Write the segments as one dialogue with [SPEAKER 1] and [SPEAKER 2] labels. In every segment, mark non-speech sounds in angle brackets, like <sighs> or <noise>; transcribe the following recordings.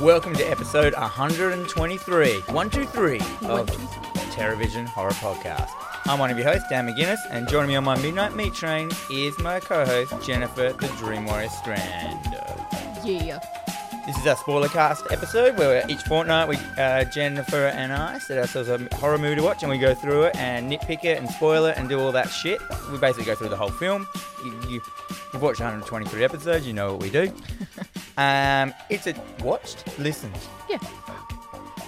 [SPEAKER 1] Welcome to episode 123, 123 of Terrorvision Horror Podcast. I'm one of your hosts, Dan McGuinness, and joining me on my midnight meat train is my co-host Jennifer the Dream Warrior Strand.
[SPEAKER 2] Yeah.
[SPEAKER 1] This is our spoiler cast episode where each fortnight we, uh, Jennifer and I set ourselves a horror movie to watch and we go through it and nitpick it and spoil it and do all that shit. We basically go through the whole film. You, you, you've watched 123 episodes, you know what we do. um, it's a watched, listened,
[SPEAKER 2] Yeah.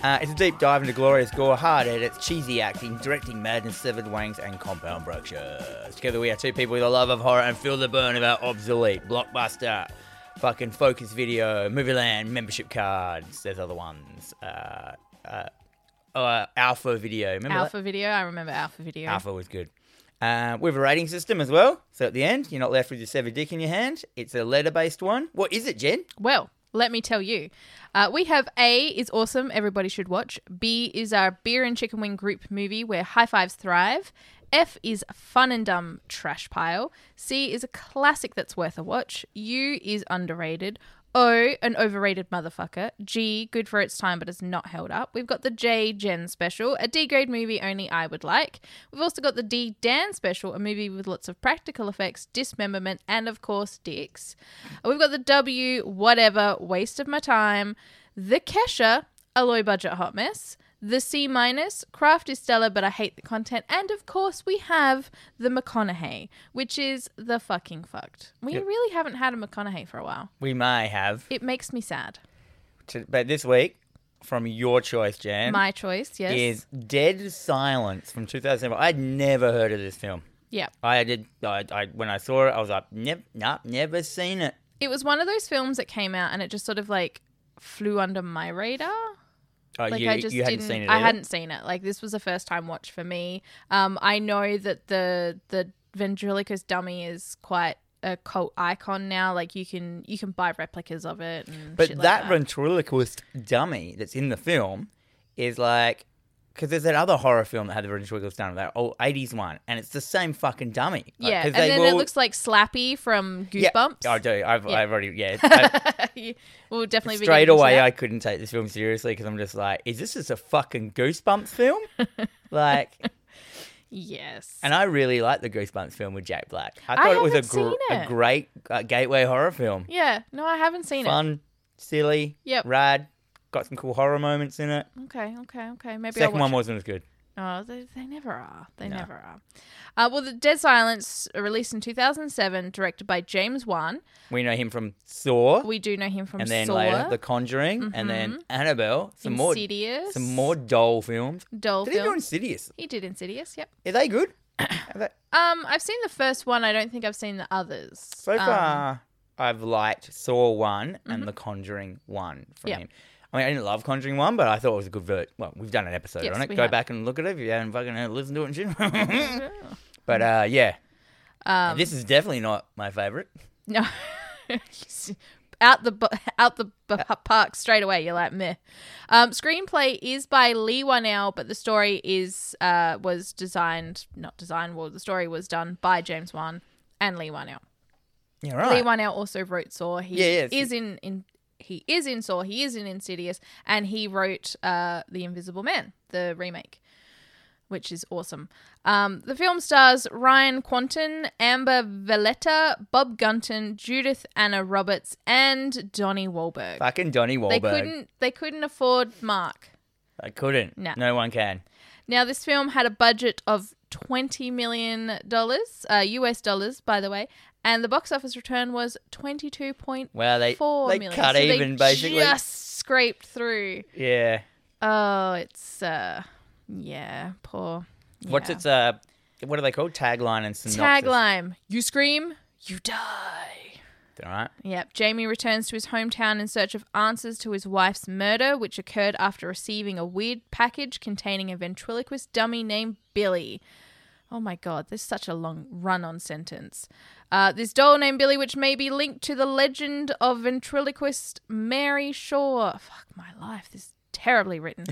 [SPEAKER 1] Uh, it's a deep dive into glorious gore, hard edits, cheesy acting, directing madness, severed wangs, and compound brochures. Together, we are two people with a love of horror and feel the burn of our obsolete blockbuster, fucking focus video, movie land, membership cards. There's other ones. Uh, uh, uh, Alpha video. Remember
[SPEAKER 2] Alpha video. I remember Alpha video.
[SPEAKER 1] That? Alpha was good. Uh, we have a rating system as well. So at the end, you're not left with your severed dick in your hand. It's a letter based one. What is it, Jen?
[SPEAKER 2] Well, let me tell you. Uh, we have A is awesome. Everybody should watch. B is our beer and chicken wing group movie where high fives thrive. F is fun and dumb trash pile. C is a classic that's worth a watch. U is underrated. O, an overrated motherfucker. G, good for its time but is not held up. We've got the J Gen special, a D grade movie only I would like. We've also got the D Dan special, a movie with lots of practical effects, dismemberment, and of course, dicks. We've got the W, whatever, waste of my time. The Kesha, a low budget hot mess. The C minus, craft is stellar, but I hate the content. And of course, we have the McConaughey, which is the fucking fucked. We
[SPEAKER 1] Yep.
[SPEAKER 2] really haven't had a McConaughey for a while.
[SPEAKER 1] We may have.
[SPEAKER 2] It makes me sad.
[SPEAKER 1] To, but this week, from your choice, Jen.
[SPEAKER 2] My choice, yes.
[SPEAKER 1] is Dead Silence from 2007. I'd never heard of this film.
[SPEAKER 2] Yeah.
[SPEAKER 1] I did. I, I when I saw it, I was like, "Never, nah, never seen it."
[SPEAKER 2] It was one of those films that came out and it just sort of like flew under my radar.
[SPEAKER 1] Oh,
[SPEAKER 2] Like
[SPEAKER 1] you,
[SPEAKER 2] I just
[SPEAKER 1] you hadn't
[SPEAKER 2] didn't.
[SPEAKER 1] seen it.
[SPEAKER 2] I
[SPEAKER 1] either?
[SPEAKER 2] hadn't seen it. Like this was a first time watch for me. Um, I know that the the ventriloquist dummy is quite a cult icon now. Like you can you can buy replicas of it. And
[SPEAKER 1] But
[SPEAKER 2] shit
[SPEAKER 1] that,
[SPEAKER 2] like
[SPEAKER 1] ventriloquist dummy that's in the film is like, because there's that other horror film that had the ventriloquist dummy, that old 80s one, and it's the same fucking dummy. Like,
[SPEAKER 2] yeah,
[SPEAKER 1] 'cause
[SPEAKER 2] and
[SPEAKER 1] they
[SPEAKER 2] then it
[SPEAKER 1] will-
[SPEAKER 2] looks like Slappy from
[SPEAKER 1] Yeah,
[SPEAKER 2] Goosebumps.
[SPEAKER 1] I do. I've,
[SPEAKER 2] Yeah.
[SPEAKER 1] I've already.
[SPEAKER 2] <laughs>
[SPEAKER 1] Yeah. I-
[SPEAKER 2] You- we'll definitely be
[SPEAKER 1] Straight
[SPEAKER 2] getting into
[SPEAKER 1] away,
[SPEAKER 2] that.
[SPEAKER 1] I couldn't take this film seriously because I'm just like, is this just a fucking Goosebumps
[SPEAKER 2] <laughs>
[SPEAKER 1] film? like,
[SPEAKER 2] yes.
[SPEAKER 1] and I really liked the Goosebumps film with Jack Black. I
[SPEAKER 2] I
[SPEAKER 1] thought it was a,
[SPEAKER 2] haven't
[SPEAKER 1] gr-
[SPEAKER 2] seen
[SPEAKER 1] a
[SPEAKER 2] it.
[SPEAKER 1] great uh, gateway horror film.
[SPEAKER 2] yeah. No, I haven't seen
[SPEAKER 1] Fun, silly,
[SPEAKER 2] Yep.
[SPEAKER 1] rad. Got some cool horror moments in it.
[SPEAKER 2] it. Okay. Okay. Okay. Maybe I'll
[SPEAKER 1] Second
[SPEAKER 2] watch
[SPEAKER 1] one
[SPEAKER 2] it.
[SPEAKER 1] wasn't as good.
[SPEAKER 2] Oh, they, they never are. They
[SPEAKER 1] No.
[SPEAKER 2] never are. Uh, well, the Dead Silence, uh, released in 2007, directed by James Wan.
[SPEAKER 1] We know him from Saw,
[SPEAKER 2] We do know him from
[SPEAKER 1] and then
[SPEAKER 2] Saw, Mm-hmm.
[SPEAKER 1] later The Conjuring, and then Annabelle. Some more,
[SPEAKER 2] Insidious.
[SPEAKER 1] some more doll films.
[SPEAKER 2] Doll
[SPEAKER 1] Did he do
[SPEAKER 2] film.
[SPEAKER 1] Insidious?
[SPEAKER 2] He did Insidious. Yep.
[SPEAKER 1] Are they good? Are they-
[SPEAKER 2] Um, I've seen the first one. I don't think I've seen the others.
[SPEAKER 1] So
[SPEAKER 2] Um, mm-hmm.
[SPEAKER 1] far, I've liked Saw one and The Conjuring one from
[SPEAKER 2] Yeah.
[SPEAKER 1] him. I mean, I didn't love Conjuring one, but I thought it was a good ver Well, we've done an episode
[SPEAKER 2] Yes,
[SPEAKER 1] on it.
[SPEAKER 2] we
[SPEAKER 1] Go
[SPEAKER 2] have.
[SPEAKER 1] back and look at it if you haven't fucking heard- listened to it
[SPEAKER 2] <laughs>
[SPEAKER 1] and shit. <laughs> but uh, yeah,
[SPEAKER 2] um,
[SPEAKER 1] this is definitely not my favorite.
[SPEAKER 2] <laughs> no. <laughs> out the bu- out the bu-
[SPEAKER 1] Uh,
[SPEAKER 2] park straight away. You're like meh. Um, screenplay is by Lee Wanell, but the story is uh, was designed not designed. Well, the story was done by James Wan and Lee Wanell.
[SPEAKER 1] Yeah, right.
[SPEAKER 2] Lee Wynell also wrote Saw. He
[SPEAKER 1] Yeah, yeah, it's-
[SPEAKER 2] is in, in he is in Saw. He is in Insidious, and he wrote uh, The Invisible Man, the remake, which is awesome. Um, the film stars Ryan Quanten, Amber Valletta, Bob Gunton, Judith Anna Roberts, and Donnie Wahlberg.
[SPEAKER 1] fucking Donnie
[SPEAKER 2] They
[SPEAKER 1] Wahlberg.
[SPEAKER 2] couldn't they couldn't afford Mark.
[SPEAKER 1] I couldn't.
[SPEAKER 2] No.
[SPEAKER 1] No one can.
[SPEAKER 2] Now, this film had a budget of twenty million dollars, uh, US dollars, by the way, and the box office return was twenty two point
[SPEAKER 1] Well, they
[SPEAKER 2] four
[SPEAKER 1] they
[SPEAKER 2] million.
[SPEAKER 1] cut
[SPEAKER 2] So they
[SPEAKER 1] even basically.
[SPEAKER 2] just scraped through.
[SPEAKER 1] Yeah.
[SPEAKER 2] Oh, it's uh, yeah, poor.
[SPEAKER 1] What's
[SPEAKER 2] yeah.
[SPEAKER 1] its uh? What are they called? Tagline and synopsis.
[SPEAKER 2] tagline? You scream, you die.
[SPEAKER 1] All right.
[SPEAKER 2] Yep. Jamie returns to his hometown in search of answers to his wife's murder, which occurred after receiving a weird package containing a ventriloquist dummy named Billy. Oh my god, there's such a long run on sentence. Uh, this doll named Billy, which may be linked to the legend of ventriloquist Mary Shaw. Fuck my life, this is terribly written.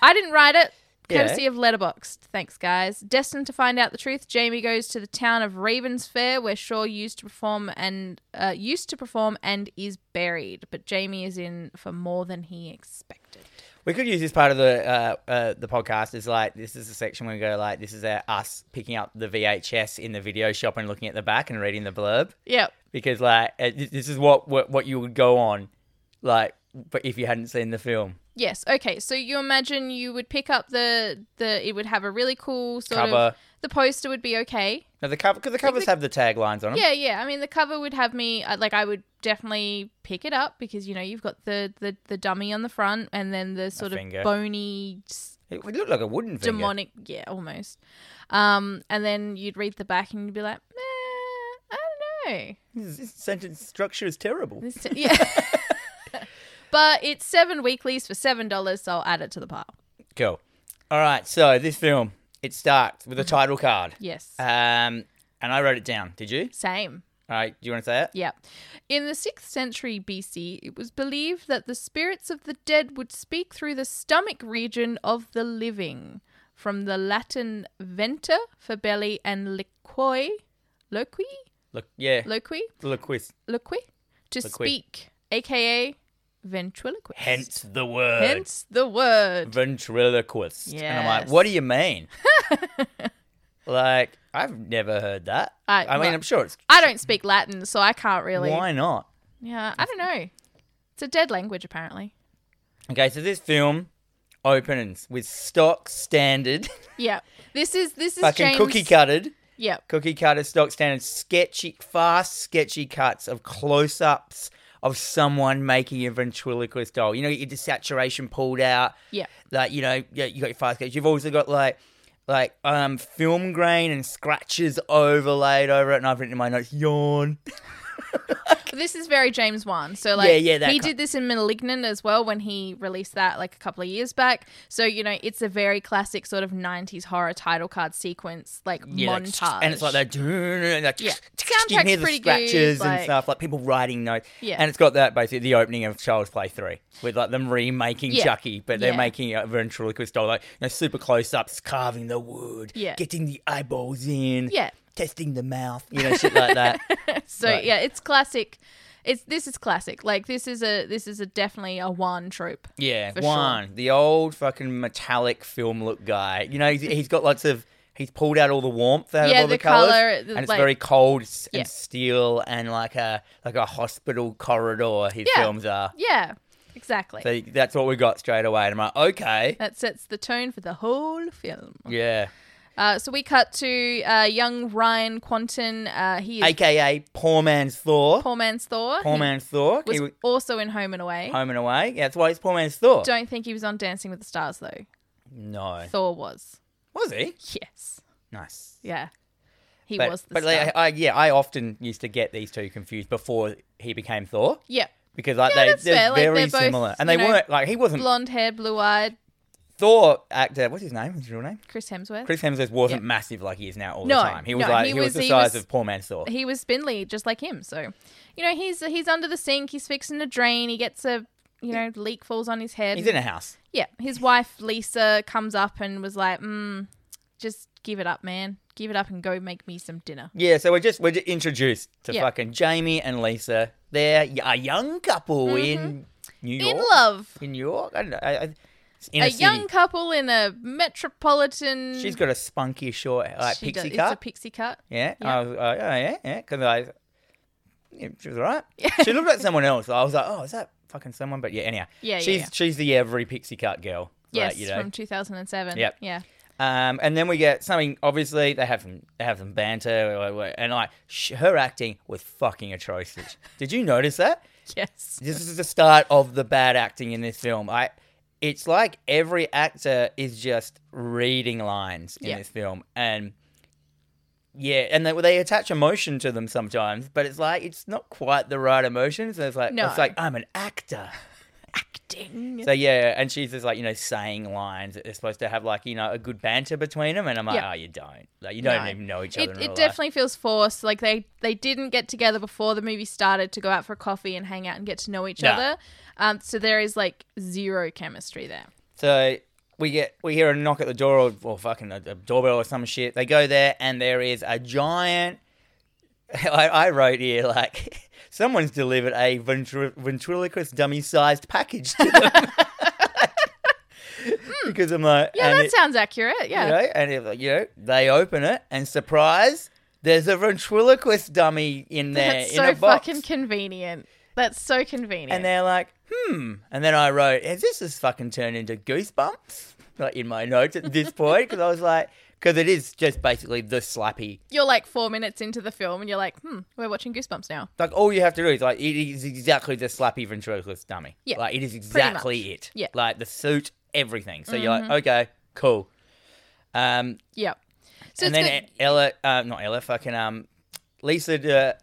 [SPEAKER 2] I didn't write it. Courtesy of Letterboxd. Thanks, guys. Destined to find out the truth, Jamie goes to the town of Ravens Fair, where Shaw used to perform and uh, used to perform and is buried. But Jamie is in for more than he expected.
[SPEAKER 1] We could use this part of the uh, uh, the podcast as like this is a section where we go like this is uh, us picking up the VHS in the video shop and looking at the back and reading the blurb
[SPEAKER 2] Yep.
[SPEAKER 1] because like uh, th- this is what, what what you would go on like but if you hadn't seen the film
[SPEAKER 2] Yes. Okay. So you imagine you would pick up the the it would have a really cool sort of
[SPEAKER 1] Cover.
[SPEAKER 2] the poster would be okay.
[SPEAKER 1] now the cover because the covers have the taglines on them
[SPEAKER 2] Yeah, yeah. I mean, the cover would have me I- like I would definitely pick it up because you know you've got the the, the dummy on the front and then the sort of
[SPEAKER 1] finger.
[SPEAKER 2] bony s-
[SPEAKER 1] it would look like a wooden finger
[SPEAKER 2] demonic yeah almost. Um, and then you'd read the back and you'd be like, eh, I don't know.
[SPEAKER 1] This- this sentence structure is terrible
[SPEAKER 2] This- yeah.
[SPEAKER 1] <laughs>
[SPEAKER 2] <laughs> but it's seven weeklies for seven dollars, so I'll add it to the pile.
[SPEAKER 1] cool all right so this film it starts with a title card
[SPEAKER 2] Mm-hmm. Yes.
[SPEAKER 1] um and I wrote it down did you
[SPEAKER 2] Same.
[SPEAKER 1] all right do you want to say it
[SPEAKER 2] Yeah. In the 6th century BC, it was believed that the spirits of the dead would speak through the stomach region of the living, from the Latin venter for belly and liquoi, loqui,
[SPEAKER 1] look yeah
[SPEAKER 2] loqui,
[SPEAKER 1] look quiz
[SPEAKER 2] loqui, to speak, aka ventriloquist.
[SPEAKER 1] hence the word
[SPEAKER 2] Hence the word.
[SPEAKER 1] ventriloquist. And I'm like,
[SPEAKER 2] Yes.
[SPEAKER 1] what do you
[SPEAKER 2] <laughs>
[SPEAKER 1] mean? like, I've never heard that.
[SPEAKER 2] I-
[SPEAKER 1] mean,
[SPEAKER 2] well-
[SPEAKER 1] I'm sure it's.
[SPEAKER 2] I don't speak Latin, so I can't really.
[SPEAKER 1] Why not?
[SPEAKER 2] Yeah, I don't know. It's a dead language, apparently.
[SPEAKER 1] Okay, so this film opens with stock
[SPEAKER 2] <laughs>
[SPEAKER 1] standard,
[SPEAKER 2] Yeah. This is this is
[SPEAKER 1] fucking
[SPEAKER 2] James.
[SPEAKER 1] cookie cuttered,
[SPEAKER 2] Yep.
[SPEAKER 1] cookie cutter stock standard, sketchy, fast, sketchy cuts of close ups of someone making a ventriloquist doll. You know, you get the saturation pulled out.
[SPEAKER 2] Yeah.
[SPEAKER 1] like you know yeah, you got your fast cuts. You've also got like like um film grain and scratches overlaid over it. And I've written in my notes yawn.
[SPEAKER 2] This is very James Wan. So like
[SPEAKER 1] Yeah, yeah, that
[SPEAKER 2] he
[SPEAKER 1] ki-
[SPEAKER 2] did this in Malignant as well when he released that like a couple of years back. So you know, it's a very classic sort of 90s horror title card sequence like
[SPEAKER 1] Yeah, like,
[SPEAKER 2] montage.
[SPEAKER 1] and it's like they're <laughs> doing like you
[SPEAKER 2] Yeah.
[SPEAKER 1] can hear
[SPEAKER 2] Soundtrack's
[SPEAKER 1] the
[SPEAKER 2] pretty good,
[SPEAKER 1] scratches and
[SPEAKER 2] like-
[SPEAKER 1] stuff like people writing notes.
[SPEAKER 2] Yeah.
[SPEAKER 1] and it's got that basically the opening of Child's Play three with like them remaking
[SPEAKER 2] Yeah.
[SPEAKER 1] Chucky, but they're
[SPEAKER 2] Yeah.
[SPEAKER 1] making a ventriloquist doll like you know, super close ups, carving the wood,
[SPEAKER 2] Yeah.
[SPEAKER 1] getting the eyeballs in,
[SPEAKER 2] Yeah.
[SPEAKER 1] testing the mouth, you know, shit like
[SPEAKER 2] <laughs>
[SPEAKER 1] that.
[SPEAKER 2] so
[SPEAKER 1] Right.
[SPEAKER 2] yeah, it's classic. It's this is classic. Like this is a this is a definitely a Wan trope.
[SPEAKER 1] Yeah,
[SPEAKER 2] for sure.
[SPEAKER 1] Juan, the old fucking metallic film look guy. You know, he's, he's got lots of. He's pulled out all the warmth out
[SPEAKER 2] Yeah,
[SPEAKER 1] of all the,
[SPEAKER 2] the
[SPEAKER 1] colors,
[SPEAKER 2] colour, the,
[SPEAKER 1] and it's
[SPEAKER 2] like-
[SPEAKER 1] very cold s-
[SPEAKER 2] Yeah.
[SPEAKER 1] and steel, and like a like a hospital corridor. His
[SPEAKER 2] Yeah.
[SPEAKER 1] films are.
[SPEAKER 2] Yeah, exactly.
[SPEAKER 1] So that's what we got straight away. And I'm like, okay,
[SPEAKER 2] that sets the tone for the whole film.
[SPEAKER 1] yeah,
[SPEAKER 2] Uh, so we cut to uh, young Ryan Quanten. Uh, he is
[SPEAKER 1] aka poor man's Thor. Poor,
[SPEAKER 2] poor man's Thor. He
[SPEAKER 1] man's Thor.
[SPEAKER 2] was
[SPEAKER 1] he was
[SPEAKER 2] also in Home and Away.
[SPEAKER 1] home and away. Yeah, that's why he's poor man's Thor.
[SPEAKER 2] Don't think he was on Dancing with the Stars though.
[SPEAKER 1] No,
[SPEAKER 2] Thor was.
[SPEAKER 1] was he?
[SPEAKER 2] Yes.
[SPEAKER 1] Nice.
[SPEAKER 2] Yeah. He
[SPEAKER 1] but
[SPEAKER 2] was the
[SPEAKER 1] but
[SPEAKER 2] star.
[SPEAKER 1] like, I, I, yeah, I often used to get these two confused before he became Thor. <clears throat>
[SPEAKER 2] yeah.
[SPEAKER 1] because like
[SPEAKER 2] Yeah,
[SPEAKER 1] they,
[SPEAKER 2] that's
[SPEAKER 1] they're
[SPEAKER 2] fair. Like,
[SPEAKER 1] very
[SPEAKER 2] they're both,
[SPEAKER 1] similar, and
[SPEAKER 2] you
[SPEAKER 1] they
[SPEAKER 2] know,
[SPEAKER 1] weren't like he wasn't
[SPEAKER 2] Blonde hair, blue eyed,
[SPEAKER 1] Thor actor. What's his name? His real name?
[SPEAKER 2] Chris Hemsworth.
[SPEAKER 1] Chris Hemsworth wasn't
[SPEAKER 2] Yeah.
[SPEAKER 1] massive like he is now all the
[SPEAKER 2] No,
[SPEAKER 1] time. He was
[SPEAKER 2] no,
[SPEAKER 1] like
[SPEAKER 2] he
[SPEAKER 1] he, was,
[SPEAKER 2] was-
[SPEAKER 1] the
[SPEAKER 2] he
[SPEAKER 1] size
[SPEAKER 2] was-
[SPEAKER 1] of poor man's Thor.
[SPEAKER 2] He was spindly just like him, so you know, he's he's under the sink, he's fixing a drain, he gets a you know, leak falls on his head.
[SPEAKER 1] He's in a house.
[SPEAKER 2] yeah. His wife Lisa comes up and was like, mm, just give it up, man. Give it up and go make me some dinner.
[SPEAKER 1] Yeah, so we're just we're just introduced to
[SPEAKER 2] Yeah.
[SPEAKER 1] fucking Jamie and Lisa. They're y- a young couple in New York.
[SPEAKER 2] Mm-hmm. In love.
[SPEAKER 1] In New York, I don't know. I, I, it's
[SPEAKER 2] A
[SPEAKER 1] inner city.
[SPEAKER 2] young couple in a metropolitan
[SPEAKER 1] She's got a spunky short like
[SPEAKER 2] She
[SPEAKER 1] pixie
[SPEAKER 2] does-
[SPEAKER 1] cut.
[SPEAKER 2] It's a pixie cut.
[SPEAKER 1] Yeah.
[SPEAKER 2] Yeah.
[SPEAKER 1] I was, uh, oh, yeah, yeah. Because I, yeah, she was all right. she looked like someone else. I was like, oh, is that fucking someone? But yeah, anyhow.
[SPEAKER 2] Yeah, yeah,
[SPEAKER 1] She's
[SPEAKER 2] yeah.
[SPEAKER 1] she's the every pixie cut girl.
[SPEAKER 2] Yes,
[SPEAKER 1] Like, you know.
[SPEAKER 2] from 2007.
[SPEAKER 1] Yep.
[SPEAKER 2] Yeah.
[SPEAKER 1] Um, and then we get something. Obviously, they have some they have some banter, wha- wha- and like sh- her acting was fucking atrocious. Did you notice that?
[SPEAKER 2] Yes.
[SPEAKER 1] This is the start of the bad acting in this film. I, it's like every actor is just reading lines in
[SPEAKER 2] Yeah.
[SPEAKER 1] this film, and yeah, and they, they attach emotion to them sometimes, but it's like it's not quite the right emotion. So it's like
[SPEAKER 2] No.
[SPEAKER 1] it's like I'm an
[SPEAKER 2] <laughs>
[SPEAKER 1] actor.
[SPEAKER 2] Acting.
[SPEAKER 1] So yeah, and she's just like you know saying lines that they're supposed to have like you know a good banter between them, and I'm like,
[SPEAKER 2] Yeah.
[SPEAKER 1] oh, you don't, like you don't
[SPEAKER 2] No.
[SPEAKER 1] even know each other.
[SPEAKER 2] it
[SPEAKER 1] in real
[SPEAKER 2] it
[SPEAKER 1] life."
[SPEAKER 2] definitely feels forced. Like they they didn't get together before the movie started to go out for coffee and hang out and get to know each
[SPEAKER 1] No.
[SPEAKER 2] other. Um, so there is like zero chemistry there.
[SPEAKER 1] So we get we hear a knock at the door or, or fucking a, a doorbell or some shit. They go there and there is a giant. <laughs> I, I wrote here like <laughs> someone's delivered a ventri- ventriloquist dummy-sized package to them.
[SPEAKER 2] <laughs>
[SPEAKER 1] because I'm like,
[SPEAKER 2] Hmm. Yeah,
[SPEAKER 1] and
[SPEAKER 2] that
[SPEAKER 1] it-
[SPEAKER 2] sounds accurate. Yeah.
[SPEAKER 1] you know, and if, you know, they open it, and surprise, there's a ventriloquist dummy in there
[SPEAKER 2] <laughs> That's
[SPEAKER 1] in
[SPEAKER 2] so
[SPEAKER 1] a box.
[SPEAKER 2] fucking convenient. That's so convenient.
[SPEAKER 1] and they're like, hmm. And then I wrote, "Has this has fucking turned into goosebumps?" <laughs> Like in my notes at this point, because I was like, because it is just basically the slappy.
[SPEAKER 2] you're like four minutes into the film and you're like, hmm, we're watching Goosebumps now.
[SPEAKER 1] Like all you have to do is like, it is exactly the slappy ventriloquist dummy.
[SPEAKER 2] Yeah,
[SPEAKER 1] like it is exactly it.
[SPEAKER 2] Yeah.
[SPEAKER 1] like the suit, everything. So you're like, okay, cool. Um,
[SPEAKER 2] Yep. So
[SPEAKER 1] and
[SPEAKER 2] it's
[SPEAKER 1] then
[SPEAKER 2] good.
[SPEAKER 1] Ella, uh, not Ella, fucking um, Lisa uh,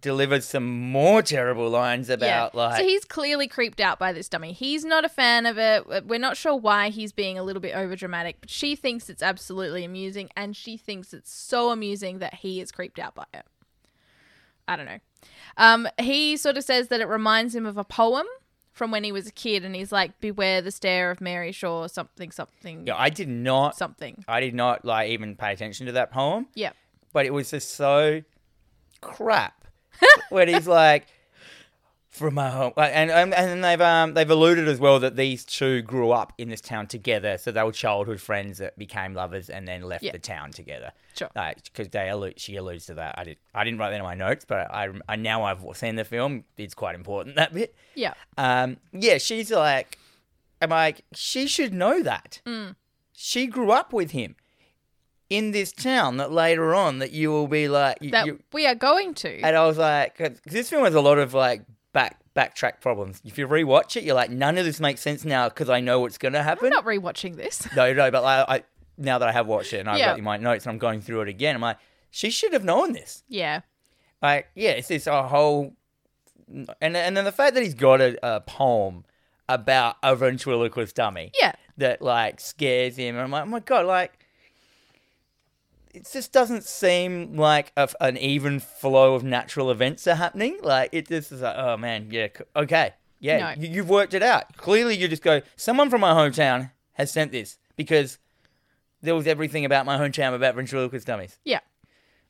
[SPEAKER 1] delivered some more terrible lines about like
[SPEAKER 2] so he's clearly creeped out by this dummy. He's not a fan of it. We're not sure why he's being a little bit overdramatic, but she thinks it's absolutely amusing, and she thinks it's so amusing that he is creeped out by it. I don't know. Um, he sort of says that it reminds him of a poem from when he was a kid, and he's like, "Beware the stare of Mary Shaw," something, something,
[SPEAKER 1] Yeah, I did not,
[SPEAKER 2] something.
[SPEAKER 1] I did not like even pay attention to that poem,
[SPEAKER 2] Yep.
[SPEAKER 1] but it was just so crap when he's like. From my home, like, and and and they've um they've alluded as well that these two grew up in this town together, so they were childhood friends that became lovers and then left
[SPEAKER 2] Yeah.
[SPEAKER 1] the town together.
[SPEAKER 2] Sure.
[SPEAKER 1] because they allude, she alludes to that. I did I didn't write that in my notes, but I, I now I've seen the film. It's quite important that bit.
[SPEAKER 2] Yeah.
[SPEAKER 1] Um, yeah, she's like, I'm like, she should know that.
[SPEAKER 2] Mm.
[SPEAKER 1] She grew up with him in this town that later on that you will be like, you,
[SPEAKER 2] That
[SPEAKER 1] you-
[SPEAKER 2] we are going to.
[SPEAKER 1] and I was like, cause this film has a lot of like back backtrack problems. If you rewatch it, you're like, none of this makes sense now because I know what's going to happen.
[SPEAKER 2] I'm not rewatching this. <laughs>
[SPEAKER 1] No, no, but like, I now that I have watched it and I've
[SPEAKER 2] Yeah.
[SPEAKER 1] got in my notes and I'm going through it again, I'm like, she should have known this.
[SPEAKER 2] yeah.
[SPEAKER 1] Like, yeah, it's this a whole, and and then the fact that he's got a, a poem about a ventriloquist dummy
[SPEAKER 2] Yeah.
[SPEAKER 1] that like scares him. I'm like, oh my god, like. It just doesn't seem like a, an even flow of natural events are happening. Like it just is like, oh man, yeah, c- okay, yeah,
[SPEAKER 2] No.
[SPEAKER 1] you, you've worked it out. Clearly, you just go. Someone from my hometown has sent this because there was everything about my hometown about ventriloquist dummies
[SPEAKER 2] Yeah.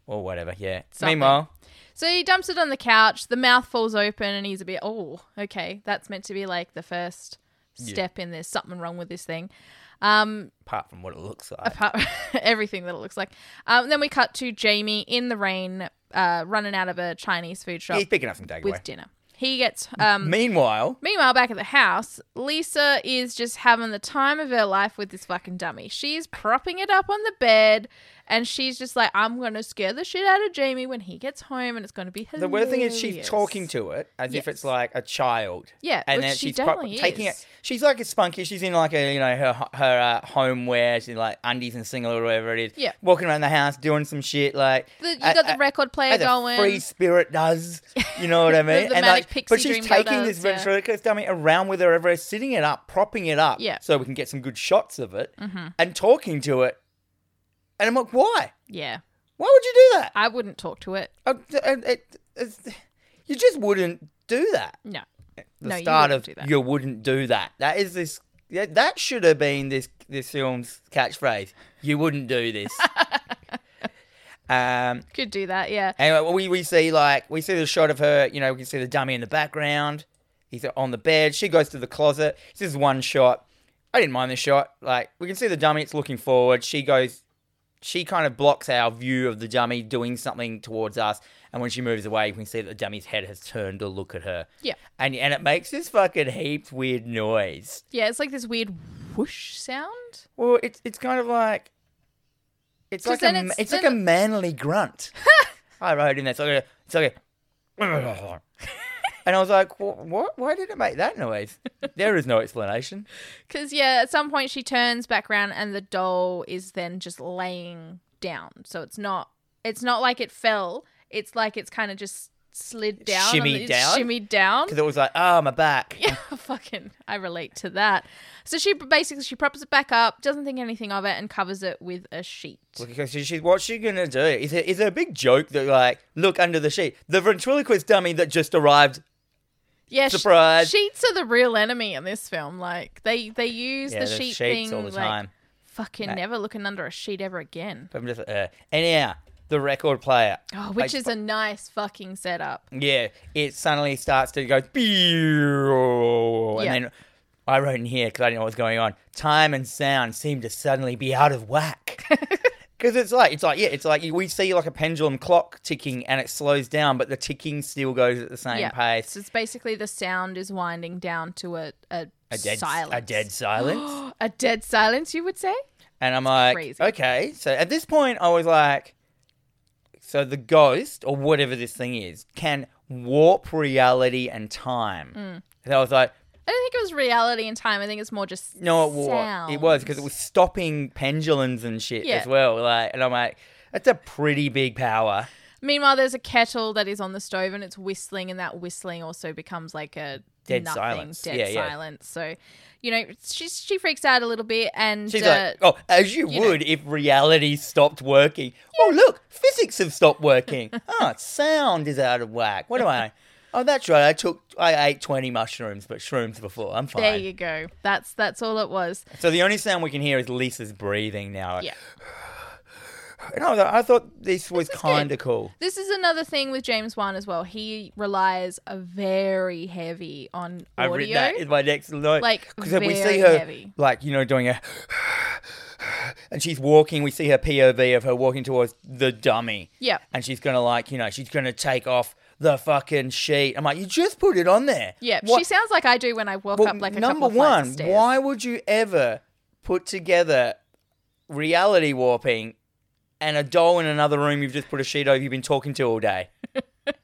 [SPEAKER 1] or whatever. Yeah.
[SPEAKER 2] Something.
[SPEAKER 1] Meanwhile,
[SPEAKER 2] So he dumps it on the couch. The mouth falls open, and he's a bit, oh, okay. That's meant to be like the first step in this. Something wrong with this thing. <laughs> Um,
[SPEAKER 1] apart from what it looks like.
[SPEAKER 2] apart <laughs> everything that it looks like. Um, then we cut to Jamie in the rain, uh, running out of a Chinese food shop
[SPEAKER 1] He's picking up some takeaway.
[SPEAKER 2] with dinner. He gets. Um,
[SPEAKER 1] Meanwhile,
[SPEAKER 2] meanwhile, back at the house, Lisa is just having the time of her life with this fucking dummy. She's propping it up on the bed, and she's just like, "I'm gonna scare the shit out of Jamie when he gets home, and it's gonna be
[SPEAKER 1] the
[SPEAKER 2] hilarious."
[SPEAKER 1] weird thing is she's talking to it as if it's
[SPEAKER 2] Yes.
[SPEAKER 1] like a child.
[SPEAKER 2] Yeah,
[SPEAKER 1] and
[SPEAKER 2] which
[SPEAKER 1] then
[SPEAKER 2] she
[SPEAKER 1] she's pro-
[SPEAKER 2] definitely
[SPEAKER 1] taking
[SPEAKER 2] is.
[SPEAKER 1] it. She's like a spunky. She's in like a you know her her uh, home wear. She's in like undies and singlet or whatever it is.
[SPEAKER 2] Yeah.
[SPEAKER 1] walking around the house doing some shit like
[SPEAKER 2] The, you
[SPEAKER 1] a-
[SPEAKER 2] got the
[SPEAKER 1] a-
[SPEAKER 2] record player
[SPEAKER 1] as
[SPEAKER 2] going.
[SPEAKER 1] a free spirit does. You know what I mean?
[SPEAKER 2] <laughs> the
[SPEAKER 1] and
[SPEAKER 2] manic
[SPEAKER 1] like,
[SPEAKER 2] pixie
[SPEAKER 1] but she's
[SPEAKER 2] dream girl
[SPEAKER 1] taking this
[SPEAKER 2] does, yeah.
[SPEAKER 1] ventriloquist dummy around with her everywhere, sitting it up, propping it up,
[SPEAKER 2] Yeah. Mm-hmm.
[SPEAKER 1] so we can get some good shots of it, and talking to it. And I'm like, why?
[SPEAKER 2] Yeah,
[SPEAKER 1] Why would you do that?
[SPEAKER 2] I wouldn't talk to it.
[SPEAKER 1] Uh, th- uh, it- it's- you just wouldn't do that.
[SPEAKER 2] No.
[SPEAKER 1] The
[SPEAKER 2] No, you
[SPEAKER 1] start
[SPEAKER 2] wouldn't
[SPEAKER 1] of
[SPEAKER 2] do that.
[SPEAKER 1] you wouldn't do that. That is this. yeah, That should have been this this film's catchphrase. You wouldn't do
[SPEAKER 2] <laughs>
[SPEAKER 1] this. um.
[SPEAKER 2] Could do that, yeah.
[SPEAKER 1] Anyway, well, uh, we we see like we see the shot of her. You know, we can see the dummy in the background. He's on the bed. She goes to the closet. This is one shot. I didn't mind this shot. Like we can see the dummy. It's looking forward. She goes. She kind of blocks our view of the dummy doing something towards us. And when she moves away, we can see that the dummy's head has turned to look at her.
[SPEAKER 2] Yeah.
[SPEAKER 1] And and it makes this fucking heaps weird noise.
[SPEAKER 2] Yeah, it's like this weird whoosh sound.
[SPEAKER 1] Well, it's it's kind of like it's
[SPEAKER 2] 'Cause
[SPEAKER 1] like
[SPEAKER 2] then
[SPEAKER 1] a,
[SPEAKER 2] it's-
[SPEAKER 1] it's, like a
[SPEAKER 2] then-
[SPEAKER 1] manly
[SPEAKER 2] <laughs>
[SPEAKER 1] grunt. I wrote in there. It's like a, it's like
[SPEAKER 2] <laughs>
[SPEAKER 1] a, and I was like, "Wha- what? Why did it make that noise? There is no explanation.
[SPEAKER 2] Because, yeah, at some point she turns back around and the doll is then just laying down. So it's not, it's not like it fell. It's like it's kind of just slid down. on
[SPEAKER 1] Shimmied
[SPEAKER 2] the-
[SPEAKER 1] down?
[SPEAKER 2] Shimmied down. <laughs>
[SPEAKER 1] Because it was like, oh, my back.
[SPEAKER 2] Yeah, fucking, I relate to that. So she basically, she props it back up, doesn't think anything of it, and covers it with a sheet.
[SPEAKER 1] Because she, she, what's she gonna do? Is it is it a big joke that like, look under the sheet, the ventriloquist dummy that just arrived
[SPEAKER 2] Yeah, sh-
[SPEAKER 1] Surprise.
[SPEAKER 2] sheets are the real enemy in this film. Like they they use
[SPEAKER 1] yeah,
[SPEAKER 2] the
[SPEAKER 1] there's
[SPEAKER 2] sheet
[SPEAKER 1] sheets
[SPEAKER 2] thing
[SPEAKER 1] all the
[SPEAKER 2] like,
[SPEAKER 1] time.
[SPEAKER 2] Fucking
[SPEAKER 1] Nah.
[SPEAKER 2] never looking under a sheet ever again.
[SPEAKER 1] But I'm just, uh, anyhow, the record player.
[SPEAKER 2] Oh,
[SPEAKER 1] Like,
[SPEAKER 2] which is a nice fucking setup.
[SPEAKER 1] Yeah, it suddenly starts to go, "Pew," and
[SPEAKER 2] Yeah.
[SPEAKER 1] then I wrote in here because I didn't know what was going on. Time and sound seem to suddenly be out of
[SPEAKER 2] <laughs>
[SPEAKER 1] whack. Because it's like, it's like, yeah, it's like you- we see like a pendulum clock ticking and it slows down, but the ticking still goes at the same
[SPEAKER 2] yeah,
[SPEAKER 1] pace.
[SPEAKER 2] So it's basically the sound is winding down to a a,
[SPEAKER 1] A dead,
[SPEAKER 2] silence.
[SPEAKER 1] a dead silence.
[SPEAKER 2] <gasps> a dead silence. You would say.
[SPEAKER 1] And I'm like,
[SPEAKER 2] crazy.
[SPEAKER 1] okay. So at this point, I was like, so the ghost or whatever this thing is can warp reality and time.
[SPEAKER 2] Mm.
[SPEAKER 1] And I was like,
[SPEAKER 2] I don't think it was reality and time. I think it's more just
[SPEAKER 1] no, it was.
[SPEAKER 2] sound.
[SPEAKER 1] It was because it was stopping pendulums and shit
[SPEAKER 2] Yeah.
[SPEAKER 1] as well. Like, and I'm like, that's a pretty big power.
[SPEAKER 2] Meanwhile, there's a kettle that is on the stove and it's whistling, and that whistling also becomes like a
[SPEAKER 1] Dead
[SPEAKER 2] nothing,
[SPEAKER 1] silence.
[SPEAKER 2] dead
[SPEAKER 1] Yeah, yeah.
[SPEAKER 2] silence. So, you know, she she freaks out a little bit, and
[SPEAKER 1] She's
[SPEAKER 2] uh,
[SPEAKER 1] like, oh, as you,
[SPEAKER 2] you know.
[SPEAKER 1] would if reality stopped working. Oh, look, physics have stopped working. <laughs> oh, sound is out of whack. What am I?
[SPEAKER 2] <laughs>
[SPEAKER 1] Oh, that's right. I took, I ate 20 mushrooms, but shrooms before. I'm fine.
[SPEAKER 2] there you go. That's that's all it was.
[SPEAKER 1] So the only sound we can hear is Lisa's breathing now.
[SPEAKER 2] Yeah.
[SPEAKER 1] And I, was like, I thought this was
[SPEAKER 2] is good.
[SPEAKER 1] kind of cool.
[SPEAKER 2] This is another thing with James Wan as well. He relies a very heavy on
[SPEAKER 1] I've
[SPEAKER 2] audio.
[SPEAKER 1] written that in my next note.
[SPEAKER 2] Like,
[SPEAKER 1] we see
[SPEAKER 2] very
[SPEAKER 1] her,
[SPEAKER 2] heavy.
[SPEAKER 1] like, you know, doing a. And she's walking. We see her POV of her walking towards the dummy.
[SPEAKER 2] Yeah.
[SPEAKER 1] And she's going to, like, you know, she's going to take off the fucking sheet. I'm like, you just put it on there.
[SPEAKER 2] yeah,
[SPEAKER 1] What-
[SPEAKER 2] she sounds like I do when I walk
[SPEAKER 1] Well,
[SPEAKER 2] up like a
[SPEAKER 1] number
[SPEAKER 2] couple of flights of
[SPEAKER 1] one,
[SPEAKER 2] stairs.
[SPEAKER 1] why would you ever put together reality warping and a doll in another room you've just put a sheet over you've been talking to all
[SPEAKER 2] <laughs>
[SPEAKER 1] day that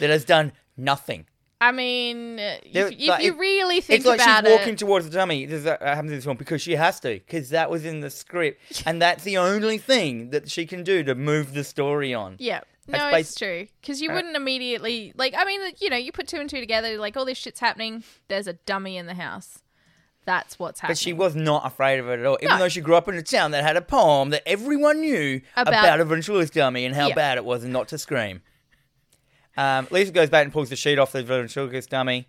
[SPEAKER 1] has done nothing?
[SPEAKER 2] I mean, uh, if,
[SPEAKER 1] There-
[SPEAKER 2] if
[SPEAKER 1] like,
[SPEAKER 2] you
[SPEAKER 1] it-
[SPEAKER 2] really think
[SPEAKER 1] it's like
[SPEAKER 2] about
[SPEAKER 1] she's walking
[SPEAKER 2] it,
[SPEAKER 1] towards the dummy. This is- that happens in this film because she has to, because that was in the script, and that's the only thing that she can do to move the story on.
[SPEAKER 2] Yeah. No,
[SPEAKER 1] That's uh,
[SPEAKER 2] it's true. Because you wouldn't immediately, like, I mean, like, you know, you put two and two together, like, all this shit's happening. There's a dummy in the house. That's what's happening.
[SPEAKER 1] But she was not afraid of it at all, even
[SPEAKER 2] No.
[SPEAKER 1] though she grew up in a town that had a poem that everyone knew about,
[SPEAKER 2] About-
[SPEAKER 1] a ventriloquist dummy and how
[SPEAKER 2] Yeah.
[SPEAKER 1] bad it was and not to scream. Um, Lisa goes back and pulls the sheet off the ventriloquist dummy.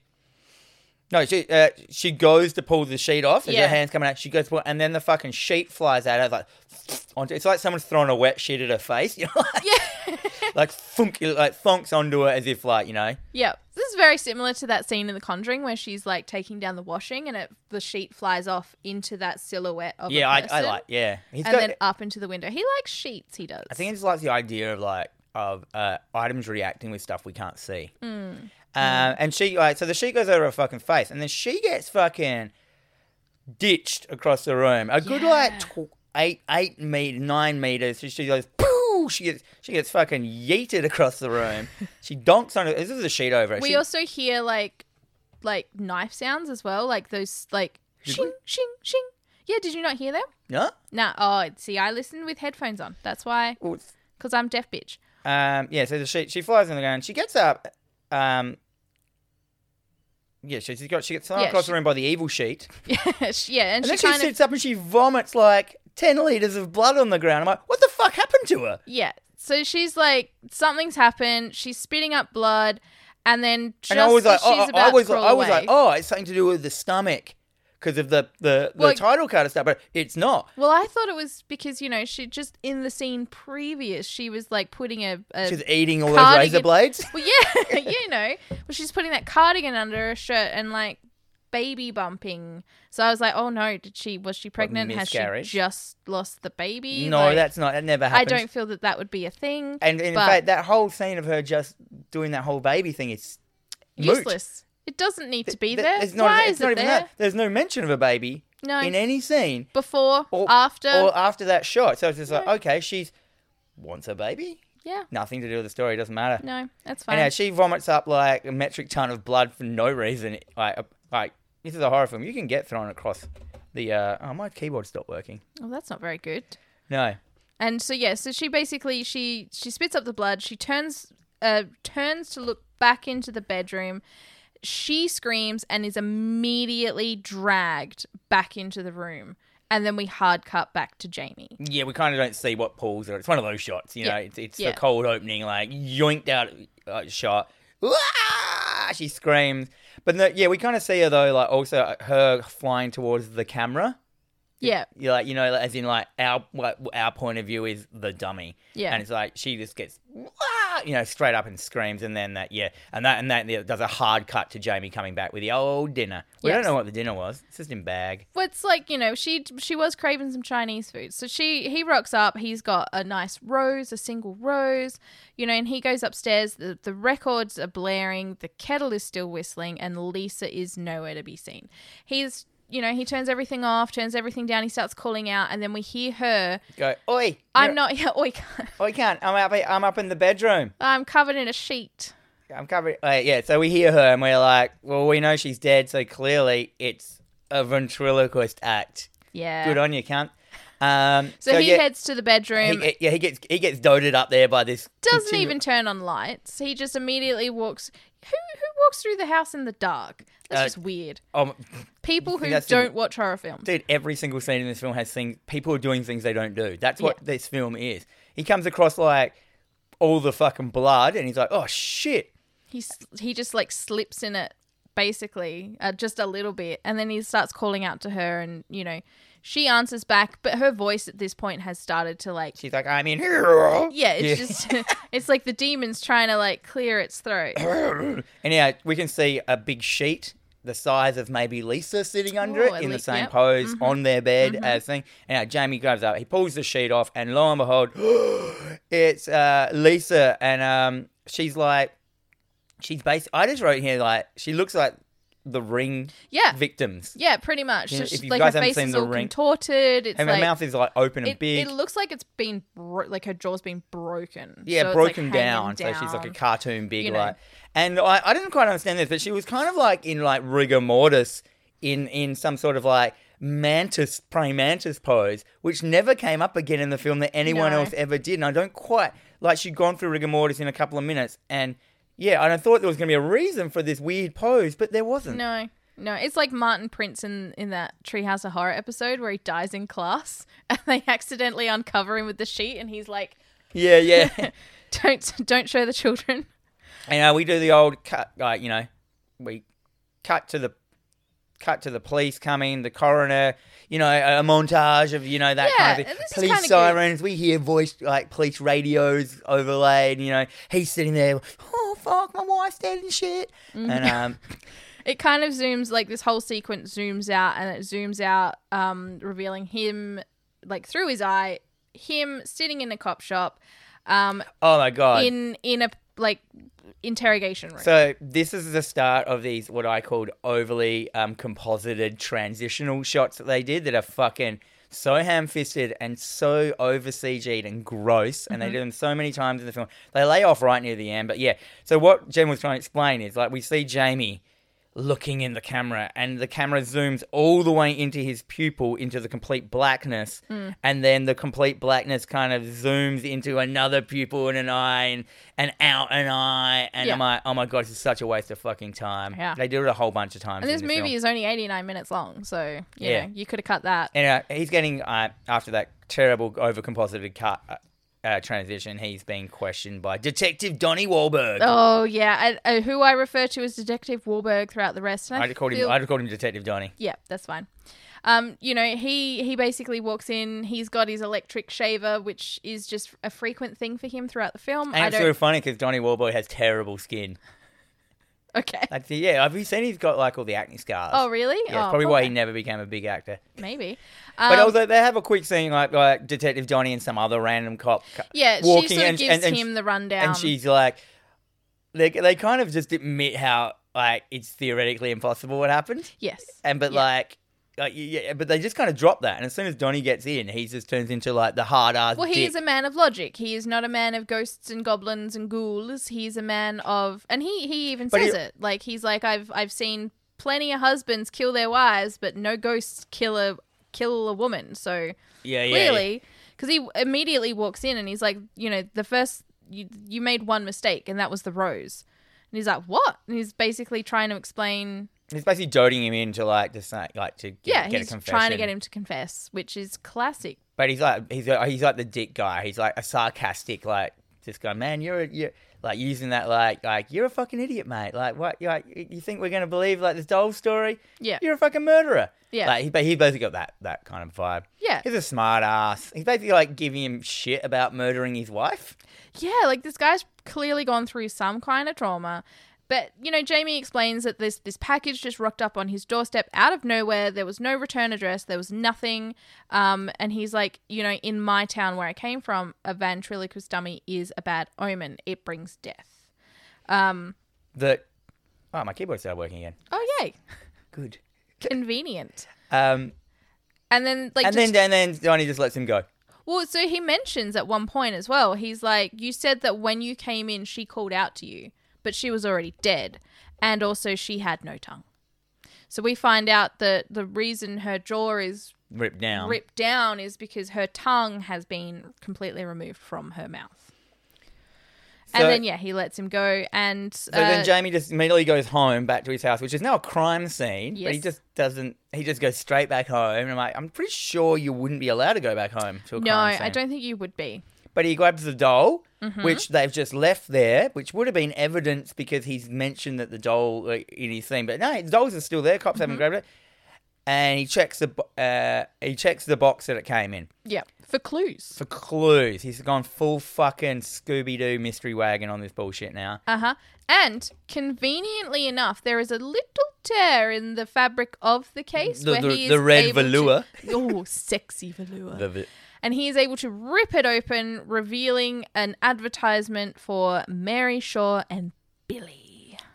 [SPEAKER 1] No, she uh, she goes to pull the sheet off. As
[SPEAKER 2] Yeah.
[SPEAKER 1] Her hand's coming out. She goes, to pull, and then the fucking sheet flies at her. Like, <sniffs> onto, it's like someone's throwing a wet sheet at her face. <laughs> You know, like,
[SPEAKER 2] Yeah.
[SPEAKER 1] like thunk, it, like thonks onto her as if like you know.
[SPEAKER 2] yeah. This is very similar to that scene in The Conjuring where she's, like, taking down the washing and it, the sheet flies off into that silhouette of a
[SPEAKER 1] Yeah, I, I
[SPEAKER 2] person,
[SPEAKER 1] like. Yeah, he's
[SPEAKER 2] And then up into the window. He likes sheets, he does.
[SPEAKER 1] I think it's like the idea of like of uh, items reacting with stuff we can't see.
[SPEAKER 2] Hmm.
[SPEAKER 1] Um, and she like so the sheet goes over her fucking face, and then she gets fucking ditched across the room. A good like tw- eight eight meter nine meters. So she goes pooh. She gets she gets fucking yeeted across the
[SPEAKER 2] <laughs>
[SPEAKER 1] room. she donks on it. This is a sheet over. her.
[SPEAKER 2] We
[SPEAKER 1] She-
[SPEAKER 2] also hear, like, like knife sounds as well. Like, those, like,
[SPEAKER 1] Did
[SPEAKER 2] shing, shing, shing. Yeah, did you not hear them?
[SPEAKER 1] no.
[SPEAKER 2] Nah, oh, see, I listen with headphones on. That's why,
[SPEAKER 1] Well, it's-
[SPEAKER 2] because I'm deaf,
[SPEAKER 1] <laughs>
[SPEAKER 2] bitch.
[SPEAKER 1] Um, yeah, so the, she she flies on the ground. She gets up. Um, yeah, she, she's got she gets thrown
[SPEAKER 2] Yeah,
[SPEAKER 1] across
[SPEAKER 2] she-
[SPEAKER 1] the room by the evil sheet.
[SPEAKER 2] yeah, and,
[SPEAKER 1] And
[SPEAKER 2] she
[SPEAKER 1] then she
[SPEAKER 2] kind of
[SPEAKER 1] sits up and she vomits like 10 litres of blood on the ground. I'm like, what the fuck happened to her?
[SPEAKER 2] yeah. So she's like, something's happened. She's spitting up blood, and then just
[SPEAKER 1] And I was like,
[SPEAKER 2] as she's
[SPEAKER 1] oh, I
[SPEAKER 2] about
[SPEAKER 1] was,
[SPEAKER 2] to crawl
[SPEAKER 1] I was like,
[SPEAKER 2] away-
[SPEAKER 1] oh, it's something to do with the stomach because of the, the, the
[SPEAKER 2] Well,
[SPEAKER 1] title card and stuff, but it's not.
[SPEAKER 2] Well, I thought it was because you know she just in the scene previous she was like putting a, a
[SPEAKER 1] She's eating all those
[SPEAKER 2] cardigan-
[SPEAKER 1] razor blades.
[SPEAKER 2] <laughs> well yeah you know well she's putting that cardigan under her shirt and like baby bumping. So I was like, oh no, did she was she pregnant? Has she
[SPEAKER 1] miscarriage?
[SPEAKER 2] just lost the baby?
[SPEAKER 1] No,
[SPEAKER 2] Like,
[SPEAKER 1] that's not. That never
[SPEAKER 2] I
[SPEAKER 1] happened.
[SPEAKER 2] don't feel that that would be a thing.
[SPEAKER 1] And in
[SPEAKER 2] but-
[SPEAKER 1] fact, that whole scene of her just doing that whole baby thing is moot.
[SPEAKER 2] useless. It doesn't need to be
[SPEAKER 1] Th-
[SPEAKER 2] there.
[SPEAKER 1] it's not-
[SPEAKER 2] Why
[SPEAKER 1] it's
[SPEAKER 2] is
[SPEAKER 1] not
[SPEAKER 2] it
[SPEAKER 1] even
[SPEAKER 2] there?
[SPEAKER 1] that. There's no mention of a baby
[SPEAKER 2] No.
[SPEAKER 1] in any scene
[SPEAKER 2] Before,
[SPEAKER 1] or
[SPEAKER 2] after,
[SPEAKER 1] or after that shot. So it's just like, okay, she's wants a baby.
[SPEAKER 2] yeah,
[SPEAKER 1] Nothing to do with the story. Doesn't matter.
[SPEAKER 2] no, that's fine.
[SPEAKER 1] And uh, she vomits up like a metric ton of blood for no reason. Like, uh, like this is a horror film. You can get thrown across the. Uh, oh, my keyboard stopped working.
[SPEAKER 2] well, that's not very good.
[SPEAKER 1] No,
[SPEAKER 2] And so yeah, so she basically she she spits up the blood. She turns uh turns to look back into the bedroom. She screams and is immediately dragged back into the room. And then we hard cut back to Jamie.
[SPEAKER 1] yeah, we kind of don't see what pulls her. It's one of those shots, you
[SPEAKER 2] Yeah.
[SPEAKER 1] know. It's it's
[SPEAKER 2] Yeah.
[SPEAKER 1] the cold opening, like yoinked out uh, shot. Wah! She screams, But no, yeah, we kind of see her though, like also uh, her flying towards the camera.
[SPEAKER 2] Yeah.
[SPEAKER 1] You like, you know, like, as in like our like, our point of view is the dummy.
[SPEAKER 2] Yeah.
[SPEAKER 1] And it's like she just gets, "Wah!" you know, straight up and screams, and then that, yeah, and that and that yeah, does a hard cut to Jamie coming back with the old dinner. We
[SPEAKER 2] Yes.
[SPEAKER 1] don't know what the dinner was. It's just in bag.
[SPEAKER 2] Well, it's like you know she she was craving some Chinese food, so she he rocks up. He's got a nice rose, a single rose, you know, and he goes upstairs. The the records are blaring, the kettle is still whistling, and Lisa is nowhere to be seen. He's you know he turns everything off, turns everything down. He starts calling out, and then we hear her.
[SPEAKER 1] Go, oi!
[SPEAKER 2] I'm
[SPEAKER 1] you're-
[SPEAKER 2] not. <laughs> Yeah, oi,
[SPEAKER 1] Oi, can't. I'm up. I'm up in the bedroom.
[SPEAKER 2] I'm covered in a sheet.
[SPEAKER 1] I'm covering. Uh, yeah, so we hear her and we're like, well, we know she's dead, so clearly it's a ventriloquist act.
[SPEAKER 2] Yeah.
[SPEAKER 1] Good on you, cunt. Um,
[SPEAKER 2] so, he
[SPEAKER 1] yeah,
[SPEAKER 2] heads to the
[SPEAKER 1] he
[SPEAKER 2] bedroom.
[SPEAKER 1] get- yeah, he gets he gets doted up there by this.
[SPEAKER 2] doesn't
[SPEAKER 1] continu-
[SPEAKER 2] even turn on lights. He just immediately walks. Who who walks through the house in the dark? That's
[SPEAKER 1] Uh,
[SPEAKER 2] just weird.
[SPEAKER 1] Um,
[SPEAKER 2] People who
[SPEAKER 1] that's the-
[SPEAKER 2] don't watch horror films.
[SPEAKER 1] dude, every single scene in this film has things. People are doing things they don't do. That's what this film is. He comes across like all the fucking blood, and he's like, oh shit.
[SPEAKER 2] He's he just like slips in it basically uh, just a little bit, and then he starts calling out to her, and you know she answers back, but her voice at this point has started to like.
[SPEAKER 1] She's like, I'm in here.
[SPEAKER 2] yeah, it's just <laughs> it's like the demon's trying to like clear its throat.
[SPEAKER 1] <laughs> Uh, And yeah, we can see a big sheet the size of maybe Lisa sitting under
[SPEAKER 2] Oh,
[SPEAKER 1] it in
[SPEAKER 2] Le-
[SPEAKER 1] the same
[SPEAKER 2] yep. Mm-hmm.
[SPEAKER 1] pose on their bed as thing. And uh, Jamie grabs up, he pulls the sheet off, and lo and behold, <gasps> it's uh, Lisa, and um, she's like, she's based. I just wrote here like she looks like the ring
[SPEAKER 2] Yeah,
[SPEAKER 1] victims.
[SPEAKER 2] yeah, pretty much.
[SPEAKER 1] You know,
[SPEAKER 2] Just,
[SPEAKER 1] if you
[SPEAKER 2] like
[SPEAKER 1] guys
[SPEAKER 2] her
[SPEAKER 1] haven't
[SPEAKER 2] face
[SPEAKER 1] seen
[SPEAKER 2] is
[SPEAKER 1] The
[SPEAKER 2] all
[SPEAKER 1] Ring-
[SPEAKER 2] contorted. It's
[SPEAKER 1] And
[SPEAKER 2] like
[SPEAKER 1] her mouth is like open and
[SPEAKER 2] It,
[SPEAKER 1] big.
[SPEAKER 2] it looks like it's been bro- like her jaw's been broken.
[SPEAKER 1] Yeah,
[SPEAKER 2] So it's, like,
[SPEAKER 1] broken
[SPEAKER 2] hanging
[SPEAKER 1] down, So she's like a
[SPEAKER 2] down.
[SPEAKER 1] cartoon big
[SPEAKER 2] you know.
[SPEAKER 1] like. And I, I didn't quite understand this, but she was kind of like in like rigor mortis in in some sort of like mantis praying mantis pose, which never came up again in the film that anyone
[SPEAKER 2] No.
[SPEAKER 1] else ever did. And I don't quite like she'd gone through rigor mortis in a couple of minutes and yeah, and I thought there was gonna be a reason for this weird pose, but there wasn't.
[SPEAKER 2] No, no, it's like Martin Prince in in that Treehouse of Horror episode where he dies in class <laughs> and they accidentally uncover him with the sheet and he's like,
[SPEAKER 1] Yeah,
[SPEAKER 2] <laughs>
[SPEAKER 1] yeah.
[SPEAKER 2] "Don't don't show the children." <laughs>
[SPEAKER 1] and uh, we do the old cut like, you know, we cut to the cut to the police coming, the coroner, you know, a, a montage of you know that kind
[SPEAKER 2] Yeah,
[SPEAKER 1] of thing.
[SPEAKER 2] and this is
[SPEAKER 1] Police
[SPEAKER 2] kinda good.
[SPEAKER 1] sirens. We hear voice like police radios overlaid. You know, he's sitting there. Oh fuck, my wife's dead and shit.
[SPEAKER 2] Mm-hmm.
[SPEAKER 1] And um,
[SPEAKER 2] It kind of zooms like this whole sequence zooms out and it zooms out, um, revealing him like through his eye, him sitting in a cop shop, um,
[SPEAKER 1] oh my god.
[SPEAKER 2] in in a like interrogation room.
[SPEAKER 1] so this is the start of these what I called overly um, composited transitional shots that they did that are fucking so ham-fisted and so over CG'd and gross, and they do them so many times in the film. They lay off right near the end, but yeah. So what Jen was trying to explain is like we see Jamie looking in the camera and the camera zooms all the way into his pupil into the complete blackness
[SPEAKER 2] Hmm.
[SPEAKER 1] and then the complete blackness kind of zooms into another pupil and an eye and, and out an eye and
[SPEAKER 2] Yeah.
[SPEAKER 1] I'm like oh my god this is such a waste of fucking time
[SPEAKER 2] Yeah.
[SPEAKER 1] they do it a whole bunch of times
[SPEAKER 2] And this
[SPEAKER 1] in the film.
[SPEAKER 2] movie is only 89 minutes long, so you
[SPEAKER 1] Yeah.
[SPEAKER 2] know, you could have cut that.
[SPEAKER 1] And uh, he's getting uh, after that terrible overcomposited cut uh, uh, transition. He's being questioned by Detective Donnie Wahlberg.
[SPEAKER 2] Oh yeah, I, uh, who I refer to as Detective Warburg throughout the rest. And I,
[SPEAKER 1] I just called him.
[SPEAKER 2] feel-
[SPEAKER 1] I just called him Detective Donnie.
[SPEAKER 2] yeah, that's fine. Um, you know, he he basically walks in. He's got his electric shaver, which is just a frequent thing for him throughout the film.
[SPEAKER 1] And
[SPEAKER 2] I
[SPEAKER 1] it's
[SPEAKER 2] don't.
[SPEAKER 1] sort of funny because Donnie Wahlberg has terrible skin.
[SPEAKER 2] <laughs> Okay.
[SPEAKER 1] Like, the- yeah, have you seen he's got like all the acne scars?
[SPEAKER 2] Oh really?
[SPEAKER 1] yeah, it's
[SPEAKER 2] oh,
[SPEAKER 1] probably
[SPEAKER 2] poor
[SPEAKER 1] why
[SPEAKER 2] guy.
[SPEAKER 1] he never became a big actor.
[SPEAKER 2] Maybe.
[SPEAKER 1] But
[SPEAKER 2] Um,
[SPEAKER 1] also, they have a quick scene like like Detective Donnie and some other random cop co-
[SPEAKER 2] yeah, um, she
[SPEAKER 1] walking
[SPEAKER 2] sort of
[SPEAKER 1] and-
[SPEAKER 2] gives
[SPEAKER 1] and- and-
[SPEAKER 2] him the rundown.
[SPEAKER 1] and she's like, they they kind of just admit how like it's theoretically impossible what happened.
[SPEAKER 2] yes.
[SPEAKER 1] And but
[SPEAKER 2] Yeah.
[SPEAKER 1] like, like yeah, yeah, but they just kind of drop that. And as soon as Donnie gets in, he just turns into like the hard ass.
[SPEAKER 2] Well, he
[SPEAKER 1] dick.
[SPEAKER 2] is a man of logic. He is not a man of ghosts and goblins and ghouls. He's a man of, and he he even
[SPEAKER 1] But
[SPEAKER 2] says
[SPEAKER 1] he-
[SPEAKER 2] it. Like he's like I've I've seen plenty of husbands kill their wives, but no ghosts kill a kill a woman. So
[SPEAKER 1] yeah, yeah, yeah.
[SPEAKER 2] clearly, because he immediately walks in and he's like, you know, the first you you made one mistake and that was the rose, and he's like, what? And he's basically trying to explain.
[SPEAKER 1] He's basically doting him into like to say like to get,
[SPEAKER 2] Yeah,
[SPEAKER 1] get
[SPEAKER 2] he's
[SPEAKER 1] a confession.
[SPEAKER 2] trying to get him to confess, which is classic.
[SPEAKER 1] But he's like he's like, he's like the dick guy. He's like a sarcastic like Just going, man, you're a, you're like using that like like you're a fucking idiot, mate. Like what? You like you think we're gonna believe like this doll story?
[SPEAKER 2] Yeah.
[SPEAKER 1] you're a fucking murderer.
[SPEAKER 2] Yeah.
[SPEAKER 1] like he, but he basically got that that kind of vibe.
[SPEAKER 2] Yeah.
[SPEAKER 1] he's a smart ass. He's basically like giving him shit about murdering his wife.
[SPEAKER 2] Yeah, like this guy's clearly gone through some kind of trauma. But, you know, Jamie explains that this this package just rocked up on his doorstep out of nowhere. There was no return address, there was nothing. Um, and he's like, you know, in my town where I came from, a ventriloquist dummy is a bad omen. It brings death.
[SPEAKER 1] That oh, my keyboard started working again.
[SPEAKER 2] Oh yay.
[SPEAKER 1] Good.
[SPEAKER 2] Convenient.
[SPEAKER 1] Um,
[SPEAKER 2] And then like
[SPEAKER 1] and
[SPEAKER 2] just-
[SPEAKER 1] then and then Johnny just lets him go.
[SPEAKER 2] Well, so he mentions at one point as well, he's like, You said that when you came in, she called out to you, but she was already dead. And also, she had no tongue. So we find out that the reason her jaw is
[SPEAKER 1] Ripped down.
[SPEAKER 2] ripped down is because her tongue has been completely removed from her mouth.
[SPEAKER 1] So-
[SPEAKER 2] and then, yeah, he lets him go. And
[SPEAKER 1] So
[SPEAKER 2] uh,
[SPEAKER 1] then Jamie just immediately goes home back to his house, which is now a crime scene. But he
[SPEAKER 2] Yes.
[SPEAKER 1] just doesn't. He just goes straight back home. And I'm like, I'm pretty sure you wouldn't be allowed to go back home to a
[SPEAKER 2] no,
[SPEAKER 1] crime scene.
[SPEAKER 2] I don't Mm-hmm. think you would be.
[SPEAKER 1] But he grabs the doll, which they've just left there, which would have been evidence because he's mentioned that the doll like, in his thing. But no, the dolls are still there. Cops
[SPEAKER 2] Mm-hmm.
[SPEAKER 1] haven't grabbed it. And he checks the bo- uh, he checks the box that it came in
[SPEAKER 2] Yeah, for clues.
[SPEAKER 1] for clues. He's gone full fucking Scooby Doo mystery wagon on this bullshit now.
[SPEAKER 2] Uh huh. And conveniently enough, there is a little tear in the fabric of the case
[SPEAKER 1] The-
[SPEAKER 2] where
[SPEAKER 1] the-
[SPEAKER 2] he is
[SPEAKER 1] the red
[SPEAKER 2] able to-
[SPEAKER 1] velour.
[SPEAKER 2] oh, sexy velour.
[SPEAKER 1] The- the-
[SPEAKER 2] and he is able to rip it open, revealing an advertisement for Mary Shaw and Billy.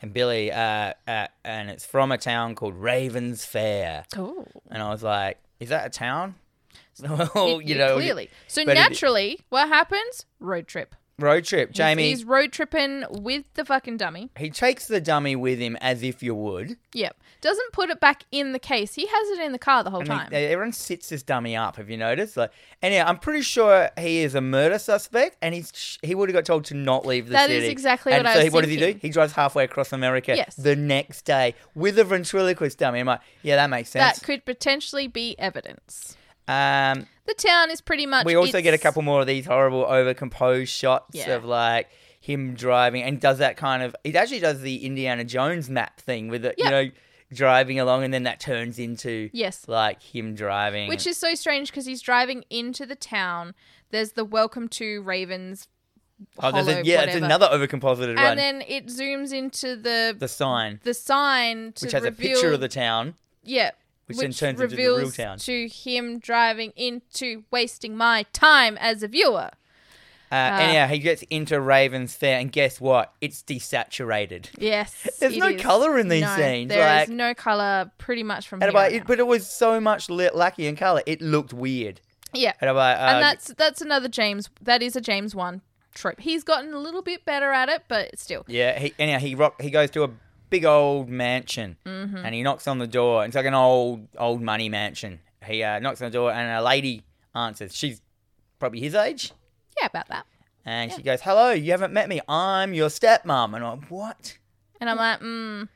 [SPEAKER 1] and Billy, uh, uh, and it's from a town called Ravens Fair.
[SPEAKER 2] Oh,
[SPEAKER 1] And I was like, is that a town? <laughs> well, Oh, you know,
[SPEAKER 2] clearly. So
[SPEAKER 1] but it-
[SPEAKER 2] naturally, what happens? Road trip.
[SPEAKER 1] road trip.
[SPEAKER 2] He's-
[SPEAKER 1] Jamie,
[SPEAKER 2] he's road tripping with the fucking dummy.
[SPEAKER 1] he takes the dummy with him as if you would.
[SPEAKER 2] Yep. Doesn't put it back in the case. He has it in the car the whole
[SPEAKER 1] And he-
[SPEAKER 2] time.
[SPEAKER 1] everyone sits this dummy up. Have you noticed? Like, and yeah, I'm pretty sure he is a murder suspect, and he's he would have got told to not leave the
[SPEAKER 2] That
[SPEAKER 1] city.
[SPEAKER 2] is exactly
[SPEAKER 1] and
[SPEAKER 2] what I
[SPEAKER 1] so
[SPEAKER 2] was
[SPEAKER 1] he- what does he do?
[SPEAKER 2] thinking.
[SPEAKER 1] He drives halfway across America
[SPEAKER 2] Yes.
[SPEAKER 1] the next day with a ventriloquist dummy. I'm like, yeah, that makes sense.
[SPEAKER 2] that could potentially be evidence.
[SPEAKER 1] um,
[SPEAKER 2] The town is pretty much.
[SPEAKER 1] we also get a
[SPEAKER 2] it's-
[SPEAKER 1] couple more of these horrible overcomposed shots
[SPEAKER 2] Yeah.
[SPEAKER 1] of like him driving and does that kind of it actually does the Indiana Jones map thing with it,
[SPEAKER 2] Yeah.
[SPEAKER 1] you know, driving along and then that turns into
[SPEAKER 2] Yes.
[SPEAKER 1] like him driving.
[SPEAKER 2] Which is so strange because he's driving into the town. There's the welcome to Ravens.
[SPEAKER 1] oh, there's
[SPEAKER 2] Hollow,
[SPEAKER 1] a, yeah, it's
[SPEAKER 2] whatever.
[SPEAKER 1] another overcomposited
[SPEAKER 2] And
[SPEAKER 1] one.
[SPEAKER 2] then it zooms into the
[SPEAKER 1] the
[SPEAKER 2] the,
[SPEAKER 1] sign.
[SPEAKER 2] sign to
[SPEAKER 1] Which has
[SPEAKER 2] reveal,
[SPEAKER 1] a picture of the town.
[SPEAKER 2] yeah,
[SPEAKER 1] which then turns into the real
[SPEAKER 2] reveals
[SPEAKER 1] town.
[SPEAKER 2] to him driving into wasting my time as a viewer.
[SPEAKER 1] Uh, and yeah, he gets into Raven's Fair, and guess what? It's desaturated.
[SPEAKER 2] Yes,
[SPEAKER 1] There's
[SPEAKER 2] it
[SPEAKER 1] no
[SPEAKER 2] is.
[SPEAKER 1] colour in these
[SPEAKER 2] No,
[SPEAKER 1] scenes,
[SPEAKER 2] There
[SPEAKER 1] like-
[SPEAKER 2] is no color, pretty much from
[SPEAKER 1] And
[SPEAKER 2] here
[SPEAKER 1] I'm like,
[SPEAKER 2] on
[SPEAKER 1] it,
[SPEAKER 2] out.
[SPEAKER 1] but it was so much li- lucky in colour, it looked weird.
[SPEAKER 2] yeah,
[SPEAKER 1] And I'm like, uh,
[SPEAKER 2] and that's that's another James. That is a James one trope. He's gotten a little bit better at it, but still,
[SPEAKER 1] Yeah, he, anyhow, he rock, he goes to a big old mansion
[SPEAKER 2] Mm-hmm.
[SPEAKER 1] and he knocks on the door. It's like an old old money mansion. He uh, knocks on the door and a lady answers. She's probably his age,
[SPEAKER 2] yeah, about that.
[SPEAKER 1] and she goes, "Hello, you haven't met me. I'm your stepmom." And I'm what?
[SPEAKER 2] And I'm like, mm,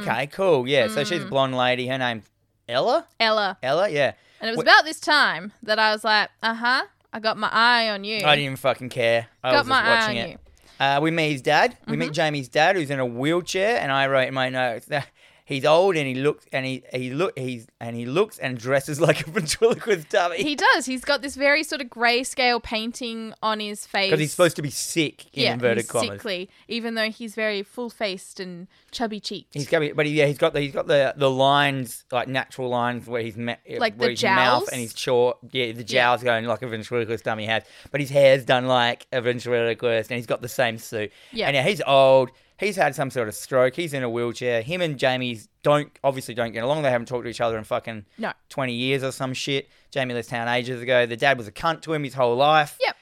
[SPEAKER 1] Okay, cool. Yeah, so she's a blonde lady. Her name's Ella.
[SPEAKER 2] Ella.
[SPEAKER 1] Ella, yeah.
[SPEAKER 2] And it was
[SPEAKER 1] Wh-
[SPEAKER 2] about this time that I was like, uh huh, I got my eye on you.
[SPEAKER 1] I didn't even fucking care. I
[SPEAKER 2] got
[SPEAKER 1] was
[SPEAKER 2] my
[SPEAKER 1] just
[SPEAKER 2] eye on
[SPEAKER 1] watching it.
[SPEAKER 2] you.
[SPEAKER 1] Uh, we meet his dad. We
[SPEAKER 2] Mm-hmm.
[SPEAKER 1] meet Jamie's dad, who's in a wheelchair, and I wrote in my notes that he's old and he looks and he he look he's and he looks and dresses <laughs> like a ventriloquist dummy
[SPEAKER 2] He does. He's got this very sort of grayscale painting on his face.
[SPEAKER 1] because he's supposed to be sick in
[SPEAKER 2] yeah,
[SPEAKER 1] inverted
[SPEAKER 2] he's
[SPEAKER 1] commas.
[SPEAKER 2] sickly, even though he's very full faced and chubby cheeked.
[SPEAKER 1] He's got, but he, yeah, he's got the he's got the the lines like natural lines where he's ma-
[SPEAKER 2] Like the
[SPEAKER 1] where his mouth
[SPEAKER 2] jowls?
[SPEAKER 1] and his jaw, yeah, the jowls going like a ventriloquist dummy has, but his hair's done like a ventriloquist, and he's got the same suit.
[SPEAKER 2] Yeah.
[SPEAKER 1] and yeah, he's old. He's had some sort of stroke. He's in a wheelchair. Him and Jamie's don't obviously don't get along. They haven't talked to each other in fucking
[SPEAKER 2] No.
[SPEAKER 1] twenty years or some shit. Jamie left town ages ago. The dad was a cunt to him his whole life
[SPEAKER 2] Yep.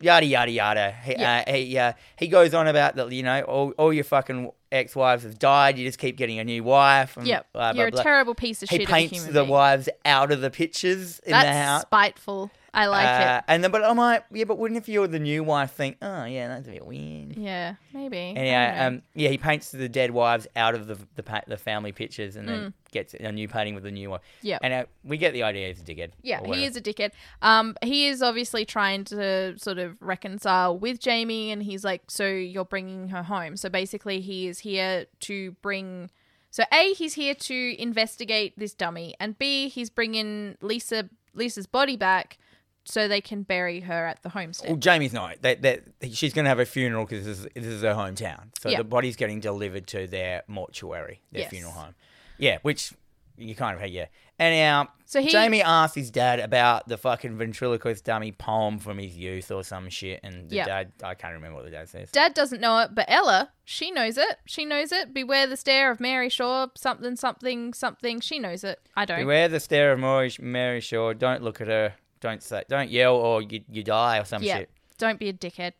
[SPEAKER 1] yada yada yada. He,
[SPEAKER 2] Yeah.
[SPEAKER 1] uh, he, uh, he goes on about that. You know, all, all your fucking ex wives have died. You just keep getting a new wife. And
[SPEAKER 2] Yep.
[SPEAKER 1] Mm, blah, blah,
[SPEAKER 2] You're
[SPEAKER 1] blah.
[SPEAKER 2] a terrible piece of
[SPEAKER 1] He
[SPEAKER 2] shit.
[SPEAKER 1] paints
[SPEAKER 2] of a human
[SPEAKER 1] the
[SPEAKER 2] being.
[SPEAKER 1] wives out of the pictures in
[SPEAKER 2] That's
[SPEAKER 1] the house.
[SPEAKER 2] spiteful. I like
[SPEAKER 1] Uh, and then, but I might, yeah, but wouldn't if you were the new wife think, oh, yeah, that's a bit weird.
[SPEAKER 2] it. Yeah, maybe.
[SPEAKER 1] Anyway,
[SPEAKER 2] Mm, I don't know.
[SPEAKER 1] um, yeah, he paints the dead wives out of the the, pa- the family pictures and then gets a new painting with the new wife.
[SPEAKER 2] Mm. Yep.
[SPEAKER 1] And uh, we get the idea he's a dickhead.
[SPEAKER 2] Yeah,
[SPEAKER 1] or
[SPEAKER 2] he
[SPEAKER 1] whatever.
[SPEAKER 2] is a dickhead. Um, he is obviously trying to sort of reconcile with Jamie, and he's like, "So you're bringing her home?" So basically, he is here to bring. So a, he's here to investigate this dummy, and b, he's bringing Lisa Lisa's body back so they can bury her at the
[SPEAKER 1] Well,
[SPEAKER 2] homestead.
[SPEAKER 1] Jamie's not. That that she's going to have a funeral because this is this is her hometown. So
[SPEAKER 2] Yeah.
[SPEAKER 1] the body's getting delivered to their mortuary, their
[SPEAKER 2] Yes.
[SPEAKER 1] funeral home. Yeah, which you kind of yeah. And now,
[SPEAKER 2] So he-
[SPEAKER 1] Jamie asked his dad about the fucking ventriloquist dummy poem from his youth or some shit, and the
[SPEAKER 2] Yeah.
[SPEAKER 1] dad I can't remember what the dad says.
[SPEAKER 2] Dad doesn't know it, but Ella, she knows it. She knows it. Beware the stare of Mary Shaw. Something, something, something. She knows it. I don't.
[SPEAKER 1] Beware the stare of Mary, Mary Shaw. Don't look at her. Don't say. Don't yell, or you you die or some
[SPEAKER 2] yeah,
[SPEAKER 1] shit.
[SPEAKER 2] don't be a dickhead.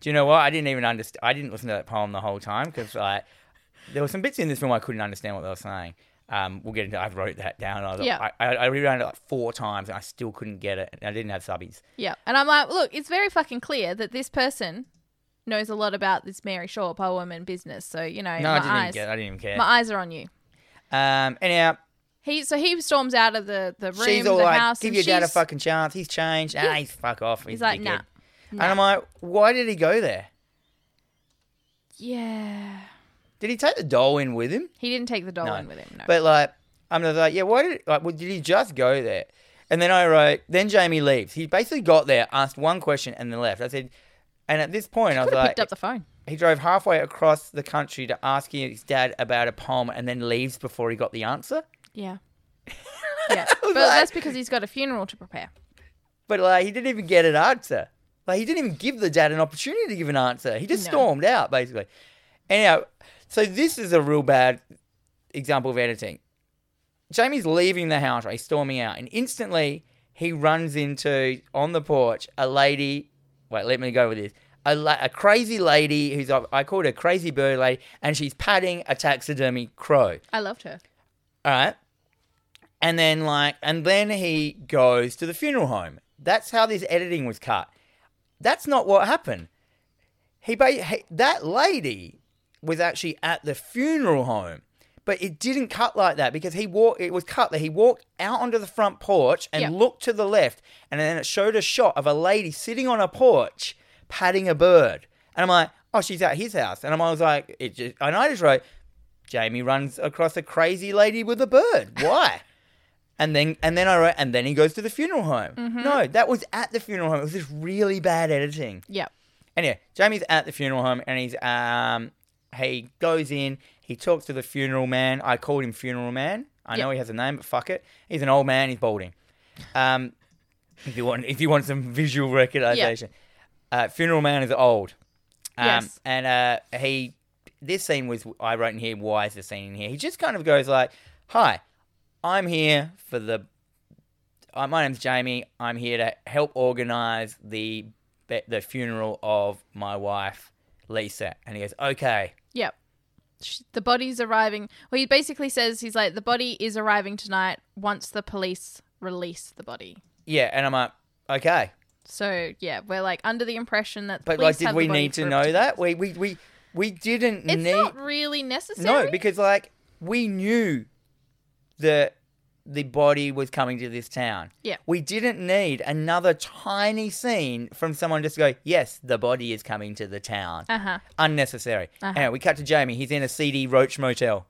[SPEAKER 1] Do you know what? I didn't even understand. I didn't listen to that poem the whole time because like, there were some bits in this film I couldn't understand what they were saying. Um, we'll get into. I wrote that down. I, was like-
[SPEAKER 2] Yeah.
[SPEAKER 1] I, I, I rewound it like four times and I still couldn't get it. And I didn't have subbies.
[SPEAKER 2] Yeah. And I'm like, look, it's very fucking clear that this person knows a lot about this Mary Shaw poem and business. So, you know,
[SPEAKER 1] No, I
[SPEAKER 2] my
[SPEAKER 1] didn't even
[SPEAKER 2] eyes
[SPEAKER 1] get. It. I didn't even care.
[SPEAKER 2] my eyes are on you.
[SPEAKER 1] um, anyhow,
[SPEAKER 2] He so he storms out of the, the room,
[SPEAKER 1] she's all
[SPEAKER 2] the
[SPEAKER 1] like,
[SPEAKER 2] house.
[SPEAKER 1] "Give
[SPEAKER 2] and
[SPEAKER 1] your dad a
[SPEAKER 2] she's-
[SPEAKER 1] fucking chance. He's changed. Ah, he's fuck off. He's,
[SPEAKER 2] He's
[SPEAKER 1] a
[SPEAKER 2] like,
[SPEAKER 1] dickhead." And
[SPEAKER 2] nah.
[SPEAKER 1] I'm like, why did he go there?
[SPEAKER 2] Yeah.
[SPEAKER 1] Did he take the doll in with him?
[SPEAKER 2] He didn't take the doll
[SPEAKER 1] No.
[SPEAKER 2] in with him, no.
[SPEAKER 1] But like, I'm just like, yeah, why did like, well, did he just go there? And then I wrote, then Jamie leaves. He basically got there, asked one question, and then left. I said, and at this point, I was
[SPEAKER 2] Could have picked
[SPEAKER 1] like,
[SPEAKER 2] up the phone.
[SPEAKER 1] he drove halfway across the country to ask his dad about a poem, and then leaves before he got the answer. <laughs>
[SPEAKER 2] Yeah. Yeah.
[SPEAKER 1] I
[SPEAKER 2] But
[SPEAKER 1] was like-
[SPEAKER 2] that's because he's got a funeral to prepare.
[SPEAKER 1] But like, he didn't even get an answer. Like, he didn't even give the dad an opportunity to give an answer. He just
[SPEAKER 2] No.
[SPEAKER 1] stormed out, basically. Anyhow, so this is a real bad example of editing. Jamie's leaving the house, right? He's storming out, and instantly he runs into on the porch a lady. Wait, let me go with this. A, la- a crazy lady who's I called her crazy bird lady, and she's patting a taxidermy crow.
[SPEAKER 2] I loved her.
[SPEAKER 1] All right. And then like and then he goes to the funeral home. That's how this editing was cut. That's not what happened. He, ba- he that lady was actually at the funeral home. But it didn't cut like that because he walked. It was cut that he walked out onto the front porch and
[SPEAKER 2] Yeah.
[SPEAKER 1] looked to the left, and then it showed a shot of a lady sitting on a porch patting a bird. And I'm like, oh, she's at his house. And I'm, I was like, it just, and I just wrote, Jamie runs across a crazy lady with a bird. Why? and then and then I wrote, and then he goes to the funeral home. No, that was at the funeral home. It was just really bad editing.
[SPEAKER 2] Yeah.
[SPEAKER 1] Anyway, Jamie's at the funeral home and he's um he goes in, he talks to the funeral man. I called him funeral man. I know
[SPEAKER 2] Yep.
[SPEAKER 1] he has a name, but fuck it. He's an old man, he's balding. Um if you want if you want some visual recognition. Uh, funeral man is old. Um,
[SPEAKER 2] Yes.
[SPEAKER 1] and uh he this scene was I wrote in here, why is the scene in here? He just kind of goes like, Hi, I'm here for the uh, my name's Jamie. I'm here to help organise the be- the funeral of my wife, Lisa. And he goes, okay.
[SPEAKER 2] Yep. Sh- The body's arriving. Well, he basically says he's like the body is arriving tonight once the police release the body.
[SPEAKER 1] Yeah. And I'm like, okay.
[SPEAKER 2] So yeah, we're like under the impression that. the
[SPEAKER 1] But
[SPEAKER 2] police
[SPEAKER 1] like, did
[SPEAKER 2] have
[SPEAKER 1] we
[SPEAKER 2] the body
[SPEAKER 1] need to
[SPEAKER 2] for-
[SPEAKER 1] know that? We we we we didn't
[SPEAKER 2] It's
[SPEAKER 1] need
[SPEAKER 2] not really necessary.
[SPEAKER 1] no because like we knew that the body was coming to this town.
[SPEAKER 2] Yeah.
[SPEAKER 1] We didn't need another tiny scene from someone just to go, yes, the body is coming to the town.
[SPEAKER 2] Uh huh.
[SPEAKER 1] Unnecessary.
[SPEAKER 2] Uh-huh.
[SPEAKER 1] Anyway, we cut to Jamie. He's in a seedy Roach motel.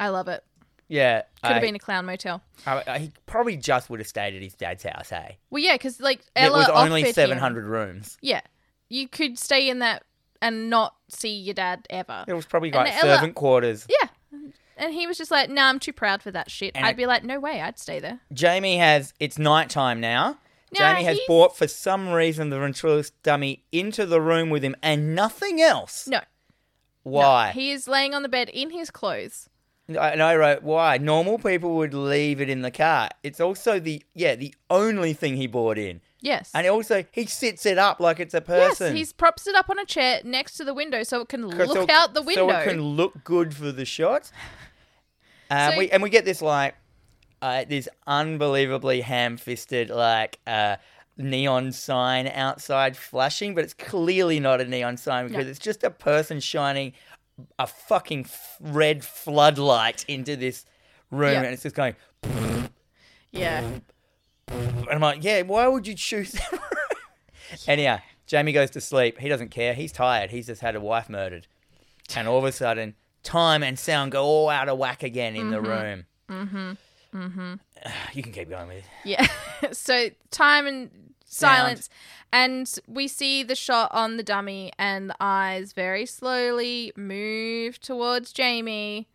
[SPEAKER 2] I love it.
[SPEAKER 1] Yeah.
[SPEAKER 2] Could
[SPEAKER 1] I-
[SPEAKER 2] have been a clown motel.
[SPEAKER 1] I, I- he probably just would have stayed at his dad's house, hey?
[SPEAKER 2] Well, yeah, because like
[SPEAKER 1] It
[SPEAKER 2] Ella
[SPEAKER 1] was only
[SPEAKER 2] offered him-
[SPEAKER 1] 700 rooms.
[SPEAKER 2] Yeah, you could stay in that and not see your dad ever.
[SPEAKER 1] It was probably
[SPEAKER 2] And
[SPEAKER 1] like
[SPEAKER 2] Ella-
[SPEAKER 1] servant quarters.
[SPEAKER 2] Yeah. And he was just like, "Nah, I'm too proud for that shit."
[SPEAKER 1] And
[SPEAKER 2] I'd
[SPEAKER 1] it-
[SPEAKER 2] be like, "No way, I'd stay there."
[SPEAKER 1] Jamie has, it's nighttime now.
[SPEAKER 2] No,
[SPEAKER 1] Jamie has
[SPEAKER 2] he's-
[SPEAKER 1] brought, for some reason, the ventriloquist dummy into the room with him and nothing else.
[SPEAKER 2] No.
[SPEAKER 1] Why?
[SPEAKER 2] He is laying on the bed in his clothes.
[SPEAKER 1] I- And I wrote, why? Normal people would leave it in the car. It's also the, yeah, the only thing he bought in.
[SPEAKER 2] Yes.
[SPEAKER 1] And also, he sits it up like it's a
[SPEAKER 2] yes,
[SPEAKER 1] person.
[SPEAKER 2] he's props it up on a chair next to the window so it can
[SPEAKER 1] So-
[SPEAKER 2] look out the window.
[SPEAKER 1] So it can look good for the
[SPEAKER 2] <laughs>
[SPEAKER 1] shot. Um,
[SPEAKER 2] So-
[SPEAKER 1] we, and we get this like uh, this unbelievably ham-fisted like uh, neon sign outside flashing, but it's clearly not a neon sign because it's just a person shining a fucking f- red floodlight into this room
[SPEAKER 2] Yeah.
[SPEAKER 1] and it's just going
[SPEAKER 2] Yeah.
[SPEAKER 1] and I'm like, yeah, why would you choose that room? <laughs> Anyhow, Jamie goes to sleep. He doesn't care. He's tired. He's just had a wife murdered. And all of a sudden, time and sound go all out of whack again in the room. Mm-hmm. Mm-hmm. You can keep going with it.
[SPEAKER 2] Yeah. <laughs> so time and silence. And we see the shot on the dummy, and the eyes very slowly move towards Jamie.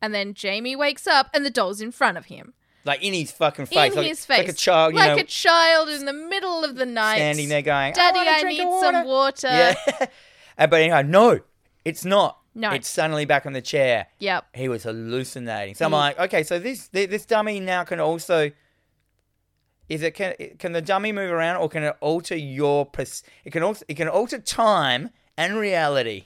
[SPEAKER 2] And then Jamie wakes up, and the doll's in front of him.
[SPEAKER 1] Like in his fucking face.
[SPEAKER 2] in
[SPEAKER 1] like,
[SPEAKER 2] his face.
[SPEAKER 1] Like a child, you
[SPEAKER 2] Like
[SPEAKER 1] know,
[SPEAKER 2] a child in the middle of the night.
[SPEAKER 1] standing there going,
[SPEAKER 2] Daddy,
[SPEAKER 1] I,
[SPEAKER 2] I,
[SPEAKER 1] want
[SPEAKER 2] need some water.
[SPEAKER 1] Yeah. <laughs> Uh, but anyhow, no, it's not.
[SPEAKER 2] No.
[SPEAKER 1] It's suddenly back on the chair.
[SPEAKER 2] Yep.
[SPEAKER 1] He was hallucinating. So I'm like, okay, so this thi- this dummy now can also is it can can the dummy move around or can it alter your pers- it can also it can alter time and reality.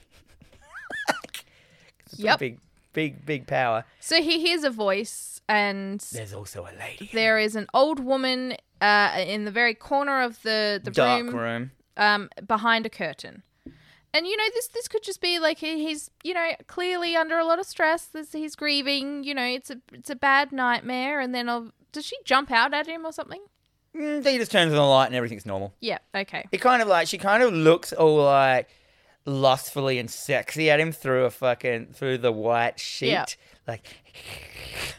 [SPEAKER 1] It's a
[SPEAKER 2] Yep.
[SPEAKER 1] Big big big power.
[SPEAKER 2] So he hears a voice, and
[SPEAKER 1] There's also a lady. in
[SPEAKER 2] there is an old woman uh, in the very corner of the, the
[SPEAKER 1] the dark
[SPEAKER 2] room.
[SPEAKER 1] room.
[SPEAKER 2] um, behind a curtain. And you know this this could just be like he, he's you know clearly under a lot of stress. This, he's grieving. You know it's a it's a bad nightmare. And then I'll, does she jump out at him or something?
[SPEAKER 1] Mm, he just turns on the light and everything's normal.
[SPEAKER 2] Yeah. Okay.
[SPEAKER 1] It kind of like she kind of looks all like lustfully and sexy at him through a fucking through the white sheet.
[SPEAKER 2] Yeah.
[SPEAKER 1] Like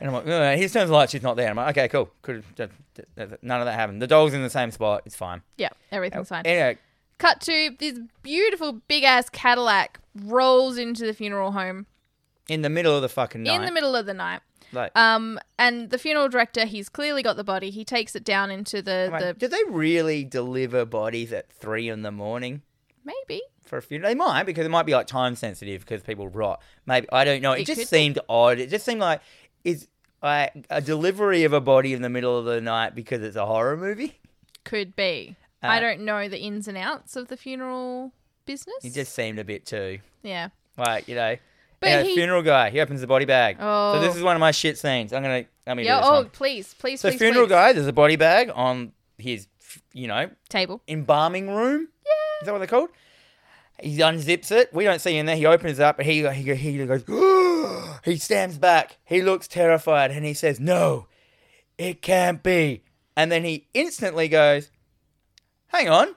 [SPEAKER 1] and I'm like, "Ugh." he just turns the light, she's not there. I'm like, okay, cool. Could have none of that happened. The dog's in the same spot, it's fine.
[SPEAKER 2] Yeah. Everything's fine.
[SPEAKER 1] Anyway,
[SPEAKER 2] Cut to this beautiful big ass Cadillac rolls into the funeral home
[SPEAKER 1] in the middle of the fucking night.
[SPEAKER 2] in the middle of the night.
[SPEAKER 1] like,
[SPEAKER 2] Um, and the funeral director he's clearly got the body. He takes it down into the
[SPEAKER 1] I'm like,
[SPEAKER 2] the
[SPEAKER 1] do they really deliver bodies at three in the morning?
[SPEAKER 2] maybe
[SPEAKER 1] for a few. They might because it might be like time sensitive because people rot. Maybe I don't know. It,
[SPEAKER 2] It
[SPEAKER 1] just
[SPEAKER 2] could be.
[SPEAKER 1] seemed odd. It just seemed like is like a delivery of a body in the middle of the night because it's a horror movie.
[SPEAKER 2] could be.
[SPEAKER 1] Uh,
[SPEAKER 2] I don't know the ins and outs of the funeral business.
[SPEAKER 1] It just seemed a bit too
[SPEAKER 2] yeah.
[SPEAKER 1] like you know.
[SPEAKER 2] But
[SPEAKER 1] Yeah,
[SPEAKER 2] he-
[SPEAKER 1] funeral guy. He opens the body bag. So this
[SPEAKER 2] Oh.
[SPEAKER 1] is one of my shit scenes. I'm gonna. I'm gonna
[SPEAKER 2] Yeah.
[SPEAKER 1] do this
[SPEAKER 2] Oh,
[SPEAKER 1] one.
[SPEAKER 2] please, please,
[SPEAKER 1] So
[SPEAKER 2] please.
[SPEAKER 1] funeral
[SPEAKER 2] please.
[SPEAKER 1] guy. There's a body bag on his, you know,
[SPEAKER 2] Table.
[SPEAKER 1] embalming room. Yeah. Is that what they're called? He unzips it. We don't see him there. He opens up. He he, he goes. <gasps> he stands back. He looks terrified, and he says, "No, it can't be." And then he instantly goes, "Hang on."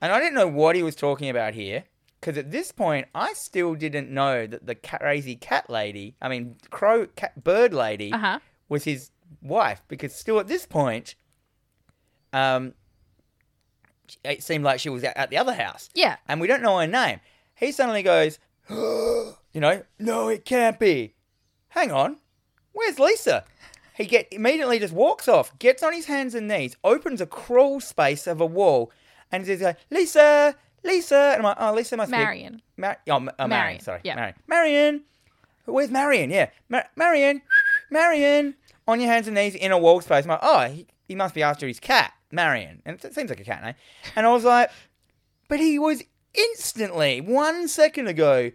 [SPEAKER 1] And I didn't know what he was talking about here, because at this point I still didn't know that the ca- crazy cat lady, I mean crow cat bird lady,
[SPEAKER 2] Uh huh.
[SPEAKER 1] was his wife because still at this point, um, it seemed like she was at- at the other house,
[SPEAKER 2] Yeah.
[SPEAKER 1] and we don't know her name. He suddenly goes, <gasps> you know, no, it can't be. Hang on, where's Lisa? He get immediately just walks off, gets on his hands and knees, opens a crawl space of a wall, and says, like, "Lisa, Lisa," and I'm like, "Oh, Lisa must be
[SPEAKER 2] Marion.
[SPEAKER 1] Mar- oh, M- uh, Marion,
[SPEAKER 2] Marion,
[SPEAKER 1] sorry.
[SPEAKER 2] yeah.
[SPEAKER 1] Marion. Marion! Where's Marion? Yeah. Mar- Marion! Marion! On your hands and knees in a wall space. I'm like, oh, he, he must be after his cat, Marion. And it seems like a cat name. And I was like, but he was instantly, one second ago,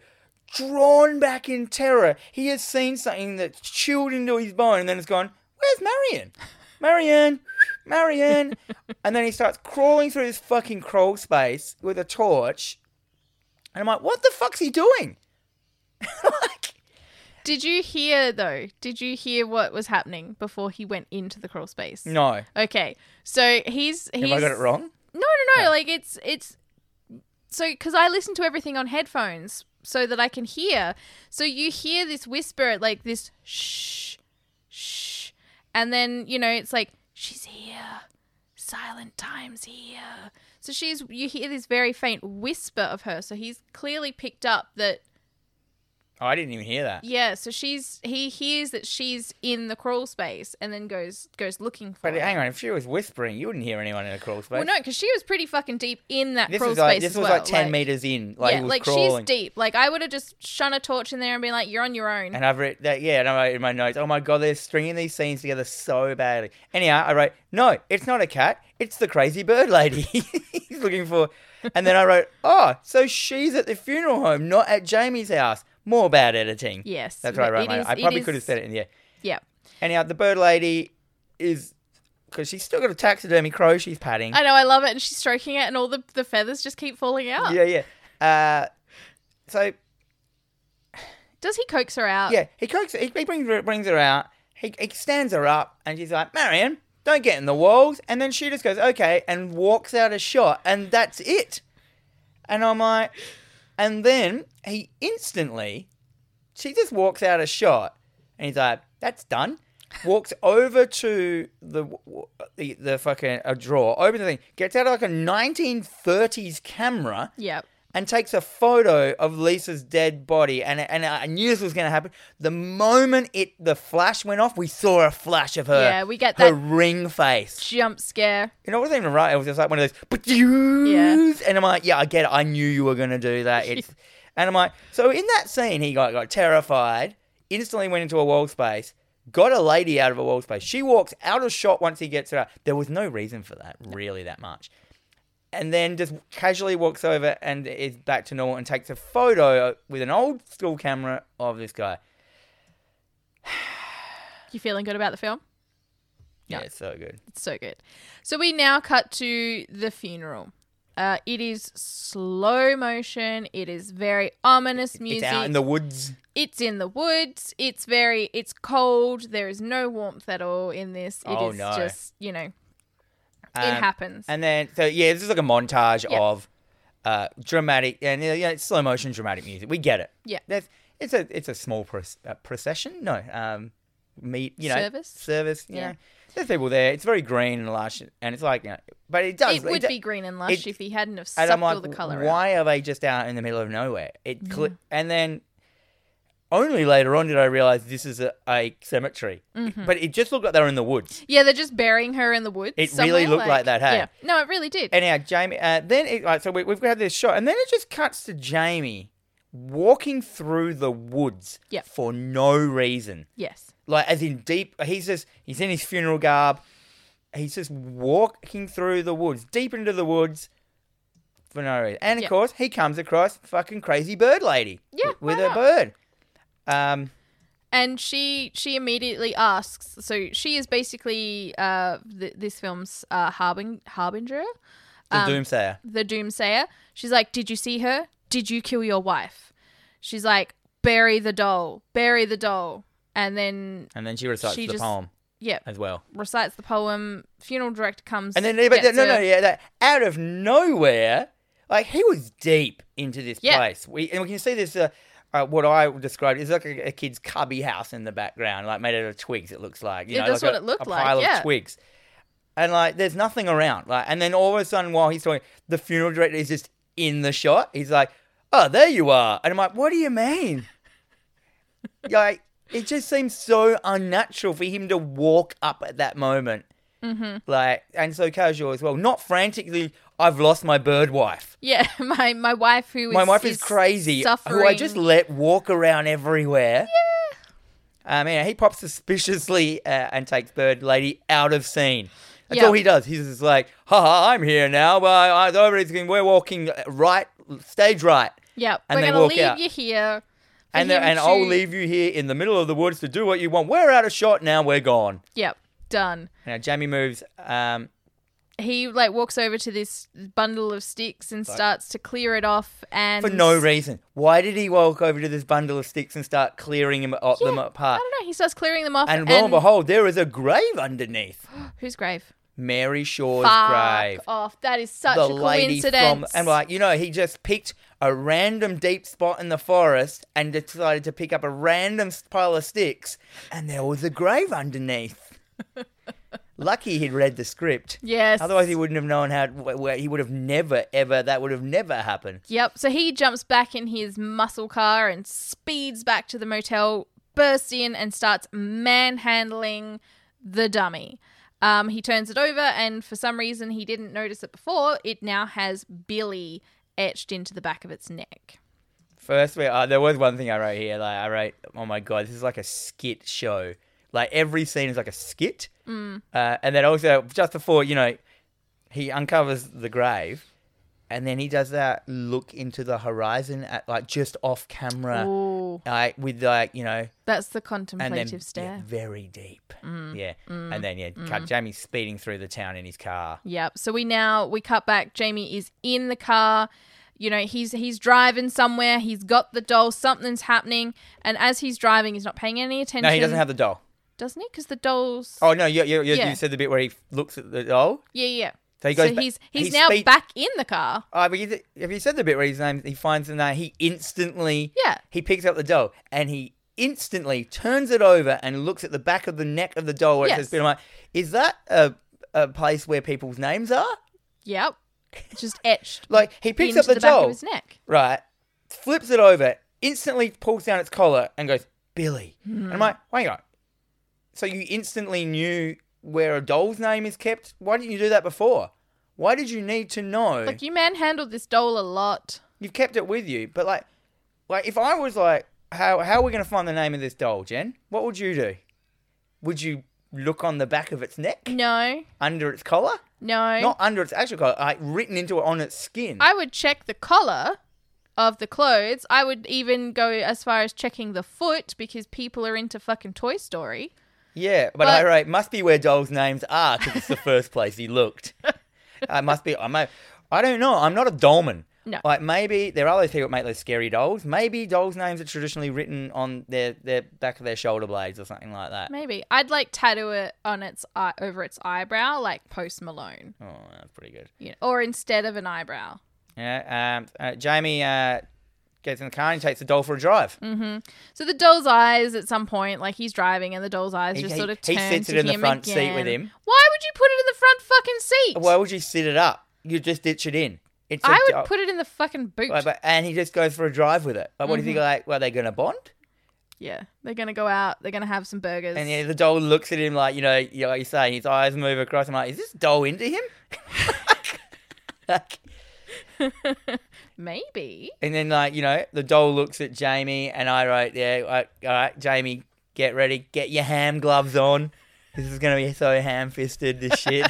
[SPEAKER 1] drawn back in terror. He has seen something that's chilled into his bone and then it's gone, where's
[SPEAKER 2] <laughs>
[SPEAKER 1] Marion? Marion! Marion! and then he starts crawling through this fucking crawl space with a torch. And I'm like, what the fuck's he
[SPEAKER 2] <laughs>
[SPEAKER 1] doing? like,
[SPEAKER 2] Did you hear though? Did you hear what was happening before he went into the crawl space?
[SPEAKER 1] no. Have
[SPEAKER 2] Okay. So he's. he's
[SPEAKER 1] I got it wrong?
[SPEAKER 2] No, no, no. Like it's it's. So because I listen to everything on headphones so that I can hear. So you hear this whisper, like this shh, shh, and then you know it's like she's here. Silent times here. So she's you hear this very faint whisper of her. So he's clearly picked up that
[SPEAKER 1] Oh, I didn't even hear that.
[SPEAKER 2] yeah, so she's he hears that she's in the crawl space and then goes goes looking for
[SPEAKER 1] But
[SPEAKER 2] her.
[SPEAKER 1] hang on, if she was whispering, you wouldn't hear anyone in a crawl space.
[SPEAKER 2] Well, no, because she was pretty fucking deep in that
[SPEAKER 1] this
[SPEAKER 2] crawl
[SPEAKER 1] was like
[SPEAKER 2] space
[SPEAKER 1] this
[SPEAKER 2] as
[SPEAKER 1] was
[SPEAKER 2] well.
[SPEAKER 1] like ten meters in, like he
[SPEAKER 2] yeah,
[SPEAKER 1] was
[SPEAKER 2] like
[SPEAKER 1] crawling.
[SPEAKER 2] she's deep. Like I would have just shone a torch in there and been like, "You're on your own."
[SPEAKER 1] And I've read that, yeah, and I wrote in my notes, oh my god, they're stringing these scenes together so badly. Anyhow, I wrote, no, it's not a cat, it's the crazy bird lady <laughs> he's looking for. And then I wrote, oh, so she's at the funeral home, not at Jamie's house. More bad editing.
[SPEAKER 2] Yes,
[SPEAKER 1] That's what I
[SPEAKER 2] it
[SPEAKER 1] wrote. in my
[SPEAKER 2] is-
[SPEAKER 1] I
[SPEAKER 2] it
[SPEAKER 1] probably
[SPEAKER 2] is-
[SPEAKER 1] could have said it in the air.
[SPEAKER 2] yeah,
[SPEAKER 1] Anyhow, the bird lady is because she's still got a taxidermy crow she's patting.
[SPEAKER 2] I know, I love it. And she's stroking it, and all the, the feathers just keep falling out.
[SPEAKER 1] Yeah, yeah. Uh, so
[SPEAKER 2] Does he coax her out?
[SPEAKER 1] yeah, he coaxes. He, he brings her, brings her out. He, he stands her up, and she's like, "Marion, don't get in the walls." And then she just goes, "Okay," and walks out a shot, and that's it. And I'm like, and then he instantly, she just walks out a shot, and he's like, "That's done." Walks over to the w- w- the, the fucking a drawer, opens the thing, gets out like a 1930s camera,
[SPEAKER 2] Yep.
[SPEAKER 1] and takes a photo of Lisa's dead body. And and I knew this was going to happen. The moment it the flash went off, we saw a flash of her.
[SPEAKER 2] Yeah, we get
[SPEAKER 1] her
[SPEAKER 2] that-
[SPEAKER 1] ring face.
[SPEAKER 2] Jump scare.
[SPEAKER 1] You know, it wasn't even right. It was just like one of those. But yous and I'm like, yeah, I get it. I knew you were going to do that. It's, and I'm like, so in that scene, he got got terrified. Instantly went into a wall space. Got a lady out of a wall space. She walks out of shot once he gets her out. There was no reason for that, really, that much and then just casually walks over and is back to normal and takes a photo with an old school camera of this guy.
[SPEAKER 2] You feeling good about the film?
[SPEAKER 1] Yeah,
[SPEAKER 2] Yeah.
[SPEAKER 1] it's so good.
[SPEAKER 2] It's so good. So we now cut to the funeral. Uh, it is slow motion. It is very ominous music.
[SPEAKER 1] It's out in the woods.
[SPEAKER 2] it's in the woods. It's very. It's cold. There is no warmth at all in this. It is
[SPEAKER 1] Oh, no.
[SPEAKER 2] just you know.
[SPEAKER 1] Um,
[SPEAKER 2] it happens.
[SPEAKER 1] And then, so yeah, this is like a montage
[SPEAKER 2] Yeah.
[SPEAKER 1] of uh, dramatic and you know, it's slow motion dramatic music. We get it.
[SPEAKER 2] Yeah.
[SPEAKER 1] That's, it's a it's a small proce- uh, procession. No, um, meet you know
[SPEAKER 2] Service?
[SPEAKER 1] service. You
[SPEAKER 2] Yeah.
[SPEAKER 1] know. There's people there. It's very green and lush, and it's like you know, but it does.
[SPEAKER 2] it would
[SPEAKER 1] do-
[SPEAKER 2] be green and lush
[SPEAKER 1] it-
[SPEAKER 2] if he hadn't have
[SPEAKER 1] and
[SPEAKER 2] sucked
[SPEAKER 1] I'm
[SPEAKER 2] all
[SPEAKER 1] like,
[SPEAKER 2] the color out.
[SPEAKER 1] why are they just out in the middle of nowhere? It cl- and then only later on did I realize this is a, a cemetery,
[SPEAKER 2] Mm-hmm.
[SPEAKER 1] but it just looked like they were in the woods.
[SPEAKER 2] Yeah, they're just burying her in the woods.
[SPEAKER 1] It really
[SPEAKER 2] somewhere,
[SPEAKER 1] looked like that, hey?
[SPEAKER 2] Yeah. No, it really did.
[SPEAKER 1] Anyhow, Jamie. Uh, then it, like, so we, we've got this shot, and then it just cuts to Jamie walking through the woods
[SPEAKER 2] Yep.
[SPEAKER 1] for no reason.
[SPEAKER 2] yes.
[SPEAKER 1] Like as in deep, he's just he's in his funeral garb. He's just walking through the woods, deep into the woods, for no reason. And of
[SPEAKER 2] Yep.
[SPEAKER 1] course, he comes across fucking crazy bird lady.
[SPEAKER 2] Yeah,
[SPEAKER 1] w- with
[SPEAKER 2] why
[SPEAKER 1] her
[SPEAKER 2] not?
[SPEAKER 1] bird. Um,
[SPEAKER 2] and she she immediately asks so she is basically uh th- this film's uh harbing- harbinger
[SPEAKER 1] the
[SPEAKER 2] Um,
[SPEAKER 1] doomsayer.
[SPEAKER 2] the doomsayer she's like did you see her did you kill your wife she's like bury the doll bury the doll and then
[SPEAKER 1] And then she recites
[SPEAKER 2] she
[SPEAKER 1] the
[SPEAKER 2] just-
[SPEAKER 1] poem
[SPEAKER 2] yeah
[SPEAKER 1] as well.
[SPEAKER 2] recites the poem funeral director comes
[SPEAKER 1] And then, but
[SPEAKER 2] gets
[SPEAKER 1] no, no,
[SPEAKER 2] her.
[SPEAKER 1] yeah, that out of nowhere, like he was deep into this
[SPEAKER 2] Yeah.
[SPEAKER 1] place. We and we can see this. Uh, uh, what I would describe is like a, a kid's cubby house in the background, like made out of twigs. It looks like you
[SPEAKER 2] Yeah,
[SPEAKER 1] know,
[SPEAKER 2] that's
[SPEAKER 1] like
[SPEAKER 2] what
[SPEAKER 1] a,
[SPEAKER 2] it looked
[SPEAKER 1] a
[SPEAKER 2] like,
[SPEAKER 1] pile
[SPEAKER 2] yeah.
[SPEAKER 1] of twigs. And like, there's nothing around. Like, and then all of a sudden, while he's talking, the funeral director is just in the shot. He's like, "Oh, there you are," and I'm like, "What do you mean?" <laughs> like, it just seems so unnatural for him to walk up at that moment
[SPEAKER 2] Mm-hmm.
[SPEAKER 1] like and so casual as well. Not frantically, I've lost my bird wife.
[SPEAKER 2] yeah <laughs> my my wife who is
[SPEAKER 1] My wife is, crazy,
[SPEAKER 2] suffering
[SPEAKER 1] who I just let walk around everywhere. Yeah. I mean, he pops suspiciously uh, and takes bird lady out of scene. That's
[SPEAKER 2] Yeah.
[SPEAKER 1] all he does. He's just like, "Ha ha, I'm here now. Well, I, everything. We're walking uh, right, stage right."
[SPEAKER 2] yeah
[SPEAKER 1] and
[SPEAKER 2] we're
[SPEAKER 1] they
[SPEAKER 2] gonna
[SPEAKER 1] walk
[SPEAKER 2] leave
[SPEAKER 1] out.
[SPEAKER 2] you here for
[SPEAKER 1] And, the-
[SPEAKER 2] him
[SPEAKER 1] and I'll
[SPEAKER 2] to-
[SPEAKER 1] leave you here in the middle of the woods to do what you want. We're out of shot now. We're gone.
[SPEAKER 2] yep done
[SPEAKER 1] Now Jamie moves um,
[SPEAKER 2] he like walks over to this bundle of sticks and starts to clear it off and
[SPEAKER 1] for no reason. Why did he walk over to this bundle of sticks and start clearing them, uh, them
[SPEAKER 2] I
[SPEAKER 1] apart?
[SPEAKER 2] don't know. He starts clearing them off,
[SPEAKER 1] And lo and behold, there is a grave underneath
[SPEAKER 2] whose grave?
[SPEAKER 1] Mary Shaw's
[SPEAKER 2] Fuck
[SPEAKER 1] grave.
[SPEAKER 2] off! That is such
[SPEAKER 1] The
[SPEAKER 2] a
[SPEAKER 1] lady from
[SPEAKER 2] coincidence.
[SPEAKER 1] and like you know, he just picked a random deep spot in the forest and decided to pick up a random s- pile of sticks, and there was a grave
[SPEAKER 2] <laughs>
[SPEAKER 1] underneath. Lucky he'd read the script.
[SPEAKER 2] yes.
[SPEAKER 1] Otherwise, he wouldn't have known how. Where, where he would have never, ever. That would have never happened.
[SPEAKER 2] Yep. So he jumps back in his muscle car and speeds back to the motel, bursts in and starts manhandling the dummy. Um, he turns it over, and for some reason he didn't notice it before. It now has Billy etched into the back of its neck.
[SPEAKER 1] First, we, uh, there was one thing I wrote here. Like I wrote, "Oh my god, this is like a skit show. Like every scene is like a skit." Mm. Uh, and then also, just before you know, he uncovers the grave. and then he does that look into the horizon at like just off camera,
[SPEAKER 2] Ooh,
[SPEAKER 1] like with like you know,
[SPEAKER 2] that's the
[SPEAKER 1] and then
[SPEAKER 2] contemplative
[SPEAKER 1] yeah,
[SPEAKER 2] stare. Mm.
[SPEAKER 1] very deep, yeah, and then yeah, cut. Jamie's speeding through the town in his car.
[SPEAKER 2] Yep. So we now we cut back. Jamie is in the car. You know, he's he's driving somewhere. He's got the doll. Something's happening. And as he's driving, he's not paying any attention.
[SPEAKER 1] No, he doesn't have the doll.
[SPEAKER 2] doesn't he? Because the doll's.
[SPEAKER 1] Oh no, you, you, you,
[SPEAKER 2] Yeah.
[SPEAKER 1] you said the bit where he looks at the doll.
[SPEAKER 2] Yeah, yeah.
[SPEAKER 1] So he
[SPEAKER 2] So
[SPEAKER 1] goes. ba-
[SPEAKER 2] he's he's
[SPEAKER 1] he
[SPEAKER 2] now
[SPEAKER 1] speed-
[SPEAKER 2] back in the car.
[SPEAKER 1] Oh, but you th- have you said the bit where his name? He finds the name. He instantly.
[SPEAKER 2] Yeah.
[SPEAKER 1] He picks up the doll and he instantly turns it over and looks at the back of the neck of the doll where it
[SPEAKER 2] Yes.
[SPEAKER 1] says "Dynamite." Is that a a place where people's names are?
[SPEAKER 2] Yep. Just etched.
[SPEAKER 1] Like he <laughs> picks
[SPEAKER 2] into
[SPEAKER 1] up the,
[SPEAKER 2] the back
[SPEAKER 1] doll,
[SPEAKER 2] of his neck.
[SPEAKER 1] right? Flips it over, instantly pulls down its collar and goes Billy.
[SPEAKER 2] Hmm.
[SPEAKER 1] And I'm like, hang on. So you instantly knew where a doll's name is kept? Why didn't you do that before? Why did you need to know?
[SPEAKER 2] Like you manhandled this doll a lot.
[SPEAKER 1] You've kept it with you, but like, like if I was like, how how are we gonna find the name of this doll, Jen? What would you do? Would you look on the back of its neck,
[SPEAKER 2] No,
[SPEAKER 1] under its collar,
[SPEAKER 2] no.
[SPEAKER 1] not under its actual collar, like written into it on its skin?
[SPEAKER 2] I would check the collar of the clothes. I would even go as far as checking the foot because people are into fucking Toy Story.
[SPEAKER 1] yeah, but,
[SPEAKER 2] but-
[SPEAKER 1] I wrote must be where dolls' names are because it's the first place he
[SPEAKER 2] <laughs>
[SPEAKER 1] looked. I must be. I may. I don't know. I'm not a dollman.
[SPEAKER 2] No.
[SPEAKER 1] Like maybe there are those people that make those scary dolls. Maybe dolls' names are traditionally written on their their back of their shoulder blades or something like that.
[SPEAKER 2] Maybe I'd like tattoo it on its eye over its eyebrow, like Post Malone,
[SPEAKER 1] Oh, that's pretty good.
[SPEAKER 2] you know, or instead of an eyebrow.
[SPEAKER 1] Yeah. Um, uh, Jamie uh, gets in the car and takes the doll for a drive.
[SPEAKER 2] Mm. So the doll's eyes at some point, like he's driving, and the doll's eyes
[SPEAKER 1] He-
[SPEAKER 2] just
[SPEAKER 1] he-
[SPEAKER 2] sort of
[SPEAKER 1] he
[SPEAKER 2] turn
[SPEAKER 1] sits
[SPEAKER 2] to
[SPEAKER 1] it in the
[SPEAKER 2] him
[SPEAKER 1] front seat
[SPEAKER 2] again.
[SPEAKER 1] with him.
[SPEAKER 2] Why would you put it in the front fucking seat?
[SPEAKER 1] Why would you sit it up? You just ditch it in. It's a
[SPEAKER 2] I would
[SPEAKER 1] doll-
[SPEAKER 2] put it in the fucking boot.
[SPEAKER 1] Like, but- and he just goes for a drive with it. Like, what
[SPEAKER 2] Mm-hmm.
[SPEAKER 1] do you think? Like, were they going to bond?
[SPEAKER 2] yeah, they're gonna go out. They're gonna have some burgers.
[SPEAKER 1] And yeah, the doll looks at him like, you know, you- like you say, his eyes move across. I'm like, is this doll into him? <laughs> Like,
[SPEAKER 2] Maybe.
[SPEAKER 1] and then, like, you know, the doll looks at Jamie, and I wrote, yeah, like, all right, Jamie, get ready, get your ham gloves on. This is going to be so ham fisted, this
[SPEAKER 2] <laughs>
[SPEAKER 1] shit.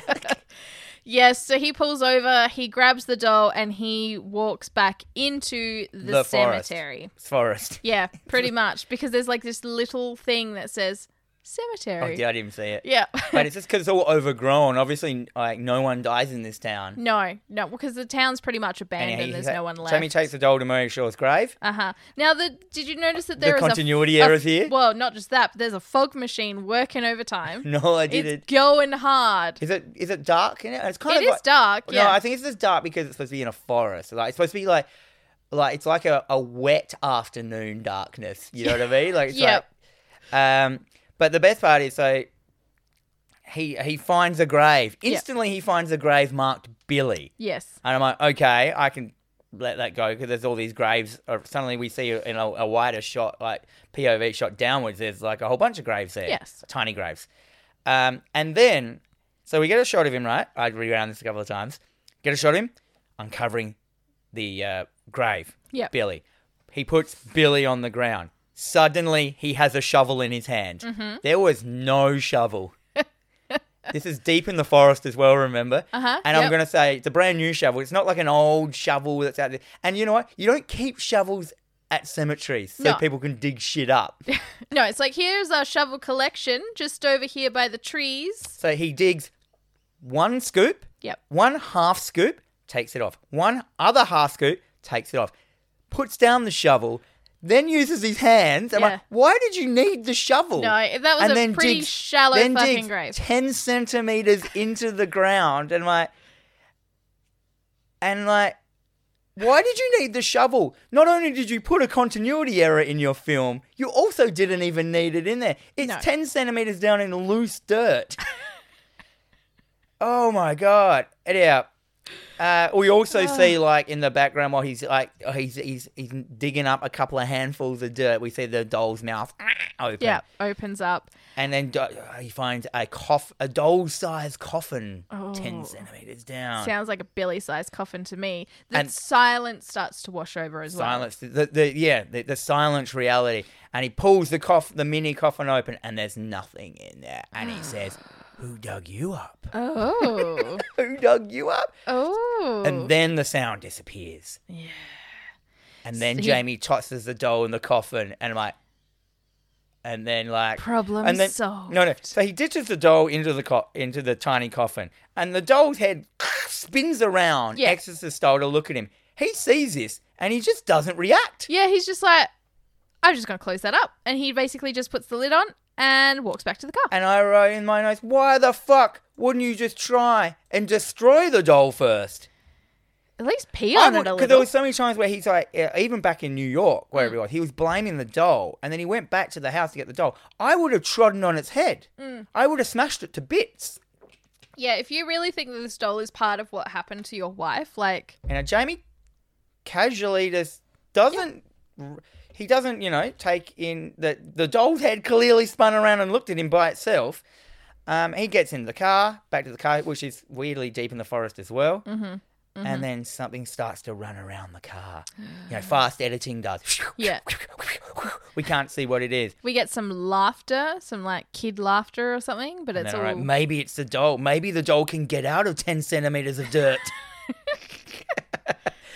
[SPEAKER 2] Yes, so he pulls over, he grabs the doll, and he walks back into the,
[SPEAKER 1] The forest.
[SPEAKER 2] cemetery.
[SPEAKER 1] Forest.
[SPEAKER 2] Yeah, pretty much. Because there's like this little thing that says
[SPEAKER 1] Oh,
[SPEAKER 2] cemetery.
[SPEAKER 1] yeah, I didn't see it.
[SPEAKER 2] yeah. <laughs>
[SPEAKER 1] But it's just because it's all overgrown. Obviously, like no one dies in this town.
[SPEAKER 2] no, no, because the town's pretty much abandoned.
[SPEAKER 1] he-
[SPEAKER 2] there's
[SPEAKER 1] he-
[SPEAKER 2] no one left.
[SPEAKER 1] Jamie takes the doll to Murray Shaw's grave. <laughs>
[SPEAKER 2] uh huh. Now, the did you notice that there
[SPEAKER 1] the
[SPEAKER 2] is
[SPEAKER 1] continuity
[SPEAKER 2] a, a-
[SPEAKER 1] errors here.
[SPEAKER 2] Well, not just that, but there's a fog machine
[SPEAKER 1] <laughs>
[SPEAKER 2] working overtime.
[SPEAKER 1] No, I
[SPEAKER 2] it's
[SPEAKER 1] didn't.
[SPEAKER 2] going hard.
[SPEAKER 1] Is it is it dark in it? It's kind of
[SPEAKER 2] It is
[SPEAKER 1] like-
[SPEAKER 2] dark. Yeah.
[SPEAKER 1] No, I think it's just dark because it's supposed to be in a forest. Like it's supposed to be like like it's like a, a wet afternoon darkness. You know what I mean? Like it's
[SPEAKER 2] <laughs> Yep.
[SPEAKER 1] like, um but the best part is so he he finds a grave. Instantly he finds a grave marked Billy.
[SPEAKER 2] yes.
[SPEAKER 1] And I'm like, okay, I can let that go because there's all these graves. Or suddenly we see in a, a wider shot, like POV shot downwards, there's like a whole bunch of graves there.
[SPEAKER 2] Yes.
[SPEAKER 1] Tiny graves. Um, and then, so we get a shot of him, right? I rewound this a couple of times. Get a shot of him uncovering the uh, grave.
[SPEAKER 2] Yep.
[SPEAKER 1] Billy. He puts Billy on the ground. Suddenly, he has a shovel in his hand.
[SPEAKER 2] Mm-hmm.
[SPEAKER 1] There was no shovel.
[SPEAKER 2] <laughs>
[SPEAKER 1] this is deep in the forest as well, remember?
[SPEAKER 2] Uh-huh,
[SPEAKER 1] And
[SPEAKER 2] yep.
[SPEAKER 1] I'm going to say it's a brand new shovel. It's not like an old shovel that's out there. And you know what? You don't keep shovels at cemeteries so
[SPEAKER 2] No.
[SPEAKER 1] people can dig shit up.
[SPEAKER 2] No, it's like here's our shovel collection just over here by the trees.
[SPEAKER 1] so he digs one scoop,
[SPEAKER 2] Yep.
[SPEAKER 1] one half scoop, takes it off. One other half scoop, takes it off. Puts down the shovel, then uses his hands. I'm
[SPEAKER 2] Yeah.
[SPEAKER 1] like, why did you need the shovel?
[SPEAKER 2] No, that was a pretty shallow
[SPEAKER 1] then
[SPEAKER 2] fucking
[SPEAKER 1] digs
[SPEAKER 2] grave.
[SPEAKER 1] Ten centimeters into the ground, and like, and like, why did you need the shovel? Not only did you put a continuity error in your film, you also didn't even need it in there. It's
[SPEAKER 2] No.
[SPEAKER 1] ten centimeters down in loose dirt. oh my god! Anyhow. Uh, we
[SPEAKER 2] Oh,
[SPEAKER 1] also see, like, in the background while he's like he's, he's he's digging up a couple of handfuls of dirt, we see the doll's mouth <clears throat> open.
[SPEAKER 2] Yeah, opens up.
[SPEAKER 1] And then do- uh, he finds a coff, a doll-sized coffin,
[SPEAKER 2] Oh.
[SPEAKER 1] ten centimeters down.
[SPEAKER 2] Sounds like a Billy-sized coffin to me. The
[SPEAKER 1] And-
[SPEAKER 2] silence starts to wash over as well.
[SPEAKER 1] silence. The, the yeah, the, the silent
[SPEAKER 2] <gasps>
[SPEAKER 1] reality. And he pulls the coff, the mini coffin open, and there's nothing in there. And he says, Who dug you up?
[SPEAKER 2] Uh.
[SPEAKER 1] <laughs>
[SPEAKER 2] Oh.
[SPEAKER 1] Who dug you up?
[SPEAKER 2] oh.
[SPEAKER 1] And then the sound disappears. Yeah. And then
[SPEAKER 2] So he-
[SPEAKER 1] Jamie tosses the doll in the coffin, and I'm like, and then like
[SPEAKER 2] Problem
[SPEAKER 1] and then,
[SPEAKER 2] solved.
[SPEAKER 1] No, no. So he ditches the doll into the co- into the tiny coffin, and the doll's head spins around,
[SPEAKER 2] Yeah.
[SPEAKER 1] exorcist style, to look at him. He sees this, and he just doesn't react.
[SPEAKER 2] yeah, he's just like, I'm just going to close that up. And he basically just puts the lid on and walks back to the car.
[SPEAKER 1] And I wrote in my notes, why the fuck wouldn't you just try and destroy the doll first?
[SPEAKER 2] At least pee
[SPEAKER 1] I
[SPEAKER 2] on
[SPEAKER 1] would,
[SPEAKER 2] it a
[SPEAKER 1] because there
[SPEAKER 2] little. Mm.
[SPEAKER 1] was so many times where he's like, uh, even back in New York, wherever it was, he was blaming the doll, and then he went back to the house to get the doll. I would have trodden on its head.
[SPEAKER 2] Mm.
[SPEAKER 1] I would have smashed it to bits.
[SPEAKER 2] Yeah, if you really think that this doll is part of what happened to your wife, like,
[SPEAKER 1] And now Jamie casually just doesn't. He doesn't, you know, take in that the doll's head clearly spun around and looked at him by itself. Um, he gets in the car, back to the car, which is weirdly deep in the forest as well. Mm-hmm. And then something starts to run around the car. You know, fast editing does.
[SPEAKER 2] Yeah.
[SPEAKER 1] We can't see what it is.
[SPEAKER 2] we get some laughter, some like kid laughter or something, but
[SPEAKER 1] And
[SPEAKER 2] it's
[SPEAKER 1] then,
[SPEAKER 2] all.
[SPEAKER 1] all right, maybe it's the doll. Maybe the doll can get out of 10 centimeters of dirt.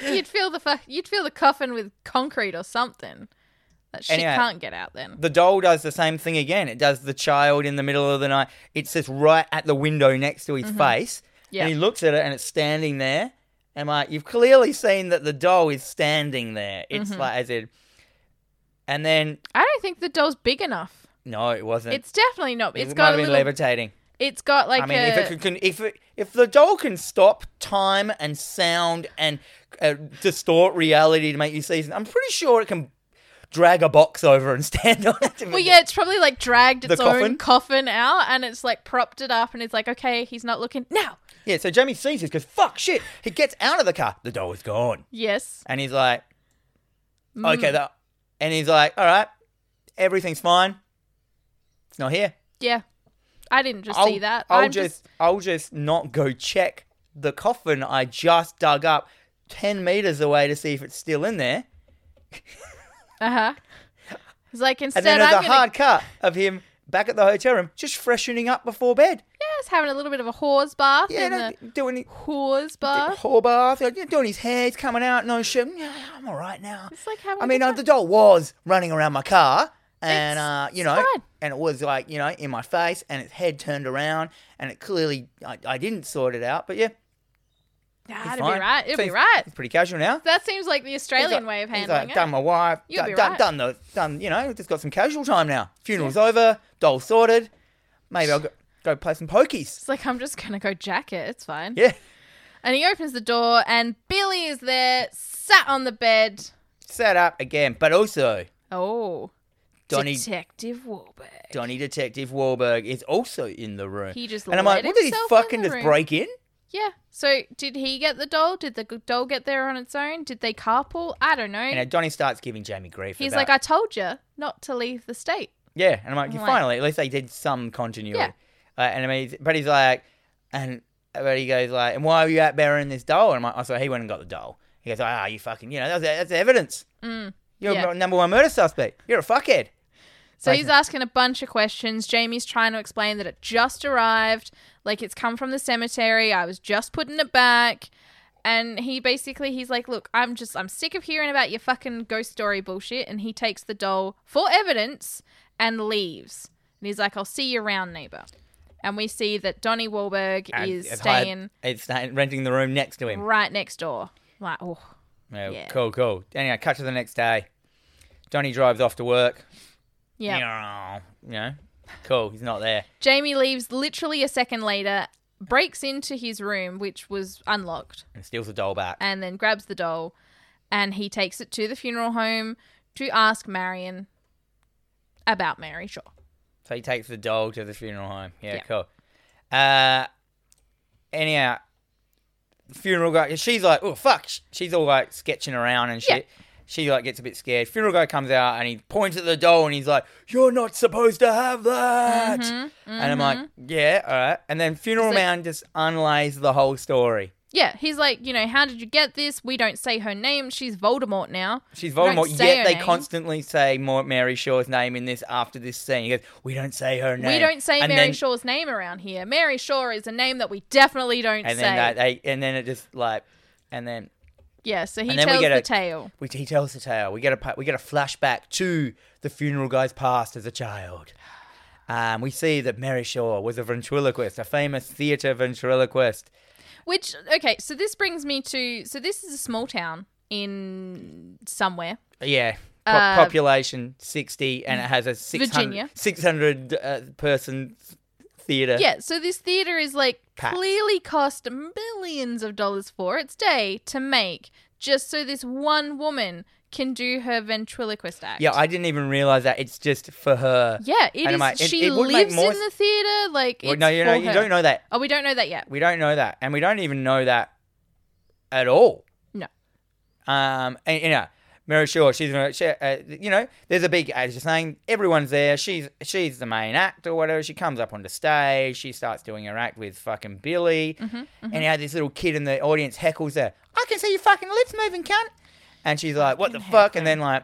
[SPEAKER 2] You'd fill the fuck. You'd fill the coffin with concrete or something. That shit
[SPEAKER 1] Anyway.
[SPEAKER 2] can't get out then.
[SPEAKER 1] the doll does the same thing again. It does the child in the middle of the night. It sits right at the window next to his face.
[SPEAKER 2] Mm-hmm. Yeah.
[SPEAKER 1] And he looks at it and it's standing there. And like, you've clearly seen that the doll is standing there. It's
[SPEAKER 2] Mm-hmm.
[SPEAKER 1] like, as it. And then,
[SPEAKER 2] I don't think the doll's big enough.
[SPEAKER 1] no, it wasn't.
[SPEAKER 2] It's definitely not.
[SPEAKER 1] it
[SPEAKER 2] It's
[SPEAKER 1] might
[SPEAKER 2] got
[SPEAKER 1] have
[SPEAKER 2] a
[SPEAKER 1] been
[SPEAKER 2] little.
[SPEAKER 1] levitating.
[SPEAKER 2] It's got like
[SPEAKER 1] I mean,
[SPEAKER 2] a.
[SPEAKER 1] if it could, can, if it, if the doll can stop time and sound and uh, distort reality to make you see, I'm pretty sure it can drag a box over and <laughs> stand on it. to
[SPEAKER 2] well,
[SPEAKER 1] make
[SPEAKER 2] yeah, it's probably like dragged
[SPEAKER 1] The
[SPEAKER 2] its
[SPEAKER 1] coffin?
[SPEAKER 2] own coffin out and it's like propped it up and it's like, okay, he's not looking now.
[SPEAKER 1] Yeah, so Jamie sees this because fuck shit. He gets out of the car. The doll is gone.
[SPEAKER 2] Yes.
[SPEAKER 1] And he's like,
[SPEAKER 2] Mm.
[SPEAKER 1] okay, that. And he's like, all right, everything's fine. It's not here.
[SPEAKER 2] Yeah. I didn't just see that.
[SPEAKER 1] I'll
[SPEAKER 2] I'm
[SPEAKER 1] just, I'll just not go check the coffin I just dug up 10 meters away to see if it's still in there.
[SPEAKER 2] Uh huh. It's like
[SPEAKER 1] And
[SPEAKER 2] instead
[SPEAKER 1] then
[SPEAKER 2] I'm
[SPEAKER 1] there's a
[SPEAKER 2] gonna
[SPEAKER 1] hard cut of him back at the hotel room just freshening up before bed.
[SPEAKER 2] guess having a little bit of a whores bath
[SPEAKER 1] Yeah,
[SPEAKER 2] in
[SPEAKER 1] no,
[SPEAKER 2] the
[SPEAKER 1] doing his
[SPEAKER 2] whores bath.
[SPEAKER 1] whole bath, doing his hair, he's coming out, no shit. Yeah, I'm all right now.
[SPEAKER 2] It's like having.
[SPEAKER 1] I
[SPEAKER 2] a
[SPEAKER 1] mean,
[SPEAKER 2] good
[SPEAKER 1] uh,
[SPEAKER 2] time.
[SPEAKER 1] the doll was running around my car, and
[SPEAKER 2] It's-
[SPEAKER 1] uh, you
[SPEAKER 2] it's
[SPEAKER 1] know,
[SPEAKER 2] fine.
[SPEAKER 1] and it was like you know in my face, and its head turned around, and it clearly I, I didn't sort it out, but yeah,
[SPEAKER 2] Nah,
[SPEAKER 1] it's
[SPEAKER 2] it'll
[SPEAKER 1] fine.
[SPEAKER 2] be right. It'll be
[SPEAKER 1] Seems- <laughs>
[SPEAKER 2] right.
[SPEAKER 1] It's pretty casual now.
[SPEAKER 2] That seems like the
[SPEAKER 1] He's
[SPEAKER 2] Australian
[SPEAKER 1] like-
[SPEAKER 2] way of
[SPEAKER 1] he's
[SPEAKER 2] handling
[SPEAKER 1] like,
[SPEAKER 2] it.
[SPEAKER 1] Done my wife.
[SPEAKER 2] You'll
[SPEAKER 1] done,
[SPEAKER 2] be
[SPEAKER 1] done,
[SPEAKER 2] right.
[SPEAKER 1] done the done. You know, just got some casual time now. Funeral's over. Doll sorted. Maybe I'll go, go play some pokies.
[SPEAKER 2] It's like I'm just gonna go jack it. It's fine.
[SPEAKER 1] Yeah,
[SPEAKER 2] And he opens the door, and Billy is there, sat on the bed.
[SPEAKER 1] set up again, but also
[SPEAKER 2] Oh,
[SPEAKER 1] Donnie.
[SPEAKER 2] Detective Wahlberg.
[SPEAKER 1] Donny Detective Wahlberg is also in the room.
[SPEAKER 2] He just
[SPEAKER 1] and I'm like,
[SPEAKER 2] let
[SPEAKER 1] what did he
[SPEAKER 2] himself in
[SPEAKER 1] fucking
[SPEAKER 2] the
[SPEAKER 1] just
[SPEAKER 2] room.
[SPEAKER 1] break in?
[SPEAKER 2] Yeah. So did he get the doll? Did the g- doll get there on its own? Did they carpool? I don't know.
[SPEAKER 1] And Donny starts giving Jamie grief.
[SPEAKER 2] He's
[SPEAKER 1] about-
[SPEAKER 2] like, I told you not to leave the state.
[SPEAKER 1] Yeah, and I'm like,
[SPEAKER 2] I'm like-
[SPEAKER 1] finally, at least they did some continuity.
[SPEAKER 2] Yeah.
[SPEAKER 1] Uh, and I mean, but he's like, and but he goes like, and why are you out burying this doll? And I'm like, oh, so he went and got the doll. He goes, ah, you fucking, you know, that's, that's evidence. You're
[SPEAKER 2] Mm, yeah.
[SPEAKER 1] a number one murder suspect. You're a fuckhead.
[SPEAKER 2] So
[SPEAKER 1] Like-
[SPEAKER 2] he's asking a bunch of questions. Jamie's trying to explain that it just arrived, like it's come from the cemetery. I was just putting it back. And he basically he's like, "Look, I'm just I'm sick of hearing about your fucking ghost story bullshit." And he takes the doll for evidence and leaves. And he's like, "I'll see you around, neighbor." And we see that Donnie Wahlberg
[SPEAKER 1] And
[SPEAKER 2] is
[SPEAKER 1] it's hired-
[SPEAKER 2] staying
[SPEAKER 1] It's staying, renting the room next to him.
[SPEAKER 2] right next door. Like, oh,
[SPEAKER 1] Oh,
[SPEAKER 2] yeah.
[SPEAKER 1] Cool, cool. Anyway, cut to the next day. Donny drives off to work.
[SPEAKER 2] yeah.
[SPEAKER 1] You know, cool. He's not there.
[SPEAKER 2] Jamie leaves literally a second later, breaks into his room, which was unlocked.
[SPEAKER 1] And steals the doll back.
[SPEAKER 2] and then grabs the doll and he takes it to the funeral home to ask Marion about Mary Shaw.
[SPEAKER 1] So he takes the dog to the funeral home. Yeah,
[SPEAKER 2] Yeah.
[SPEAKER 1] cool. Uh, anyhow, the funeral guy, she's like, oh, fuck. Sh- She's all like sketching around and
[SPEAKER 2] Yeah.
[SPEAKER 1] shit. She like gets a bit scared. Funeral guy comes out and he points at the doll and he's like, "You're not supposed to have
[SPEAKER 2] Mm-hmm,
[SPEAKER 1] that." And I'm like, "Yeah, all right." And then funeral
[SPEAKER 2] He's like-
[SPEAKER 1] man just unlays the whole story.
[SPEAKER 2] Yeah, he's like, you know, how did you get this? We don't say her name. She's Voldemort now.
[SPEAKER 1] She's
[SPEAKER 2] We don't
[SPEAKER 1] Voldemort.
[SPEAKER 2] say
[SPEAKER 1] Yet
[SPEAKER 2] her
[SPEAKER 1] they
[SPEAKER 2] name.
[SPEAKER 1] constantly say Ma- Mary Shaw's name in this after this scene. He goes, "We don't say her name.
[SPEAKER 2] We don't say
[SPEAKER 1] And
[SPEAKER 2] Mary
[SPEAKER 1] then-
[SPEAKER 2] Shaw's name around here. Mary Shaw is a name that we definitely don't
[SPEAKER 1] And
[SPEAKER 2] say.
[SPEAKER 1] then that, they, and then it just like, and then
[SPEAKER 2] yeah, so he
[SPEAKER 1] and then we
[SPEAKER 2] tells
[SPEAKER 1] get
[SPEAKER 2] the
[SPEAKER 1] a-
[SPEAKER 2] tale.
[SPEAKER 1] we, he tells the tale. We get a pa- we get a flashback to the funeral guy's past as a child. Um, we see that Mary Shaw was a ventriloquist, a famous theatre ventriloquist.
[SPEAKER 2] Which okay, so this brings me to so this is a small town in somewhere.
[SPEAKER 1] Yeah. Po-
[SPEAKER 2] Uh,
[SPEAKER 1] population 60 and it has a 600,
[SPEAKER 2] Virginia.
[SPEAKER 1] 600 uh, person theatre.
[SPEAKER 2] Yeah, so this theater is like
[SPEAKER 1] Packed.
[SPEAKER 2] clearly cost millions of dollars for its day to make just so this one woman can do her ventriloquist act.
[SPEAKER 1] Yeah, I didn't even realize that. It's just for her.
[SPEAKER 2] yeah, it
[SPEAKER 1] And
[SPEAKER 2] is.
[SPEAKER 1] I'm like, it-
[SPEAKER 2] she
[SPEAKER 1] it would make
[SPEAKER 2] lives
[SPEAKER 1] more
[SPEAKER 2] in the theater. Like,
[SPEAKER 1] Well,
[SPEAKER 2] it's
[SPEAKER 1] no, you
[SPEAKER 2] for
[SPEAKER 1] know, you
[SPEAKER 2] her.
[SPEAKER 1] don't know that.
[SPEAKER 2] Oh, we don't know that yet.
[SPEAKER 1] We don't know that, and we don't even know that at all.
[SPEAKER 2] No.
[SPEAKER 1] Um, and you know, Mary Shaw, she's gonna- she, uh, you know, there's a big as you're saying, everyone's there. She's she's the main act or whatever. She comes up on the stage. She starts doing her act with fucking Billy,
[SPEAKER 2] Mm-hmm,
[SPEAKER 1] and now this little kid in the audience heckles her. I can see your fucking lips moving, cunt. And she's like, "What the fuck?" And then like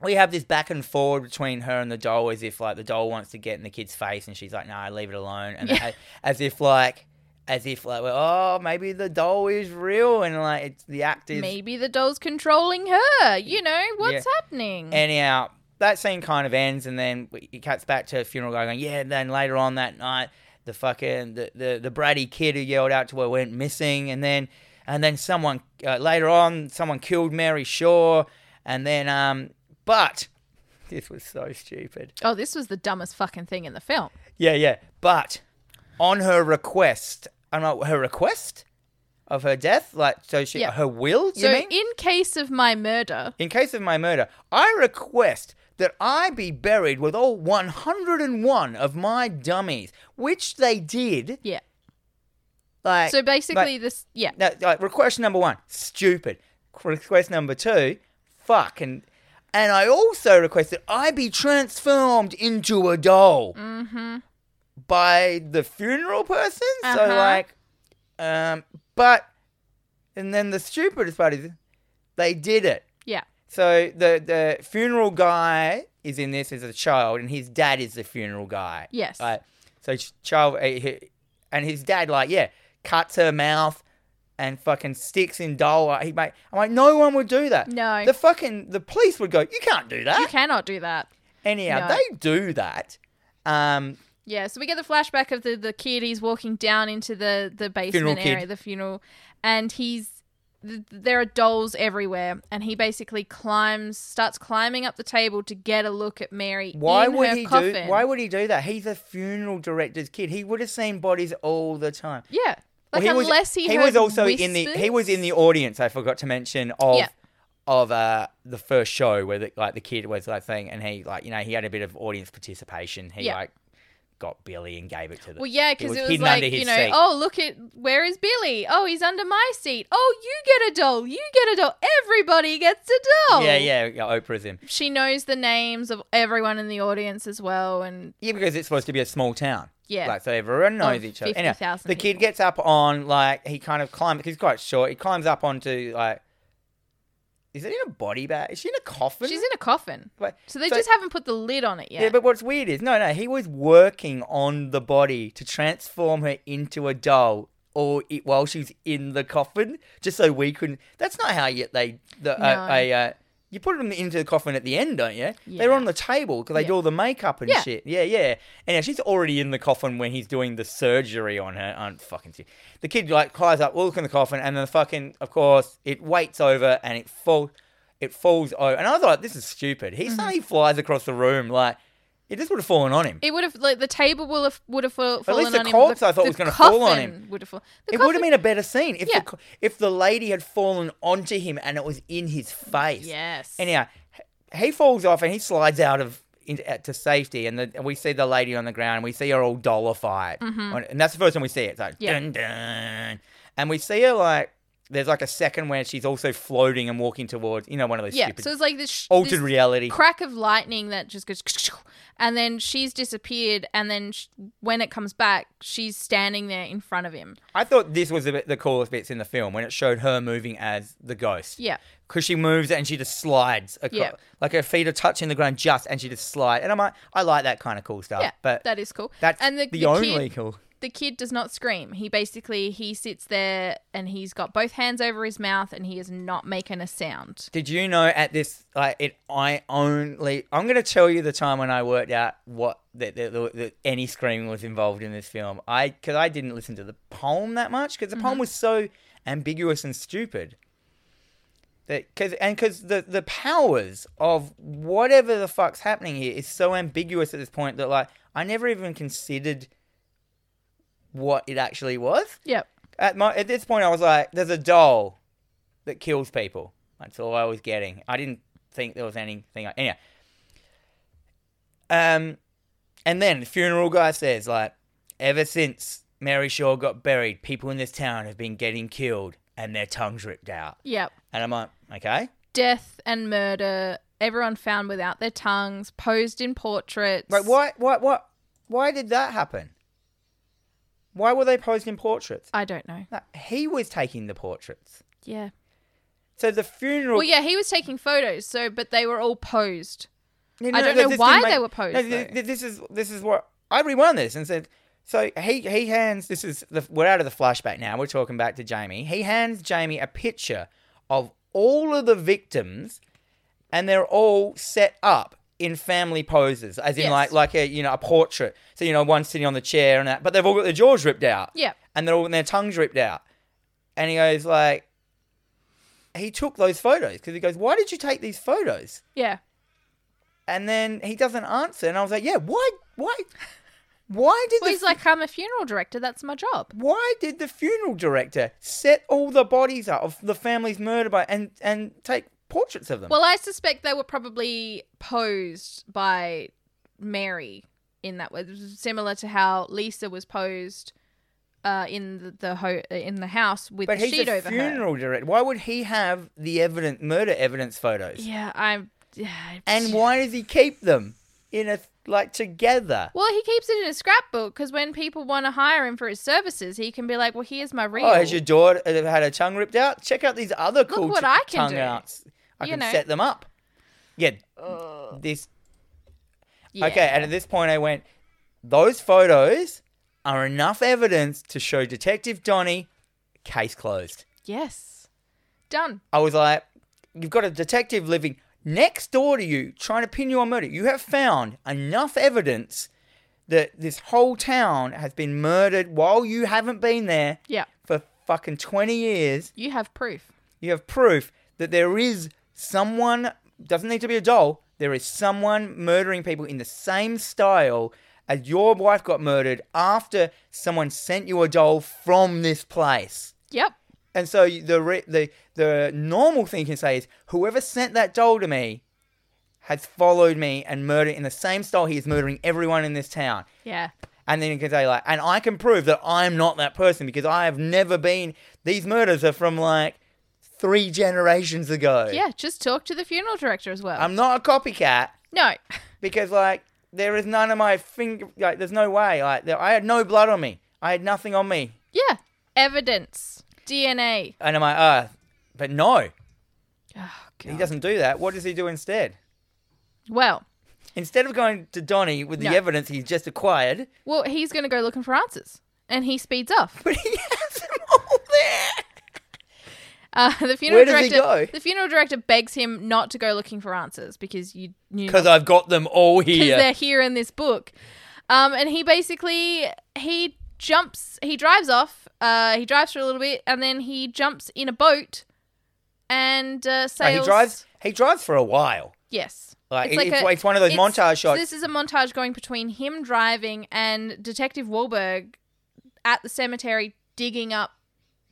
[SPEAKER 1] we have this back and forward between her and the doll as if like the doll wants to get in the kid's face and she's like no leave it alone and
[SPEAKER 2] Yeah.
[SPEAKER 1] as if like as if like well, oh maybe the doll is real and like it's the act is
[SPEAKER 2] Maybe the doll's controlling her. You know what's
[SPEAKER 1] Yeah.
[SPEAKER 2] happening.
[SPEAKER 1] anyhow that scene kind of ends and then we- it cuts back to a funeral guy going yeah and then later on that night the fucking the, the, the bratty kid who yelled out to her went missing and then and then someone uh, later on someone killed Mary Shaw and then um but <laughs> this was so stupid
[SPEAKER 2] oh, this was the dumbest fucking thing in the film.
[SPEAKER 1] Yeah, yeah. But on her request, I'm not her request of her death, like so she
[SPEAKER 2] Yeah.
[SPEAKER 1] her will, you
[SPEAKER 2] so,
[SPEAKER 1] mean?
[SPEAKER 2] in case of my murder,
[SPEAKER 1] in case of my murder, I request that I be buried with all 101 of my dummies, which they did.
[SPEAKER 2] yeah.
[SPEAKER 1] Like
[SPEAKER 2] So basically,
[SPEAKER 1] like,
[SPEAKER 2] this, yeah,
[SPEAKER 1] no, like request number 1, stupid. Request number 2, fuck and and I also request that I be transformed into a doll. by the funeral person. So
[SPEAKER 2] Mm-hmm. Uh-huh.
[SPEAKER 1] like, um, but and then the stupidest part is they did it.
[SPEAKER 2] yeah,
[SPEAKER 1] So the the funeral guy is in this as a child, and his dad is the funeral guy.
[SPEAKER 2] Yes.
[SPEAKER 1] Right. So ch- child, uh, he- and his dad like yeah cuts her mouth. And fucking sticks in doll. Like, He mate, I'm like, no one would do that.
[SPEAKER 2] No.
[SPEAKER 1] the fucking the police would go. You can't do
[SPEAKER 2] you
[SPEAKER 1] that.
[SPEAKER 2] cannot do that.
[SPEAKER 1] Anyhow,
[SPEAKER 2] No.
[SPEAKER 1] they do that. Um,
[SPEAKER 2] Yeah, so we get the flashback of the the kid. He's walking down into the the
[SPEAKER 1] Funeral
[SPEAKER 2] basement
[SPEAKER 1] kid.
[SPEAKER 2] area, the funeral, and he's th- there are dolls everywhere, and he basically climbs, starts climbing up the table to get a look at Mary.
[SPEAKER 1] Why
[SPEAKER 2] in
[SPEAKER 1] would
[SPEAKER 2] her
[SPEAKER 1] he
[SPEAKER 2] coffin.
[SPEAKER 1] do? Why would he do that? He's a funeral director's kid. He would have seen bodies all the time.
[SPEAKER 2] yeah, like
[SPEAKER 1] Well, he
[SPEAKER 2] unless
[SPEAKER 1] was,
[SPEAKER 2] he
[SPEAKER 1] was
[SPEAKER 2] heard
[SPEAKER 1] also in the he
[SPEAKER 2] whispers.
[SPEAKER 1] was in the audience. I forgot to mention of
[SPEAKER 2] Yeah.
[SPEAKER 1] of uh the first show where the, like the kid was like thing and he like you know he had a bit of audience participation. He
[SPEAKER 2] Yeah.
[SPEAKER 1] like got Billy and gave it to the
[SPEAKER 2] Well, yeah, because it was like you know,
[SPEAKER 1] seat.
[SPEAKER 2] oh look at where is Billy? Oh, he's under my seat. Oh, you get a doll. You get a doll. Everybody gets a doll.
[SPEAKER 1] yeah, yeah, yeah, Oprah's him.
[SPEAKER 2] She knows the names of everyone in the audience as well, and
[SPEAKER 1] Yeah, because it's supposed to be a small town.
[SPEAKER 2] Yeah.
[SPEAKER 1] Like, so everyone knows
[SPEAKER 2] Of
[SPEAKER 1] each other.
[SPEAKER 2] 50,000
[SPEAKER 1] the kid gets up on, like, he kind of climbs, he's quite short, he climbs up onto, like, is it in a body bag? Is she in a coffin?
[SPEAKER 2] she's in a coffin.
[SPEAKER 1] Like,
[SPEAKER 2] So they just haven't put the lid on it yet.
[SPEAKER 1] Yeah, but what's weird is, no, no, he was working on the body to transform her into a doll. Or it, while she's in the coffin, just so we couldn't. That's not how yet they. The, uh,
[SPEAKER 2] No.
[SPEAKER 1] a, uh, you put them into the coffin at the end, don't you? They're
[SPEAKER 2] Yeah.
[SPEAKER 1] on the table because they do
[SPEAKER 2] Yeah.
[SPEAKER 1] all the makeup and
[SPEAKER 2] Yeah.
[SPEAKER 1] shit. Yeah, yeah. And now she's already in the coffin when he's doing the surgery on her. I'm fucking serious. The kid like climbs up, look in the coffin, and then fucking, of course, it waits over and it falls. It falls over, and I thought this is stupid.
[SPEAKER 2] Mm-hmm.
[SPEAKER 1] He suddenly flies across the room like it just would have fallen on him.
[SPEAKER 2] it would have like the table will have would have fall, fallen
[SPEAKER 1] the
[SPEAKER 2] on him.
[SPEAKER 1] corpse I thought was gonna fall on him.
[SPEAKER 2] Would have fall.
[SPEAKER 1] It would have been a better scene if
[SPEAKER 2] Yeah.
[SPEAKER 1] the, co- if the lady had fallen onto him and it was in his face.
[SPEAKER 2] yes.
[SPEAKER 1] Anyhow, h- he falls off and he slides out of in, uh, to safety, and, the, and we see the lady on the ground. And we see her all
[SPEAKER 2] Mm-hmm.
[SPEAKER 1] dollified, On- and that's the first time we see it. It's like
[SPEAKER 2] Yeah.
[SPEAKER 1] dun dun, and we see her like There's like a second where she's also floating and walking towards, you know, one of those
[SPEAKER 2] Yeah,
[SPEAKER 1] stupid
[SPEAKER 2] so it's like this sh-
[SPEAKER 1] altered
[SPEAKER 2] this
[SPEAKER 1] reality.
[SPEAKER 2] crack of lightning that just goes, and then she's disappeared, and then sh- when it comes back, she's standing there in front of him.
[SPEAKER 1] I thought this was the, bit- the coolest bits in the film when it showed her moving as the ghost.
[SPEAKER 2] Yeah.
[SPEAKER 1] Because she moves and she just slides. Across,
[SPEAKER 2] Yeah.
[SPEAKER 1] Like her feet are touching the ground just and she just slides. And I'm like, I like that kind of cool stuff.
[SPEAKER 2] Yeah,
[SPEAKER 1] Uh, but
[SPEAKER 2] that is cool.
[SPEAKER 1] that's
[SPEAKER 2] and
[SPEAKER 1] the,
[SPEAKER 2] the, kid-
[SPEAKER 1] only cool.
[SPEAKER 2] the kid does not scream. He basically he sits there and he's got both hands over his mouth and he is not making a sound.
[SPEAKER 1] Did you know at this, like, it, I only, I'm going to tell you the time when I worked out what that that that any screaming was involved in this film. I, because I didn't listen to the poem that much because the poem was so ambiguous and stupid. That, cause, and because the, the powers of whatever the fuck's happening here is so ambiguous at this point that, like, I never even considered what it actually was
[SPEAKER 2] Yep.
[SPEAKER 1] at my at this point, I was like, "There's a doll that kills people." That's all I was getting. I didn't think there was anything. Like, anyway, um, and then the funeral guy says, "Like, ever since Mary Shaw got buried, people in this town have been getting killed and their tongues ripped out."
[SPEAKER 2] Yep.
[SPEAKER 1] And I'm like, "Okay,
[SPEAKER 2] Death and murder. Everyone found without their tongues, posed in portraits.
[SPEAKER 1] like, why, why, what, why did that happen? Why were they posed in portraits?
[SPEAKER 2] I don't know.
[SPEAKER 1] Like, he was taking the portraits."
[SPEAKER 2] Yeah.
[SPEAKER 1] So the funeral.
[SPEAKER 2] Well, yeah, he was taking photos, so but they were all posed.
[SPEAKER 1] No,
[SPEAKER 2] I don't know
[SPEAKER 1] this
[SPEAKER 2] why
[SPEAKER 1] didn't
[SPEAKER 2] they were posed,
[SPEAKER 1] no, th-
[SPEAKER 2] though.
[SPEAKER 1] th- this is this is what I rewound this and said. So he he hands this is the, we're out of the flashback now. We're talking back to Jamie. He hands Jamie a picture of all of the victims, and they're all set up in family poses, as in
[SPEAKER 2] Yes.
[SPEAKER 1] like like a you know a portrait. So you know one sitting on the chair and that, but they've all got their jaws ripped out.
[SPEAKER 2] Yep.
[SPEAKER 1] and they're all their tongues ripped out. And he goes like, he took those photos because he goes, why did you take these photos?
[SPEAKER 2] Yeah.
[SPEAKER 1] And then he doesn't answer, and I was like, "Yeah, why? Why? Why did
[SPEAKER 2] Well,
[SPEAKER 1] the
[SPEAKER 2] he's like, I'm a funeral director. That's my job.
[SPEAKER 1] why did the funeral director set all the bodies up of the families murdered by and and take portraits of them?
[SPEAKER 2] Well, I suspect they were probably posed by Mary in that way, similar to how Lisa was posed uh, in the, the ho- in the house with
[SPEAKER 1] but
[SPEAKER 2] the
[SPEAKER 1] he's
[SPEAKER 2] sheet
[SPEAKER 1] a
[SPEAKER 2] over her.
[SPEAKER 1] funeral director. Why would he have the evidence, murder evidence photos?
[SPEAKER 2] Yeah, I. Yeah,
[SPEAKER 1] And why does he keep them in a like together?
[SPEAKER 2] Well, he keeps it in a scrapbook because when people want to hire him for his services, he can be like, "Well, here's my reel."
[SPEAKER 1] Oh, has your daughter had her tongue ripped out? Check out these other cool
[SPEAKER 2] what
[SPEAKER 1] t-
[SPEAKER 2] I can
[SPEAKER 1] tongue
[SPEAKER 2] do.
[SPEAKER 1] outs. I
[SPEAKER 2] You
[SPEAKER 1] can
[SPEAKER 2] know.
[SPEAKER 1] set them up. Yeah, this
[SPEAKER 2] Yeah.
[SPEAKER 1] Okay, and at this point, I went, those photos are enough evidence to show Detective Donnie case closed.
[SPEAKER 2] Yes. Done.
[SPEAKER 1] I was like, you've got a detective living next door to you trying to pin you on murder. You have found enough evidence that this whole town has been murdered while you haven't been there
[SPEAKER 2] Yeah.
[SPEAKER 1] for fucking 20 years.
[SPEAKER 2] You have proof.
[SPEAKER 1] You have proof that there is someone, doesn't need to be a doll, there is someone murdering people in the same style as your wife got murdered after someone sent you a doll from this place.
[SPEAKER 2] Yep.
[SPEAKER 1] And so the, re- the, the normal thing you can say is whoever sent that doll to me has followed me and murdered in the same style he is murdering everyone in this town.
[SPEAKER 2] Yeah.
[SPEAKER 1] And then you can say like, and I can prove that I'm not that person because I have never been. These murders are from like three generations ago.
[SPEAKER 2] Yeah. Just talk to the funeral director as well.
[SPEAKER 1] I'm not a copycat
[SPEAKER 2] no. <laughs>
[SPEAKER 1] because like there is none of my finger. Like there's no way. Like there, I had no blood on me. I had nothing on me.
[SPEAKER 2] yeah. Evidence. DNA.
[SPEAKER 1] And I'm like, uh, but no,
[SPEAKER 2] Oh,
[SPEAKER 1] he
[SPEAKER 2] God.
[SPEAKER 1] doesn't do that. What does he do instead?
[SPEAKER 2] Well,
[SPEAKER 1] Instead of going to Donnie with the
[SPEAKER 2] No.
[SPEAKER 1] evidence he's just acquired, <laughs>
[SPEAKER 2] well, he's going to go looking for answers. And he speeds off.
[SPEAKER 1] but he has them all there.
[SPEAKER 2] Uh, the funeral
[SPEAKER 1] Where does he go?
[SPEAKER 2] director. The funeral director begs him not to go looking for answers because you you
[SPEAKER 1] Because I've got them all
[SPEAKER 2] because
[SPEAKER 1] here.
[SPEAKER 2] they're here in this book. Um, and he basically he jumps, he drives off. Uh, he drives for a little bit, and then he jumps in a boat and uh,
[SPEAKER 1] No,
[SPEAKER 2] sails.
[SPEAKER 1] Oh, he drives. He drives for a while.
[SPEAKER 2] Yes.
[SPEAKER 1] Like, it- it's- it's one of those montage shots.
[SPEAKER 2] This is a montage going between him driving and Detective Wahlberg at the cemetery digging up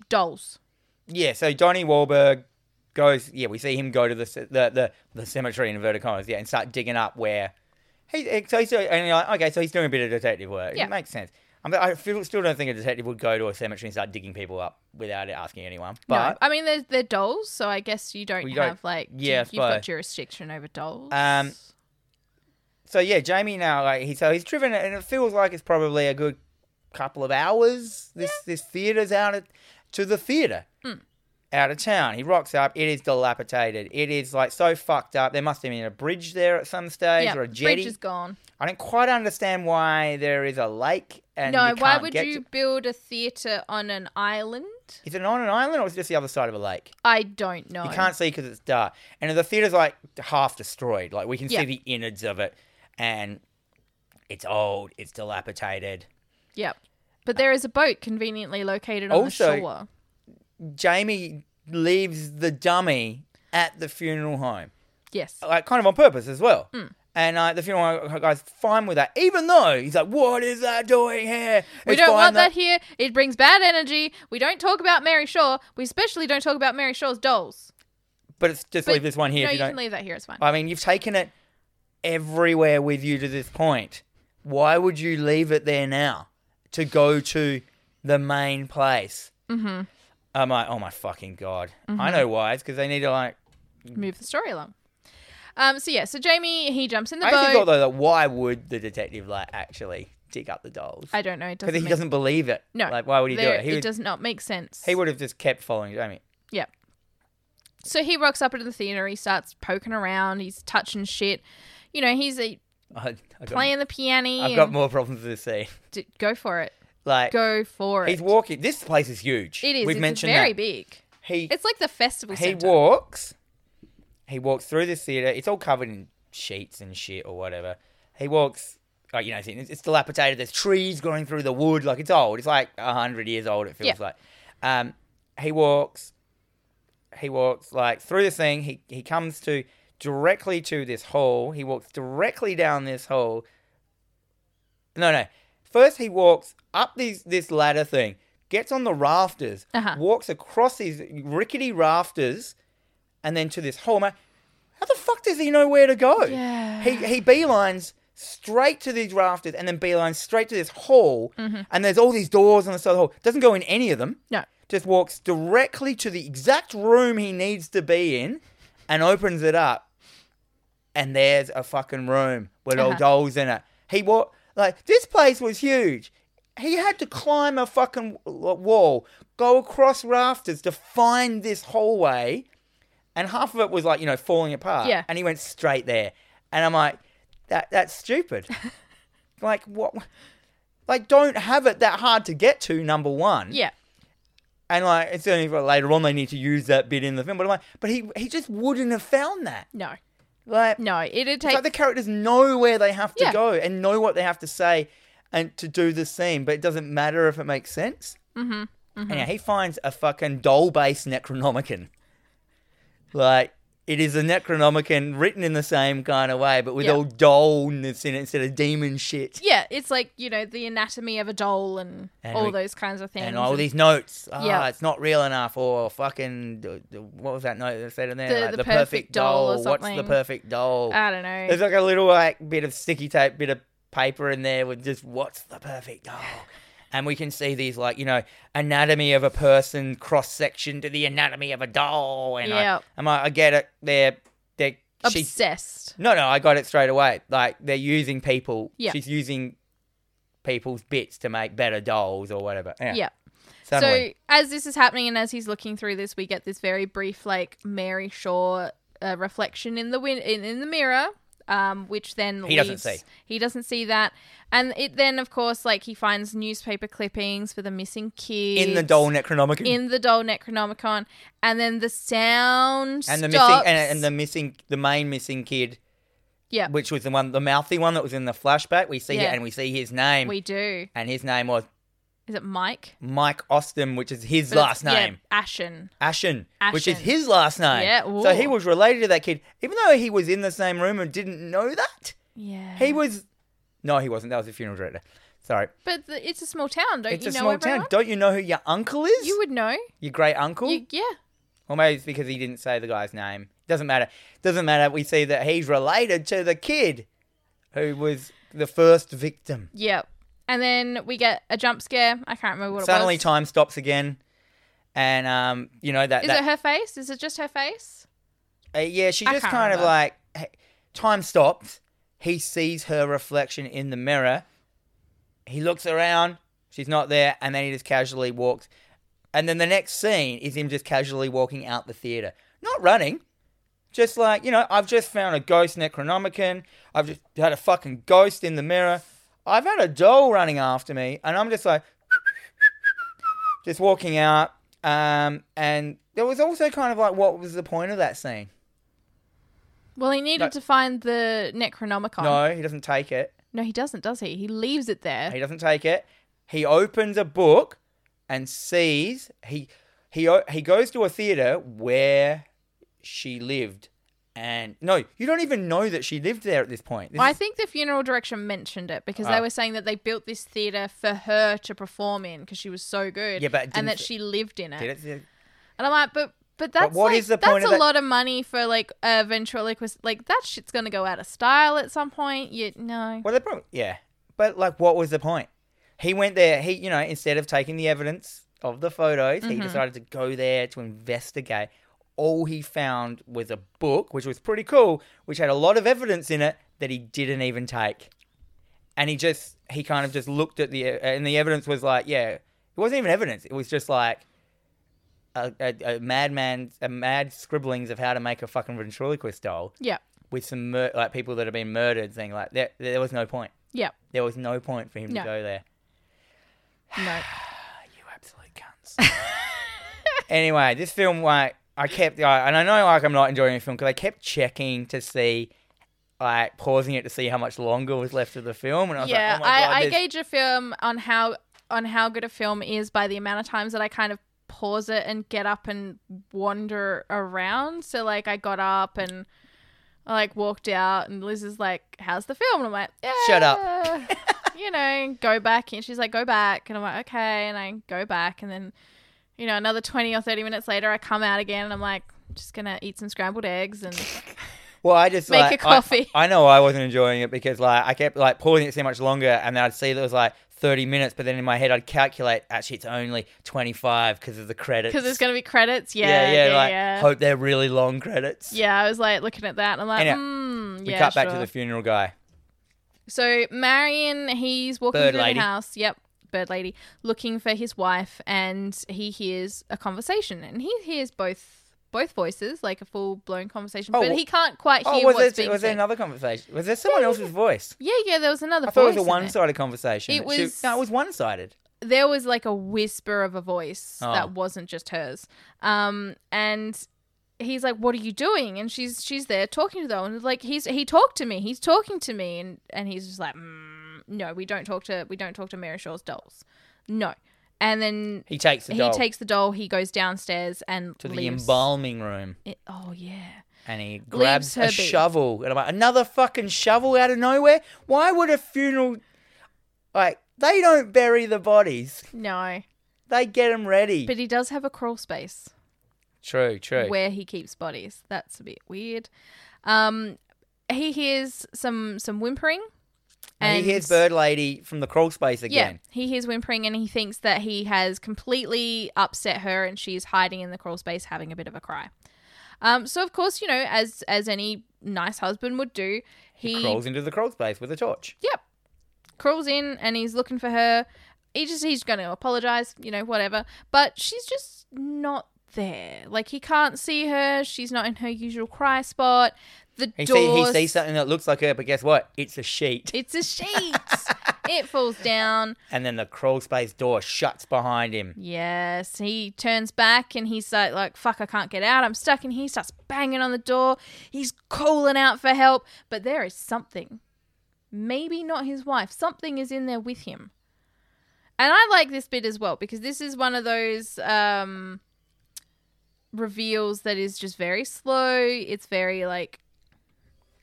[SPEAKER 2] dolls.
[SPEAKER 1] Yeah, so Donnie Wahlberg goes. Yeah, we see him go to the ce- the the, the cemetery in inverted commas. Yeah, eh, and start digging up where he. So he's doing, and you're like, okay, so he's doing a bit of detective work.
[SPEAKER 2] Yeah.
[SPEAKER 1] It makes sense. I, mean, I feel, still don't think a detective would go to a cemetery and start digging people up without asking anyone. But
[SPEAKER 2] no, I mean they're, they're dolls, so I guess you don't
[SPEAKER 1] Well, you don't-
[SPEAKER 2] have like
[SPEAKER 1] yeah, I
[SPEAKER 2] you, have got
[SPEAKER 1] suppose.
[SPEAKER 2] jurisdiction over dolls.
[SPEAKER 1] Um, So yeah, Jamie now like he so he's driven it, and it feels like it's probably a good couple of hours. This this theater's out at, to the theater.
[SPEAKER 2] Mm.
[SPEAKER 1] Out of town, he rocks up. It is dilapidated. It is like so fucked up. There must have been a bridge there at some stage
[SPEAKER 2] yeah,
[SPEAKER 1] or a jetty.
[SPEAKER 2] bridge is gone.
[SPEAKER 1] I don't quite understand why there is a lake and
[SPEAKER 2] no,
[SPEAKER 1] you
[SPEAKER 2] why
[SPEAKER 1] can't
[SPEAKER 2] would
[SPEAKER 1] get
[SPEAKER 2] you
[SPEAKER 1] to-
[SPEAKER 2] build a theater on an island?
[SPEAKER 1] Is it on an island or is it just the other side of a lake?
[SPEAKER 2] I don't know.
[SPEAKER 1] You can't see because it's dark, and the theater's like half destroyed. Like we can
[SPEAKER 2] Yeah.
[SPEAKER 1] see the innards of it, and it's old. It's dilapidated.
[SPEAKER 2] Yep. But there is a boat conveniently located on
[SPEAKER 1] Also-
[SPEAKER 2] the shore.
[SPEAKER 1] Jamie leaves the dummy at the funeral home,
[SPEAKER 2] Yes.
[SPEAKER 1] like kind of on purpose as well.
[SPEAKER 2] Hmm.
[SPEAKER 1] And uh, the funeral home guy's fine with that, even though he's like, "What is that doing here?"
[SPEAKER 2] We
[SPEAKER 1] It's
[SPEAKER 2] don't
[SPEAKER 1] fine
[SPEAKER 2] want that here. It brings bad energy. We don't talk about Mary Shaw. We especially don't talk about Mary Shaw's dolls.
[SPEAKER 1] but it's just
[SPEAKER 2] But-
[SPEAKER 1] leave this one here.
[SPEAKER 2] no,
[SPEAKER 1] if
[SPEAKER 2] you
[SPEAKER 1] you don't.
[SPEAKER 2] can leave that here. It's fine.
[SPEAKER 1] I mean, you've taken it everywhere with you to this point. Why would you leave it there now to go to the main place? Mm-hmm. I'm like, oh my fucking god!
[SPEAKER 2] Mm-hmm.
[SPEAKER 1] I know why. It's because they need to like.
[SPEAKER 2] Move the story along. Um. So yeah. So Jamie he jumps in the
[SPEAKER 1] I actually
[SPEAKER 2] boat.
[SPEAKER 1] thought though that why would the detective like actually dig up the dolls?
[SPEAKER 2] I don't know. It doesn't.
[SPEAKER 1] Because he
[SPEAKER 2] make-
[SPEAKER 1] doesn't believe it.
[SPEAKER 2] No.
[SPEAKER 1] Like, why would he do
[SPEAKER 2] there-
[SPEAKER 1] it? He would,
[SPEAKER 2] does not make sense.
[SPEAKER 1] he would have just kept following Jamie.
[SPEAKER 2] Yeah. So he rocks up into the theater. He starts poking around. He's touching shit. You know, he's uh,
[SPEAKER 1] <laughs> I, I got,
[SPEAKER 2] playing the piano.
[SPEAKER 1] I've got more problems with this scene. <laughs>
[SPEAKER 2] D- go for it.
[SPEAKER 1] Like,
[SPEAKER 2] Go for it.
[SPEAKER 1] he's walking. This place is huge.
[SPEAKER 2] it is.
[SPEAKER 1] We've
[SPEAKER 2] it's
[SPEAKER 1] mentioned
[SPEAKER 2] very
[SPEAKER 1] that.
[SPEAKER 2] big.
[SPEAKER 1] He
[SPEAKER 2] It's like the festival.
[SPEAKER 1] he
[SPEAKER 2] centre.
[SPEAKER 1] walks. He walks through this theater. It's all covered in sheets and shit or whatever. He walks. Like, you know, it's, it's dilapidated. There's trees growing through the wood. Like it's old. It's like hundred years old. It feels
[SPEAKER 2] Yeah.
[SPEAKER 1] like. Um, he walks. He walks like through this thing. He he comes to directly to this hall. He walks directly down this hall. No, no. First, he walks up these this ladder thing, gets on the rafters,
[SPEAKER 2] Uh-huh.
[SPEAKER 1] walks across these rickety rafters, and then to this hole. Man, how the fuck does he know where to go?
[SPEAKER 2] Yeah.
[SPEAKER 1] He he beelines straight to these rafters, and then beelines straight to this hall.
[SPEAKER 2] Mm-hmm.
[SPEAKER 1] And there's all these doors on the side of the hall. Doesn't go in any of them.
[SPEAKER 2] No.
[SPEAKER 1] Just walks directly to the exact room he needs to be in, and opens it up and there's a fucking room with all
[SPEAKER 2] Uh-huh.
[SPEAKER 1] dolls in it. He what like this place was huge. He had to climb a fucking w- wall, go across rafters to find this hallway, and half of it was like you know falling apart.
[SPEAKER 2] Yeah.
[SPEAKER 1] and he went straight there, and I'm like, that that's
[SPEAKER 2] <laughs>
[SPEAKER 1] stupid. like what? Like don't have it that hard to get to. Number one.
[SPEAKER 2] Yeah.
[SPEAKER 1] And like it's only for later on they need to use that bit in the film. But I'm like, but he he just wouldn't have found that.
[SPEAKER 2] No.
[SPEAKER 1] Like
[SPEAKER 2] No. It'd
[SPEAKER 1] it's
[SPEAKER 2] take.
[SPEAKER 1] like the characters know where they have to
[SPEAKER 2] Yeah.
[SPEAKER 1] go and know what they have to say and to do the scene, but it doesn't matter if it makes sense. Mm-hmm. And yeah, he finds a fucking doll-based Necronomicon. Like it is a Necronomicon written in the same kind of way, but with
[SPEAKER 2] Yeah.
[SPEAKER 1] all dollness in it instead of demon shit.
[SPEAKER 2] yeah. It's like you know the anatomy of a doll and,
[SPEAKER 1] And
[SPEAKER 2] all
[SPEAKER 1] we-
[SPEAKER 2] those kinds of things.
[SPEAKER 1] And all these notes, ah,
[SPEAKER 2] Yeah.
[SPEAKER 1] it's not real enough, or fucking, what was that note that said in there?
[SPEAKER 2] The- the perfect doll or
[SPEAKER 1] What's the
[SPEAKER 2] something. Uh,
[SPEAKER 1] perfect doll?
[SPEAKER 2] I don't know.
[SPEAKER 1] There's like a little like bit of sticky tape, bit of paper in there with just what's the perfect doll. And we can see these like, you know, anatomy of a person cross section to the anatomy of a doll. And
[SPEAKER 2] Yep.
[SPEAKER 1] I, I'm like, I get it. They're they're she's
[SPEAKER 2] Obsessed.
[SPEAKER 1] no no, I got it straight away. Like they're using people
[SPEAKER 2] Yeah.
[SPEAKER 1] she's using people's bits to make better dolls or whatever. Yeah.
[SPEAKER 2] Yeah.
[SPEAKER 1] Suddenly.
[SPEAKER 2] So as this is happening and as he's looking through this, we get this very brief like Mary Shaw uh, reflection in the win- in, in the mirror. Um, which then
[SPEAKER 1] He doesn't
[SPEAKER 2] leaves-
[SPEAKER 1] see.
[SPEAKER 2] he doesn't see that, and it then of course like he finds newspaper clippings for the missing kids
[SPEAKER 1] in the doll necronomicon
[SPEAKER 2] in the doll Necronomicon, and then the sound
[SPEAKER 1] and the
[SPEAKER 2] stops.
[SPEAKER 1] missing and, and the missing the main missing kid
[SPEAKER 2] yeah
[SPEAKER 1] which was the one the mouthy one that was in the flashback. We see
[SPEAKER 2] Yeah.
[SPEAKER 1] it and we see his name.
[SPEAKER 2] we do
[SPEAKER 1] and his name was
[SPEAKER 2] is it Mike
[SPEAKER 1] Mike Austin, which is his
[SPEAKER 2] But
[SPEAKER 1] last
[SPEAKER 2] it's- yeah,
[SPEAKER 1] name.
[SPEAKER 2] Ashen
[SPEAKER 1] Ashen, which is
[SPEAKER 2] Ashen.
[SPEAKER 1] his last name.
[SPEAKER 2] Yeah,
[SPEAKER 1] So he
[SPEAKER 2] ooh.
[SPEAKER 1] was related to that kid, even though he was in the same room and didn't know that.
[SPEAKER 2] yeah
[SPEAKER 1] He was. No, he wasn't. That was the funeral director. Sorry.
[SPEAKER 2] but the, it's a small town don't
[SPEAKER 1] It's
[SPEAKER 2] you
[SPEAKER 1] a
[SPEAKER 2] know
[SPEAKER 1] small
[SPEAKER 2] everyone
[SPEAKER 1] town. Don't you know who your uncle is?
[SPEAKER 2] you would know
[SPEAKER 1] your great uncle?
[SPEAKER 2] you, yeah
[SPEAKER 1] Or maybe it's because he didn't say the guy's name. Doesn't matter. Doesn't matter. We see that he's related to the kid who was the first victim.
[SPEAKER 2] yeah And then we get a jump scare. I can't remember what
[SPEAKER 1] Suddenly,
[SPEAKER 2] it was.
[SPEAKER 1] time stops again, and um, you know that
[SPEAKER 2] Is
[SPEAKER 1] that
[SPEAKER 2] it her face? Is it just her face?
[SPEAKER 1] Uh, yeah, she
[SPEAKER 2] I
[SPEAKER 1] just
[SPEAKER 2] can't
[SPEAKER 1] kind of
[SPEAKER 2] remember.
[SPEAKER 1] like hey, time stops. He sees her reflection in the mirror. He looks around. She's not there, and then he just casually walks. And then the next scene is him just casually walking out the theater, not running. Just like you know, I've just found a ghost Necronomicon. I've just had a fucking ghost in the mirror. I've had a doll running after me, and I'm just like, just walking out. Um, and there was also kind of like, what was the point of that scene?
[SPEAKER 2] Well, he needed
[SPEAKER 1] No.
[SPEAKER 2] to find the Necronomicon.
[SPEAKER 1] No, he doesn't take it.
[SPEAKER 2] No, he doesn't, does he? He leaves it there.
[SPEAKER 1] He doesn't take it. He opens a book and sees he he o- he goes to a theater where she lived. And no, you don't even know that she lived there at this point. This
[SPEAKER 2] Well, I
[SPEAKER 1] is-
[SPEAKER 2] think the funeral direction mentioned it because
[SPEAKER 1] Ah.
[SPEAKER 2] they were saying that they built this theater for her to perform in because she was so good.
[SPEAKER 1] Yeah, but it didn't
[SPEAKER 2] and that
[SPEAKER 1] f-
[SPEAKER 2] she lived in it.
[SPEAKER 1] did it-
[SPEAKER 2] And I'm like, but but that's
[SPEAKER 1] what
[SPEAKER 2] like,
[SPEAKER 1] is the
[SPEAKER 2] that's
[SPEAKER 1] point
[SPEAKER 2] a
[SPEAKER 1] of that-
[SPEAKER 2] lot of money for like a ventriloquist. Like that shit's gonna go out of style at some point. You no.
[SPEAKER 1] Well, they probably yeah, but like, what was the point? He went there. He, you know, instead of taking the evidence of the photos, he decided to go there to investigate. All he found was a book, which was pretty cool, which had a lot of evidence in it that he didn't even take. And he just he kind of just looked at the uh, and the evidence was like, yeah, it wasn't even evidence. It was just like a, a, a madman's a mad scribblings of how to make a fucking ventriloquist doll
[SPEAKER 2] Yeah.
[SPEAKER 1] with some mur- like people that have been murdered saying like there, there was no point
[SPEAKER 2] Yeah.
[SPEAKER 1] there was no point for him
[SPEAKER 2] No.
[SPEAKER 1] to go there
[SPEAKER 2] No.
[SPEAKER 1] you absolute
[SPEAKER 2] <laughs>
[SPEAKER 1] cunts anyway this film like i kept I, and i know like i'm not enjoying the film because i kept checking to see like pausing it to see how much longer was left of the film and i was
[SPEAKER 2] yeah.
[SPEAKER 1] like oh my god
[SPEAKER 2] I, I
[SPEAKER 1] there's-
[SPEAKER 2] gauge a film on how on how good a film is by the amount of times that I kind of pause it and get up and wander around. So like I got up and I like walked out and Liz is like, How's the film? And I'm like, yeah.
[SPEAKER 1] Shut up.
[SPEAKER 2] <laughs> you know, go back and she's like, Go back and I'm like, Okay and I go back and then you know, another twenty or thirty minutes later I come out again and I'm like, just gonna eat some scrambled eggs and
[SPEAKER 1] Well, I just
[SPEAKER 2] Make
[SPEAKER 1] like,
[SPEAKER 2] a
[SPEAKER 1] I-
[SPEAKER 2] coffee.
[SPEAKER 1] <laughs> I, know I wasn't enjoying it because like I kept like pausing it so much longer, and then I'd see that it was like thirty minutes, but then in my head I'd calculate actually it's only twenty five because of the credits.
[SPEAKER 2] because there's gonna be credits. Yeah,
[SPEAKER 1] yeah, yeah, like
[SPEAKER 2] yeah.
[SPEAKER 1] hope they're really long credits.
[SPEAKER 2] Yeah, I was like looking at that and I'm like,
[SPEAKER 1] Anyway,
[SPEAKER 2] hmm,
[SPEAKER 1] We
[SPEAKER 2] yeah.
[SPEAKER 1] cut back
[SPEAKER 2] sure."
[SPEAKER 1] to the funeral guy.
[SPEAKER 2] So Marion, he's walking
[SPEAKER 1] Bird
[SPEAKER 2] through
[SPEAKER 1] lady.
[SPEAKER 2] the house. Yep, bird lady, looking for his wife, and he hears a conversation, and he hears both both voices, like a full blown conversation,
[SPEAKER 1] Oh,
[SPEAKER 2] but he can't quite
[SPEAKER 1] Oh,
[SPEAKER 2] hear
[SPEAKER 1] was
[SPEAKER 2] what's
[SPEAKER 1] there
[SPEAKER 2] being
[SPEAKER 1] was there
[SPEAKER 2] said.
[SPEAKER 1] another conversation? Was there someone else's voice?
[SPEAKER 2] yeah, yeah, there was another.
[SPEAKER 1] I thought it was a
[SPEAKER 2] voice in
[SPEAKER 1] one
[SPEAKER 2] there.
[SPEAKER 1] sided conversation.
[SPEAKER 2] It
[SPEAKER 1] She-
[SPEAKER 2] was-
[SPEAKER 1] no, it was one sided.
[SPEAKER 2] there was like a whisper of a voice
[SPEAKER 1] Oh.
[SPEAKER 2] that wasn't just hers. Um, and he's like, "What are you doing?" And she's she's there talking to them, and like he's he talked to me, he's talking to me, and and he's just like, mm, "No, we don't talk to we don't talk to Mary Shaw's dolls, no." And then
[SPEAKER 1] He takes the
[SPEAKER 2] he
[SPEAKER 1] doll
[SPEAKER 2] takes the doll, he goes downstairs and
[SPEAKER 1] to the
[SPEAKER 2] leaves.
[SPEAKER 1] embalming room,
[SPEAKER 2] It- oh yeah,
[SPEAKER 1] and he grabs
[SPEAKER 2] her
[SPEAKER 1] a
[SPEAKER 2] be.
[SPEAKER 1] shovel. And I'm like, another fucking shovel out of nowhere. Why would a funeral like they don't bury the bodies?
[SPEAKER 2] no,
[SPEAKER 1] They get them ready.
[SPEAKER 2] but he does have a crawl space.
[SPEAKER 1] true, true.
[SPEAKER 2] where he keeps bodies. That's a bit weird. Um, he hears some some whimpering,
[SPEAKER 1] and he hears Bird Lady from the crawl space
[SPEAKER 2] Yeah,
[SPEAKER 1] again.
[SPEAKER 2] he hears whimpering, and he thinks that he has completely upset her, and she's hiding in the crawl space having a bit of a cry. Um, so of course, you know, as as any nice husband would do, he,
[SPEAKER 1] He crawls into the crawl space with a torch.
[SPEAKER 2] yep crawls in and he's looking for her he just he's going to apologize you know whatever but she's just not there like he can't see her she's not in her usual cry spot the
[SPEAKER 1] He, see, he
[SPEAKER 2] doors
[SPEAKER 1] sees something that looks like her, but guess what? It's a sheet.
[SPEAKER 2] it's
[SPEAKER 1] <laughs>
[SPEAKER 2] a sheet it falls down
[SPEAKER 1] And then the crawl space door shuts behind him.
[SPEAKER 2] yes he turns back and he's like like fuck i can't get out i'm stuck in here He starts banging on the door he's calling out for help but there is something maybe not his wife something is in there with him And I like this bit as well because this is one of those um, reveals that is just very slow. It's very like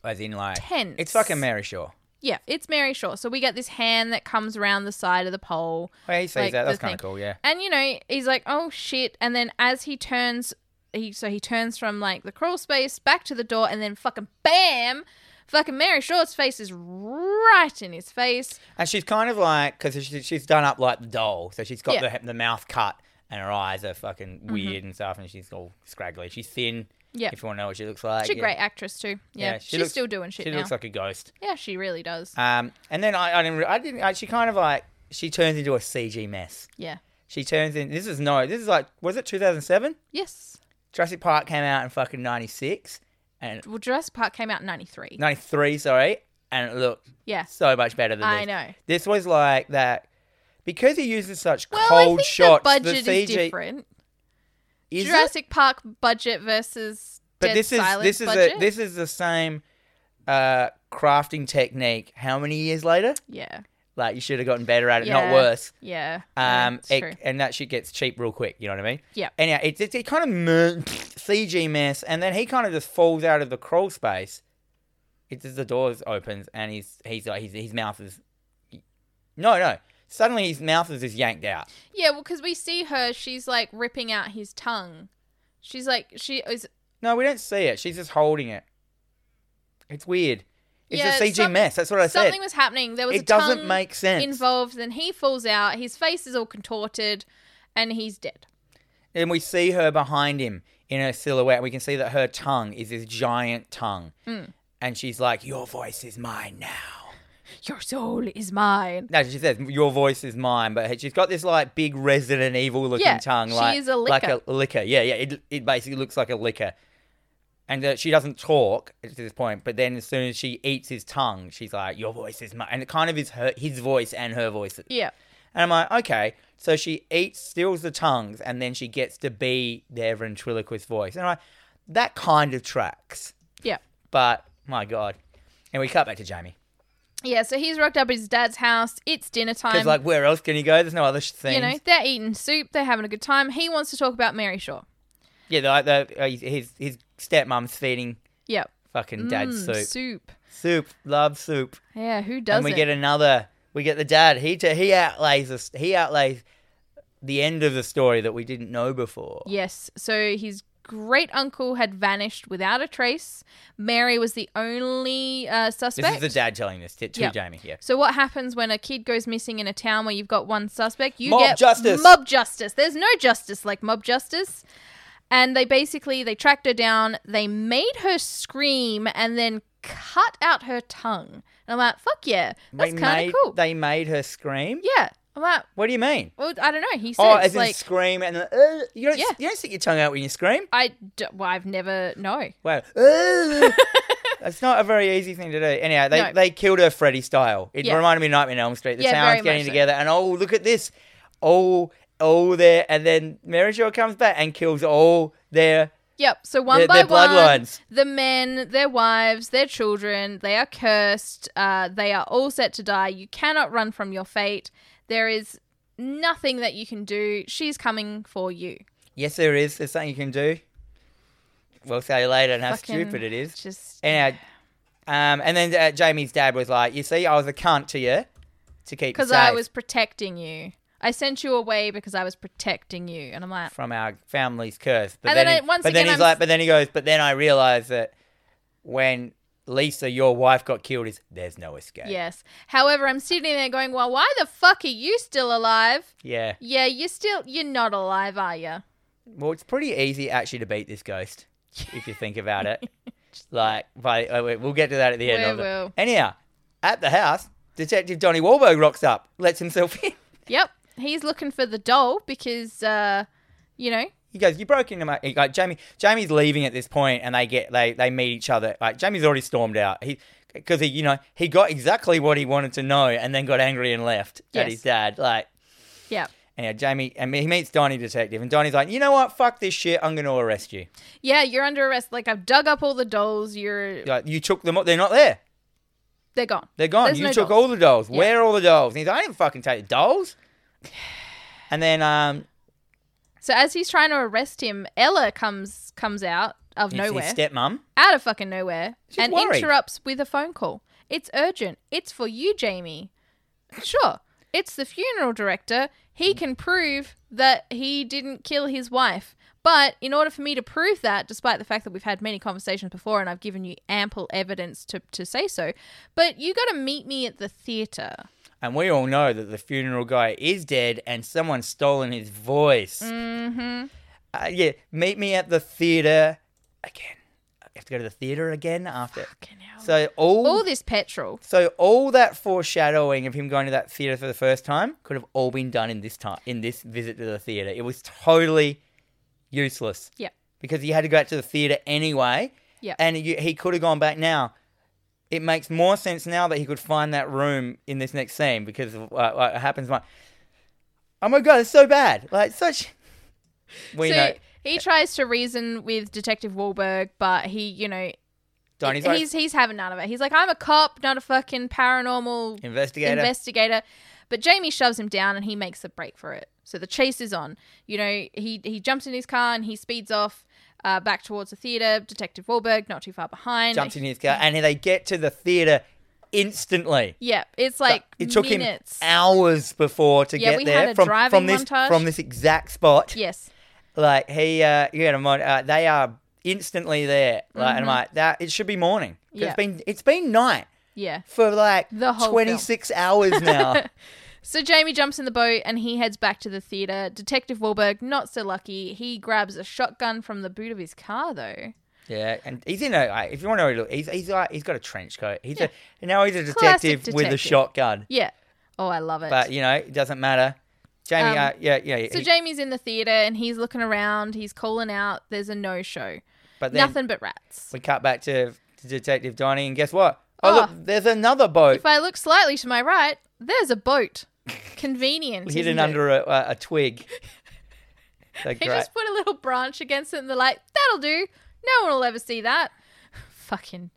[SPEAKER 1] As in, like,
[SPEAKER 2] tense.
[SPEAKER 1] it's fucking Mary Shaw.
[SPEAKER 2] Yeah, it's Mary Shaw. So we get this hand that comes around the side of the pole.
[SPEAKER 1] Well, he sees
[SPEAKER 2] Like,
[SPEAKER 1] that.
[SPEAKER 2] the
[SPEAKER 1] That's kind
[SPEAKER 2] thing.
[SPEAKER 1] of cool, yeah.
[SPEAKER 2] And you know, he's like, "Oh shit!" And then as he turns, he so he turns from like the crawl space back to the door, and then fucking bam, Fucking Mary Shaw's face is right in his face.
[SPEAKER 1] And she's kind of like, because she, she's done up like the doll. So she's got
[SPEAKER 2] Yeah. Mm-hmm.
[SPEAKER 1] the, the mouth cut and her eyes are fucking weird and stuff. And she's all scraggly. She's thin.
[SPEAKER 2] Yeah.
[SPEAKER 1] If you want to know what she looks like.
[SPEAKER 2] She's a
[SPEAKER 1] yeah.
[SPEAKER 2] great actress too. Yeah,
[SPEAKER 1] Yeah, she
[SPEAKER 2] she's
[SPEAKER 1] looks-
[SPEAKER 2] still doing shit
[SPEAKER 1] She
[SPEAKER 2] now.
[SPEAKER 1] looks like a ghost.
[SPEAKER 2] yeah, she really does.
[SPEAKER 1] Um, and then I, I didn't, re- I didn't, I, she kind of like, she turns into a CG mess.
[SPEAKER 2] yeah.
[SPEAKER 1] She turns in, this is no, this is like, was it 2007?
[SPEAKER 2] Yes.
[SPEAKER 1] Jurassic Park came out in fucking 96 and
[SPEAKER 2] Well, Jurassic Park came out in '93.
[SPEAKER 1] 93, sorry. And it looked
[SPEAKER 2] Yeah.
[SPEAKER 1] so much better than
[SPEAKER 2] I
[SPEAKER 1] this.
[SPEAKER 2] know.
[SPEAKER 1] This was like that because he uses such
[SPEAKER 2] Well, I
[SPEAKER 1] cold
[SPEAKER 2] think
[SPEAKER 1] shots.
[SPEAKER 2] the budget
[SPEAKER 1] CG
[SPEAKER 2] is different.
[SPEAKER 1] Is it?
[SPEAKER 2] Jurassic Park budget versus
[SPEAKER 1] but
[SPEAKER 2] Dead
[SPEAKER 1] this is
[SPEAKER 2] Silence
[SPEAKER 1] this is
[SPEAKER 2] budget.
[SPEAKER 1] a, this is the same uh, crafting technique. How many years later?
[SPEAKER 2] yeah,
[SPEAKER 1] Like you should have gotten better at it,
[SPEAKER 2] Yeah.
[SPEAKER 1] not worse.
[SPEAKER 2] yeah. yeah,
[SPEAKER 1] Um,
[SPEAKER 2] it's
[SPEAKER 1] it-
[SPEAKER 2] true.
[SPEAKER 1] and that shit gets cheap real quick. You know what I mean?
[SPEAKER 2] Yeah.
[SPEAKER 1] Anyhow, it's it's it kind of mer- CG mess, and then he kind of just falls out of the crawl space. It's just the doors opens, and he's he's like his his mouth is no no. Suddenly his mouth is just yanked out.
[SPEAKER 2] Yeah, well, because we see her, she's like ripping out his tongue. She's like, she is.
[SPEAKER 1] No, we don't see it. She's just holding it. It's weird. It's
[SPEAKER 2] Yeah,
[SPEAKER 1] a CG
[SPEAKER 2] some-
[SPEAKER 1] mess. That's what I said.
[SPEAKER 2] Something was happening. There was a
[SPEAKER 1] It doesn't
[SPEAKER 2] tongue
[SPEAKER 1] make sense.
[SPEAKER 2] involved. Then he falls out. His face is all contorted, and he's dead.
[SPEAKER 1] and we see her behind him in her silhouette. We can see that her tongue is this giant tongue.
[SPEAKER 2] Mm.
[SPEAKER 1] And she's like, Your voice is mine now.
[SPEAKER 2] Your soul is mine.
[SPEAKER 1] No, she says, Your voice is mine. But she's got this like big Resident Evil looking
[SPEAKER 2] Yeah,
[SPEAKER 1] tongue.
[SPEAKER 2] she
[SPEAKER 1] Like,
[SPEAKER 2] is a
[SPEAKER 1] Like
[SPEAKER 2] licker.
[SPEAKER 1] a liquor. Yeah, yeah. It, it basically looks like a liquor. And uh, she doesn't talk at this point. But then as soon as she eats his tongue, she's like, Your voice is mine. And it kind of is her, his voice and her voice
[SPEAKER 2] Yeah,
[SPEAKER 1] And I'm like, okay. So she eats, steals the tongues, and then she gets to be their ventriloquist voice. And I'm like, that kind of tracks.
[SPEAKER 2] yeah,
[SPEAKER 1] But my God. And we cut back to Jamie.
[SPEAKER 2] yeah. So he's rocked up at his dad's house. It's dinner time.
[SPEAKER 1] Because, like, where else can you go? There's no other sh- things.
[SPEAKER 2] you know, they're eating soup. They're having a good time. He wants to talk about Mary Shaw.
[SPEAKER 1] Yeah, the, the, uh, his, his stepmom's feeding
[SPEAKER 2] Yep.
[SPEAKER 1] fucking dad
[SPEAKER 2] Mm,
[SPEAKER 1] soup.
[SPEAKER 2] soup.
[SPEAKER 1] Soup. Love soup.
[SPEAKER 2] Yeah. Who doesn't?
[SPEAKER 1] And we get another. We get the dad. He t- he outlays us. He outlays the end of the story that we didn't know before.
[SPEAKER 2] Yes. So his great uncle had vanished without a trace. Mary was the only uh,
[SPEAKER 1] This is
[SPEAKER 2] suspect.
[SPEAKER 1] the dad telling this to, to
[SPEAKER 2] Yeah.
[SPEAKER 1] Jamie. Yeah.
[SPEAKER 2] so what happens when a kid goes missing in a town where you've got one suspect? You
[SPEAKER 1] Mob
[SPEAKER 2] get
[SPEAKER 1] justice.
[SPEAKER 2] mob justice. There's no justice like mob justice. And they basically they tracked her down. They made her scream and then cut out her tongue. And I'm like, fuck yeah, that's
[SPEAKER 1] They
[SPEAKER 2] kind
[SPEAKER 1] made-
[SPEAKER 2] of cool.
[SPEAKER 1] They made her scream.
[SPEAKER 2] yeah. I'm like,
[SPEAKER 1] What do you mean?
[SPEAKER 2] well, I don't know. He says
[SPEAKER 1] Oh, as in
[SPEAKER 2] like,
[SPEAKER 1] scream and then, uh, you don't
[SPEAKER 2] Yeah.
[SPEAKER 1] you don't stick your tongue out when you scream.
[SPEAKER 2] I d- well, I've never no. <laughs>
[SPEAKER 1] Wow, uh, that's not a very easy thing to do. Anyhow, they,
[SPEAKER 2] No.
[SPEAKER 1] they killed her Freddy style. It
[SPEAKER 2] Yeah.
[SPEAKER 1] reminded me of Nightmare on Elm Street. The
[SPEAKER 2] Yeah, very
[SPEAKER 1] town's getting
[SPEAKER 2] much so.
[SPEAKER 1] together, and oh look at this, all all there, and then Mary Jo comes back and kills all their
[SPEAKER 2] Yep. So one
[SPEAKER 1] Their-
[SPEAKER 2] by
[SPEAKER 1] their
[SPEAKER 2] one,
[SPEAKER 1] bloodlines.
[SPEAKER 2] the men, their wives, their children, they are cursed. Uh, they are all set to die. You cannot run from your fate. There is nothing that you can do. She's coming for you.
[SPEAKER 1] Yes, there is. There's something you can do. We'll say later and how
[SPEAKER 2] Fucking
[SPEAKER 1] stupid it is.
[SPEAKER 2] Just
[SPEAKER 1] Anyhow, um, and then uh, Jamie's dad was like, "You see, I was a cunt to you to keep you
[SPEAKER 2] because I
[SPEAKER 1] safe."
[SPEAKER 2] was protecting you. I sent you away because I was protecting you. And I'm like,
[SPEAKER 1] from our family's curse. But
[SPEAKER 2] And
[SPEAKER 1] then,
[SPEAKER 2] then
[SPEAKER 1] he-
[SPEAKER 2] I- once
[SPEAKER 1] but then
[SPEAKER 2] again,
[SPEAKER 1] he's
[SPEAKER 2] I'm
[SPEAKER 1] like,
[SPEAKER 2] s-
[SPEAKER 1] but then he goes, but then I realized that when Lisa, your wife, got killed, is there's no escape.
[SPEAKER 2] yes. However, I'm sitting there going, well, why the fuck are you still alive?
[SPEAKER 1] Yeah.
[SPEAKER 2] Yeah, you're still, you're not alive, are you?
[SPEAKER 1] Well, it's pretty easy actually to beat this
[SPEAKER 2] <laughs>
[SPEAKER 1] ghost if you think about it. <laughs> like, by, uh, we- we'll get to that at the end.
[SPEAKER 2] We
[SPEAKER 1] of it.
[SPEAKER 2] will.
[SPEAKER 1] Anyhow, at the house, Detective Donnie Wahlberg rocks up, lets himself <laughs> in.
[SPEAKER 2] Yep. He's looking for the doll because, uh, you know,
[SPEAKER 1] He goes, "You broke into my." He, like Jamie, Jamie's leaving at this point, and they get they they meet each other. Like Jamie's already stormed out. He because he you know he got exactly what he wanted to know, and then got angry and left at
[SPEAKER 2] Yes.
[SPEAKER 1] his dad. Like
[SPEAKER 2] yeah.
[SPEAKER 1] and yeah, Jamie and he meets Donnie detective, and Donnie's like, "You know what? Fuck this shit. I'm going to arrest you.
[SPEAKER 2] Yeah, you're under arrest. Like I've dug up all the dolls. You're
[SPEAKER 1] Like you took them. They're not there.
[SPEAKER 2] they're gone.
[SPEAKER 1] They're gone.
[SPEAKER 2] There's
[SPEAKER 1] you
[SPEAKER 2] no
[SPEAKER 1] took
[SPEAKER 2] dolls."
[SPEAKER 1] all the dolls.
[SPEAKER 2] Yeah.
[SPEAKER 1] Where are all the dolls?" And he's like, "I didn't fucking take the dolls." <sighs> And then um,
[SPEAKER 2] So as he's trying to arrest him, Ella comes comes out of
[SPEAKER 1] his,
[SPEAKER 2] nowhere,
[SPEAKER 1] his stepmom.
[SPEAKER 2] out of fucking nowhere,
[SPEAKER 1] She's
[SPEAKER 2] and
[SPEAKER 1] worried.
[SPEAKER 2] interrupts with a phone call. It's urgent. It's for you, Jamie. Sure.
[SPEAKER 1] Mm.
[SPEAKER 2] It's the funeral director. He can prove that he didn't kill his wife, But in order for me to prove that, despite the fact that we've had many conversations before and I've given you ample evidence to, to say so, but you got to meet me at the theatre.
[SPEAKER 1] And we all know that the funeral guy is dead and someone's stolen his voice. Mm-hmm. Uh, yeah, meet me at the theatre again. I have to go to the theatre again after.
[SPEAKER 2] hell.
[SPEAKER 1] So all,
[SPEAKER 2] All this petrol.
[SPEAKER 1] so all that foreshadowing of him going to that theatre for the first time could have all been done in this time in this visit to the theatre. It was totally useless
[SPEAKER 2] Yep.
[SPEAKER 1] because he had to go out to the theatre anyway.
[SPEAKER 2] Yep.
[SPEAKER 1] And you, he could have gone back now. It makes more sense now that he could find that room in this next scene because of uh, what happens. Like, oh my god, it's so bad. Like such. <laughs> We
[SPEAKER 2] so
[SPEAKER 1] know.
[SPEAKER 2] he tries to reason with Detective Wahlberg, but he, you know,
[SPEAKER 1] Donnie's like
[SPEAKER 2] he's he's having none of it. He's like, I'm a cop, not a fucking paranormal
[SPEAKER 1] investigator.
[SPEAKER 2] investigator. But Jamie shoves him down and he makes a break for it. So the chase is on. You know, he he jumps in his car and he speeds off uh, back towards the theater. Detective Wahlberg not too far behind.
[SPEAKER 1] jumps in his car, and they get to the theater instantly.
[SPEAKER 2] Yeah, it's like
[SPEAKER 1] it took
[SPEAKER 2] minutes.
[SPEAKER 1] him hours before to
[SPEAKER 2] Yeah,
[SPEAKER 1] get
[SPEAKER 2] we
[SPEAKER 1] there
[SPEAKER 2] had a
[SPEAKER 1] from
[SPEAKER 2] driving
[SPEAKER 1] from this
[SPEAKER 2] montage.
[SPEAKER 1] from this exact spot.
[SPEAKER 2] Yes,
[SPEAKER 1] Like he, uh, you know, mon- uh, they are instantly there. Like, and I'm like, that it should be morning. 'Cause
[SPEAKER 2] Mm-hmm. Yeah.
[SPEAKER 1] It's been it's been night
[SPEAKER 2] yeah.
[SPEAKER 1] for like
[SPEAKER 2] The whole film.
[SPEAKER 1] 26 hours now.
[SPEAKER 2] <laughs> So Jamie jumps in the boat and he heads back to the theater. Detective Wahlberg not so lucky. He grabs a shotgun from the boot of his car though.
[SPEAKER 1] yeah, and he's in a. Like, if you want to look, he's he's like he's got a trench coat. He's
[SPEAKER 2] Yeah.
[SPEAKER 1] a and now he's a
[SPEAKER 2] Classic
[SPEAKER 1] detective, with a
[SPEAKER 2] detective.
[SPEAKER 1] shotgun.
[SPEAKER 2] Yeah. Oh, I love it.
[SPEAKER 1] But you know, it doesn't matter. Jamie,
[SPEAKER 2] Um,
[SPEAKER 1] uh, yeah, yeah.
[SPEAKER 2] so
[SPEAKER 1] he-
[SPEAKER 2] Jamie's in the theater and he's looking around. He's calling out. There's a no show.
[SPEAKER 1] but then
[SPEAKER 2] Nothing but rats.
[SPEAKER 1] we cut back to, to Detective Donnie, and guess what? Oh,
[SPEAKER 2] Oh.
[SPEAKER 1] look, there's another boat
[SPEAKER 2] If I look slightly to my right, there's
[SPEAKER 1] <laughs>
[SPEAKER 2] a boat. Convenient.
[SPEAKER 1] hidden
[SPEAKER 2] isn't it?
[SPEAKER 1] under a, a, a
[SPEAKER 2] <laughs>
[SPEAKER 1] twig. So
[SPEAKER 2] He
[SPEAKER 1] great.
[SPEAKER 2] just put a little branch against it and they're like, that'll do. No one will ever see that. <laughs> Fucking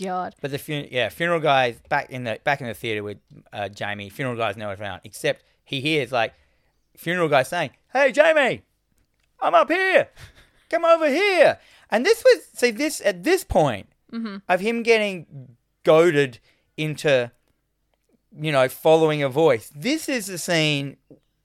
[SPEAKER 2] God.
[SPEAKER 1] But the fun- yeah funeral guys back in the back in the theater with uh, Jamie. Funeral guys nowhere found except he hears like funeral guy saying, "Hey Jamie, I'm up here. Come over here." And this was see this at this point of him getting goaded into you know following a voice. This is the scene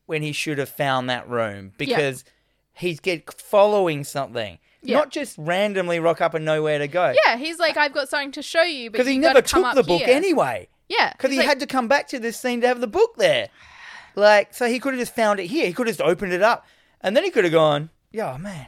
[SPEAKER 1] when he should have found that room because he's get following something.
[SPEAKER 2] Yeah.
[SPEAKER 1] Not just randomly rock up and nowhere to go.
[SPEAKER 2] Yeah, he's like, I've got something to show you.
[SPEAKER 1] Because
[SPEAKER 2] Because
[SPEAKER 1] he never took the book anyway.
[SPEAKER 2] Yeah.
[SPEAKER 1] Because
[SPEAKER 2] he's
[SPEAKER 1] he
[SPEAKER 2] like,
[SPEAKER 1] had to come back to this scene to have the book there. Like, so he could have just found it here. He could have just opened it up. And then he could have gone, yeah, oh, man.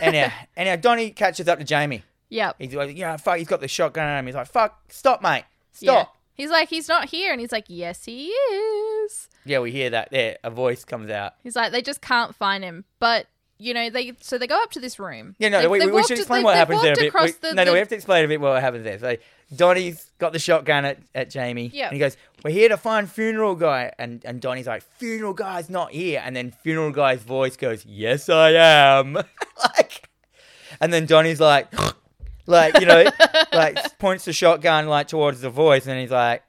[SPEAKER 1] anyhow, anyhow, Donnie catches up to Jamie.
[SPEAKER 2] Yep.
[SPEAKER 1] He's like, yeah, fuck, he's got the shotgun on him. He's like, fuck, stop, mate.
[SPEAKER 2] Yeah.
[SPEAKER 1] Stop.
[SPEAKER 2] He's like, he's not here. And he's like, yes, he is.
[SPEAKER 1] Yeah, we hear that. There, a voice comes out.
[SPEAKER 2] He's like, they just can't find him. But, you know, they so they go up to this room.
[SPEAKER 1] Yeah, no,
[SPEAKER 2] They-
[SPEAKER 1] we,
[SPEAKER 2] they
[SPEAKER 1] we
[SPEAKER 2] walked-
[SPEAKER 1] should explain
[SPEAKER 2] they-
[SPEAKER 1] what
[SPEAKER 2] they
[SPEAKER 1] happens there a
[SPEAKER 2] walked
[SPEAKER 1] bit.
[SPEAKER 2] across
[SPEAKER 1] We-
[SPEAKER 2] the-
[SPEAKER 1] no, no,
[SPEAKER 2] the-
[SPEAKER 1] we have to explain a bit what happens there. So Donnie's got the shotgun at, at Jamie.
[SPEAKER 2] Yeah.
[SPEAKER 1] And he goes, We're here to find funeral guy. And, and Donnie's like, Funeral guy's not here. And then funeral guy's voice goes, Yes, I am. <laughs> like, and then Donnie's like, like, you
[SPEAKER 2] <laughs>
[SPEAKER 1] know, like points the shotgun like towards the voice. And he's like,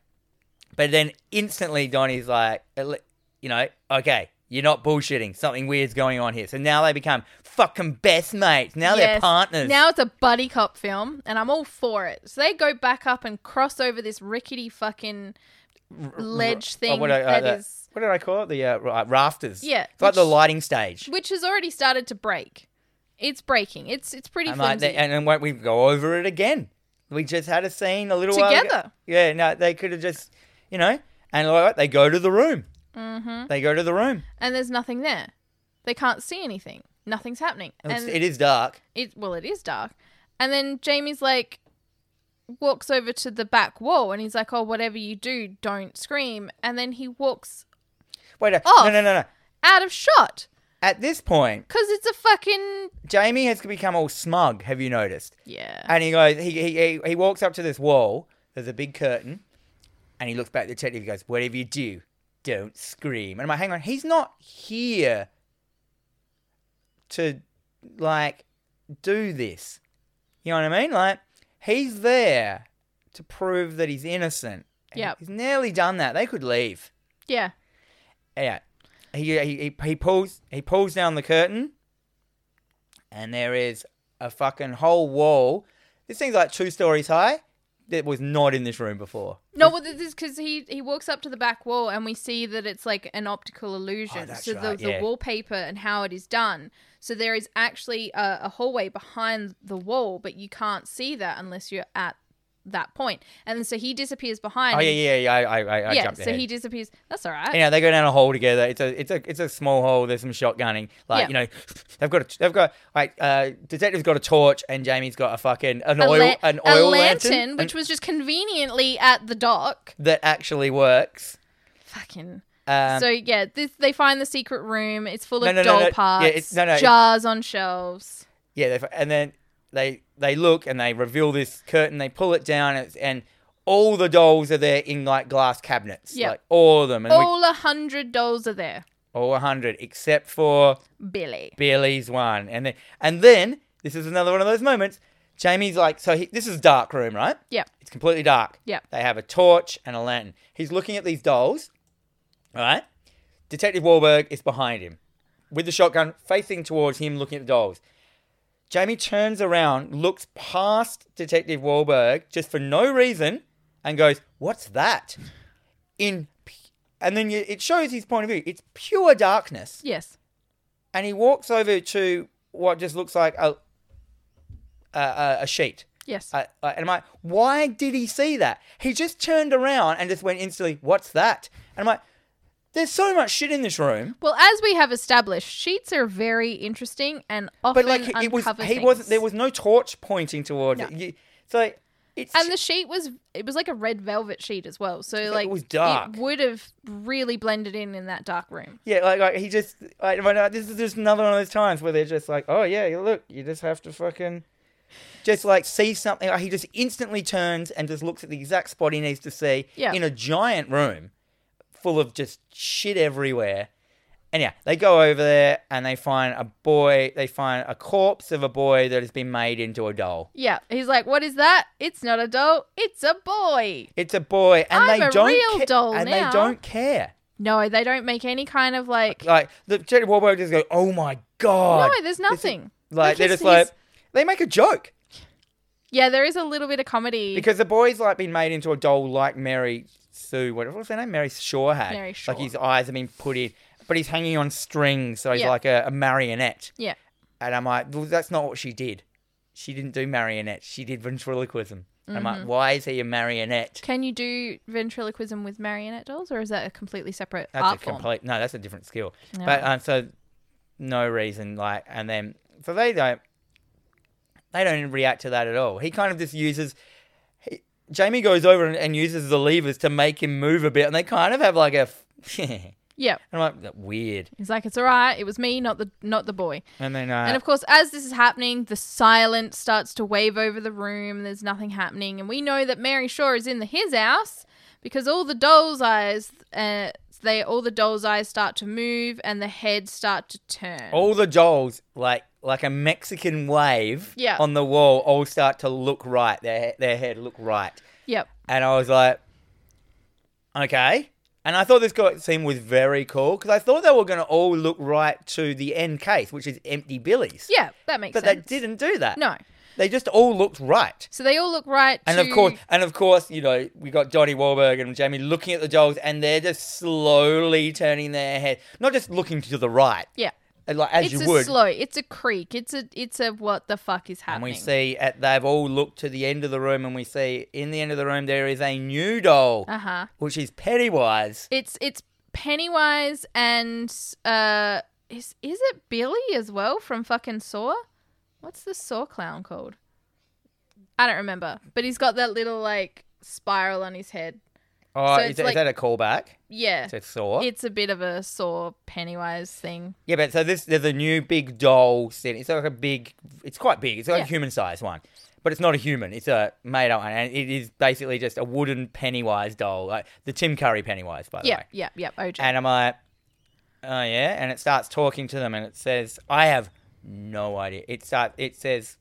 [SPEAKER 1] but then instantly Donnie's like, you know, okay, you're not bullshitting. Something weird's going on here. So now they become fucking best mates. Now they're
[SPEAKER 2] Yes.
[SPEAKER 1] partners.
[SPEAKER 2] Now it's a buddy cop film, and I'm all for it. So they go back up and cross over this rickety fucking ledge
[SPEAKER 1] Oh,
[SPEAKER 2] thing
[SPEAKER 1] what, I- uh,
[SPEAKER 2] that
[SPEAKER 1] the-
[SPEAKER 2] is,
[SPEAKER 1] what did I call it? The uh, ra- rafters.
[SPEAKER 2] Yeah,
[SPEAKER 1] It's like the
[SPEAKER 2] which-
[SPEAKER 1] lighting stage.
[SPEAKER 2] which has already started to break. It's breaking. It's it's pretty
[SPEAKER 1] And,
[SPEAKER 2] flimsy.
[SPEAKER 1] like, they- and then what, we go over it again. We just had a scene a little while ago.
[SPEAKER 2] Together.
[SPEAKER 1] Yeah, no, they could have just, you know, and like, what, they go to the room. Mm-hmm. They go to the room.
[SPEAKER 2] and there's nothing there. They can't see anything. Nothing's happening.
[SPEAKER 1] It's-
[SPEAKER 2] And
[SPEAKER 1] it is dark.
[SPEAKER 2] it well, it is dark. And then Jamie's like walks over to the back wall and he's like, "Oh, whatever you do, don't scream." And then he walks
[SPEAKER 1] Wait, a,
[SPEAKER 2] Off.
[SPEAKER 1] no, no, no, no.
[SPEAKER 2] out of shot
[SPEAKER 1] At this point,
[SPEAKER 2] cuz it's a fucking
[SPEAKER 1] Jamie has become all smug. Have you noticed?
[SPEAKER 2] yeah.
[SPEAKER 1] And he goes, he, he, he, he walks up to this wall. There's a big curtain. And he looks back at the detective. He goes, whatever you do, don't scream. And I'm like, hang on, he's not here to, like, do this. You know what I mean? Like, he's there to prove that he's innocent. And
[SPEAKER 2] Yep.
[SPEAKER 1] He's nearly done that. They could leave.
[SPEAKER 2] Yeah.
[SPEAKER 1] Yeah. He, he, he, he pulls he pulls down the curtain and there is a fucking whole wall. This thing's like two stories high. that was not in this room before.
[SPEAKER 2] No, well, this is because he he walks up to the back wall and we see that it's like an optical illusion.
[SPEAKER 1] Oh, that's
[SPEAKER 2] so
[SPEAKER 1] right,
[SPEAKER 2] the, the
[SPEAKER 1] yeah.
[SPEAKER 2] wallpaper and how it is done. So there is actually a, a hallway behind the wall, but you can't see that unless you're at that point. And then so he disappears behind.
[SPEAKER 1] Oh yeah,
[SPEAKER 2] and-
[SPEAKER 1] yeah, yeah. I, I, I, I
[SPEAKER 2] yeah,
[SPEAKER 1] jumped
[SPEAKER 2] so
[SPEAKER 1] ahead.
[SPEAKER 2] he disappears. That's all right.
[SPEAKER 1] Anyhow, they go down a hole together. It's a it's a it's a small hole. There's some shotgunning. Like
[SPEAKER 2] Yeah.
[SPEAKER 1] you know, they've got a, they've got like uh, detective's got a torch and Jamie's got a fucking an oil
[SPEAKER 2] lan-
[SPEAKER 1] an
[SPEAKER 2] a
[SPEAKER 1] oil
[SPEAKER 2] lantern,
[SPEAKER 1] lantern,
[SPEAKER 2] which
[SPEAKER 1] and-
[SPEAKER 2] was just conveniently at the dock.
[SPEAKER 1] that actually works.
[SPEAKER 2] Fucking.
[SPEAKER 1] Um,
[SPEAKER 2] so yeah, this they find the secret room. It's full
[SPEAKER 1] No,
[SPEAKER 2] of
[SPEAKER 1] no, no,
[SPEAKER 2] doll
[SPEAKER 1] no. Yeah,
[SPEAKER 2] parts,
[SPEAKER 1] it's- no, no, it-
[SPEAKER 2] jars on shelves.
[SPEAKER 1] yeah, they, and then they they look and they reveal this curtain. They pull it down and, it's, and all the dolls are there in like glass cabinets.
[SPEAKER 2] Yeah.
[SPEAKER 1] like all of them and we,
[SPEAKER 2] All a hundred dolls are there.
[SPEAKER 1] all hundred except for
[SPEAKER 2] Billy.
[SPEAKER 1] Billy's one, and then and then this is another one of those moments. Jamie's like, so he, this is dark room, right?
[SPEAKER 2] Yeah.
[SPEAKER 1] It's completely dark.
[SPEAKER 2] Yep.
[SPEAKER 1] They have a torch and a lantern. He's looking at these dolls. All right. Detective Wahlberg is behind him with the shotgun facing towards him, looking at the dolls. Jamie turns around, looks past Detective Wahlberg just for no reason, and goes, "What's that?" In, p- and then you- it shows his point of view. It's pure darkness
[SPEAKER 2] Yes.
[SPEAKER 1] and he walks over to what just looks like a a- a, a sheet.
[SPEAKER 2] Yes.
[SPEAKER 1] Uh, uh, and I'm like, why did he see that? He just turned around and just went instantly, "What's that?" And I'm like, "There's so much shit in this room."
[SPEAKER 2] well, as we have established, sheets are very interesting and often
[SPEAKER 1] But like, it was
[SPEAKER 2] uncover
[SPEAKER 1] he
[SPEAKER 2] things.
[SPEAKER 1] wasn't. There was no torch pointing towards it. You- so it's
[SPEAKER 2] and the sheet was it was like a red velvet sheet as well. So like
[SPEAKER 1] was dark.
[SPEAKER 2] It would have really blended in in that dark room.
[SPEAKER 1] yeah, like, like he just like, I'm like, this is just another one of those times where they're just like, "Oh yeah, you look, you just have to fucking." Just like see something, like, he just instantly turns and just looks at the exact spot he needs to see
[SPEAKER 2] Yeah.
[SPEAKER 1] in a giant room full of just shit everywhere. And yeah, they go over there and they find a boy. They find a corpse of a boy that has been made into a doll.
[SPEAKER 2] Yeah. He's like, "What is that? It's not a doll. It's a boy."
[SPEAKER 1] It's a boy, and
[SPEAKER 2] I'm
[SPEAKER 1] they
[SPEAKER 2] a
[SPEAKER 1] don't
[SPEAKER 2] real
[SPEAKER 1] ca-
[SPEAKER 2] doll
[SPEAKER 1] and
[SPEAKER 2] now.
[SPEAKER 1] they don't care.
[SPEAKER 2] No, they don't make any kind of like.
[SPEAKER 1] Like the Jerry Wahlberg just go, "Oh my god!"
[SPEAKER 2] no, there's nothing.
[SPEAKER 1] Like they're
[SPEAKER 2] his-
[SPEAKER 1] just like
[SPEAKER 2] his-
[SPEAKER 1] they make a joke
[SPEAKER 2] Yeah, there is a little bit of comedy.
[SPEAKER 1] because the boy's like been made into a doll like Mary Sue. What what was her name? Mary Shaw had.
[SPEAKER 2] Mary
[SPEAKER 1] Like
[SPEAKER 2] Shaw.
[SPEAKER 1] his eyes have been put in, but he's hanging on strings, so he's
[SPEAKER 2] Yeah.
[SPEAKER 1] like a, a marionette.
[SPEAKER 2] yeah.
[SPEAKER 1] And I'm like, well, that's not what she did. She didn't do marionette. She did ventriloquism. And I'm like, why is he a marionette?
[SPEAKER 2] Can you do ventriloquism with marionette dolls, or is that a completely separate
[SPEAKER 1] That's
[SPEAKER 2] art
[SPEAKER 1] a
[SPEAKER 2] form?
[SPEAKER 1] complete no. That's a different skill. But um, so no reason like, and then so they don't they don't react to that at all. He kind of just uses. He, Jamie goes over and, and uses the levers to make him move a bit, and they kind of have like a. <laughs> and
[SPEAKER 2] yeah,
[SPEAKER 1] I'm like "That- weird,
[SPEAKER 2] he's like, "It's all right. It was me, not the not the boy."
[SPEAKER 1] and then uh,
[SPEAKER 2] And of course, as this is happening, the silence starts to wave over the room. There's nothing happening, and we know that Mary Shaw is in the his house because all the doll's eyes, uh, they all the doll's eyes start to move and the heads start to turn.
[SPEAKER 1] all the dolls like like a Mexican wave
[SPEAKER 2] Yeah.
[SPEAKER 1] on the wall all start to look right. Their their head look right.
[SPEAKER 2] Yep.
[SPEAKER 1] and I was like, okay. And I thought this guy- scene was very cool because I thought they were going to all look right to the end case, which is empty Billy's.
[SPEAKER 2] Yeah, that makes
[SPEAKER 1] but
[SPEAKER 2] sense.
[SPEAKER 1] they didn't do that.
[SPEAKER 2] No.
[SPEAKER 1] they just all looked right.
[SPEAKER 2] So they all look right.
[SPEAKER 1] And
[SPEAKER 2] to-
[SPEAKER 1] of course, and of course, you know, we got Johnny Wahlberg and Jamie looking at the dolls, and they're just slowly turning their head, not just looking to the right,
[SPEAKER 2] yeah.
[SPEAKER 1] and like as
[SPEAKER 2] It's
[SPEAKER 1] you
[SPEAKER 2] a
[SPEAKER 1] would.
[SPEAKER 2] slow. It's a creek. It's a it's a what the fuck is
[SPEAKER 1] and
[SPEAKER 2] happening?
[SPEAKER 1] we see at, they've all looked to the end of the room, and we see in the end of the room there is a new doll,
[SPEAKER 2] uh huh.
[SPEAKER 1] which is Pennywise.
[SPEAKER 2] It's it's Pennywise and uh is is it Billy as well from fucking Saw? What's the Saw clown called? I don't remember. But he's got that little like spiral on his head.
[SPEAKER 1] Oh,
[SPEAKER 2] So
[SPEAKER 1] is,
[SPEAKER 2] it's
[SPEAKER 1] that- is
[SPEAKER 2] like-
[SPEAKER 1] that a callback
[SPEAKER 2] Yeah.
[SPEAKER 1] to Saw?
[SPEAKER 2] It's a bit of a Saw Pennywise thing.
[SPEAKER 1] yeah, but so this there's a new big doll sitting. It's like a big. It's quite big. It's like
[SPEAKER 2] Yeah.
[SPEAKER 1] a human sized one, but it's not a human. It's a made up one, and it is basically just a wooden Pennywise doll, like the Tim Curry Pennywise, by the
[SPEAKER 2] Yeah,
[SPEAKER 1] way.
[SPEAKER 2] yeah, yeah. OJ.
[SPEAKER 1] And I'm like, oh yeah, and it starts talking to them, and it says, I have no idea. It start. It says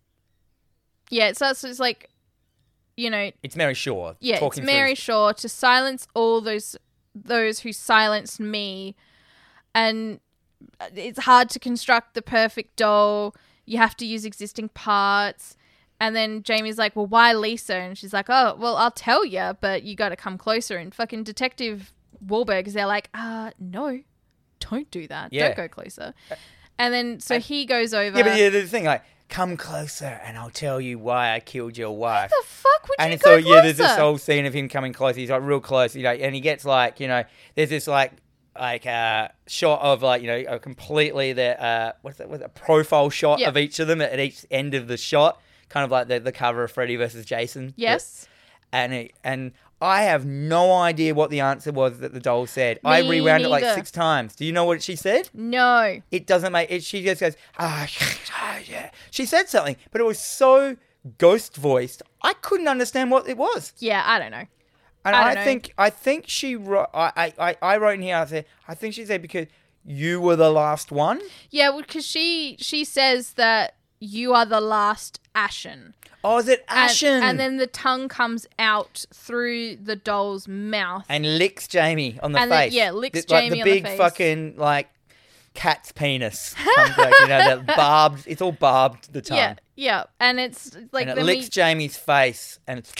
[SPEAKER 2] yeah, so it's it's like you know,
[SPEAKER 1] it's Mary Shaw.
[SPEAKER 2] Yeah, it's
[SPEAKER 1] talking through
[SPEAKER 2] Mary Shaw to silence all those those who silenced me, and uh, it's hard to construct the perfect doll. You have to use existing parts, And then Jamie's like, "Well, why Lisa?" And she's like, "Oh, well, I'll tell you, but you got to come closer." And fucking Detective Wahlberg is there, like, "Uh, no, don't do that.
[SPEAKER 1] Yeah.
[SPEAKER 2] Don't go closer." And then so he goes over.
[SPEAKER 1] Yeah, but yeah, the thing like, come closer and I'll tell you why I killed your wife.
[SPEAKER 2] The fuck would
[SPEAKER 1] and
[SPEAKER 2] you
[SPEAKER 1] it's
[SPEAKER 2] go
[SPEAKER 1] so
[SPEAKER 2] closer?
[SPEAKER 1] yeah, there's this whole scene of him coming close. He's like real close, you know, and he gets like you know, there's this like like uh shot of like you know a completely the uh what's that, what's that profile shot
[SPEAKER 2] Yeah.
[SPEAKER 1] of each of them at, at each end of the shot, kind of like the, the cover of Freddy versus Jason.
[SPEAKER 2] yes.
[SPEAKER 1] and it, and I have no idea what the answer was that the doll said. I
[SPEAKER 2] Me
[SPEAKER 1] rewound it like
[SPEAKER 2] neither.
[SPEAKER 1] six times. Do you know what she said?
[SPEAKER 2] No.
[SPEAKER 1] It doesn't make it. She just goes, ah, <laughs> ah, yeah. She said something, but it was so ghost voiced. I couldn't understand what it was.
[SPEAKER 2] Yeah, I don't know.
[SPEAKER 1] And
[SPEAKER 2] I
[SPEAKER 1] I,
[SPEAKER 2] don't know.
[SPEAKER 1] think I think she wrote. I, I, I- I wrote in here. I said I think she said because you were the last one.
[SPEAKER 2] Yeah, because she she says that you are the last Ashen.
[SPEAKER 1] Oh, is it
[SPEAKER 2] And-
[SPEAKER 1] Ashen?
[SPEAKER 2] And, then the tongue comes out through the doll's mouth.
[SPEAKER 1] And licks Jamie on the
[SPEAKER 2] And then-
[SPEAKER 1] face.
[SPEAKER 2] yeah, licks
[SPEAKER 1] Th- like
[SPEAKER 2] Jamie
[SPEAKER 1] the
[SPEAKER 2] on the
[SPEAKER 1] big
[SPEAKER 2] face.
[SPEAKER 1] fucking like cat's penis. <laughs> comes out, you know that barbed. It's all barbed the tongue.
[SPEAKER 2] yeah, yeah. And it's like
[SPEAKER 1] and it
[SPEAKER 2] then,
[SPEAKER 1] licks
[SPEAKER 2] we,
[SPEAKER 1] Jamie's face, and it's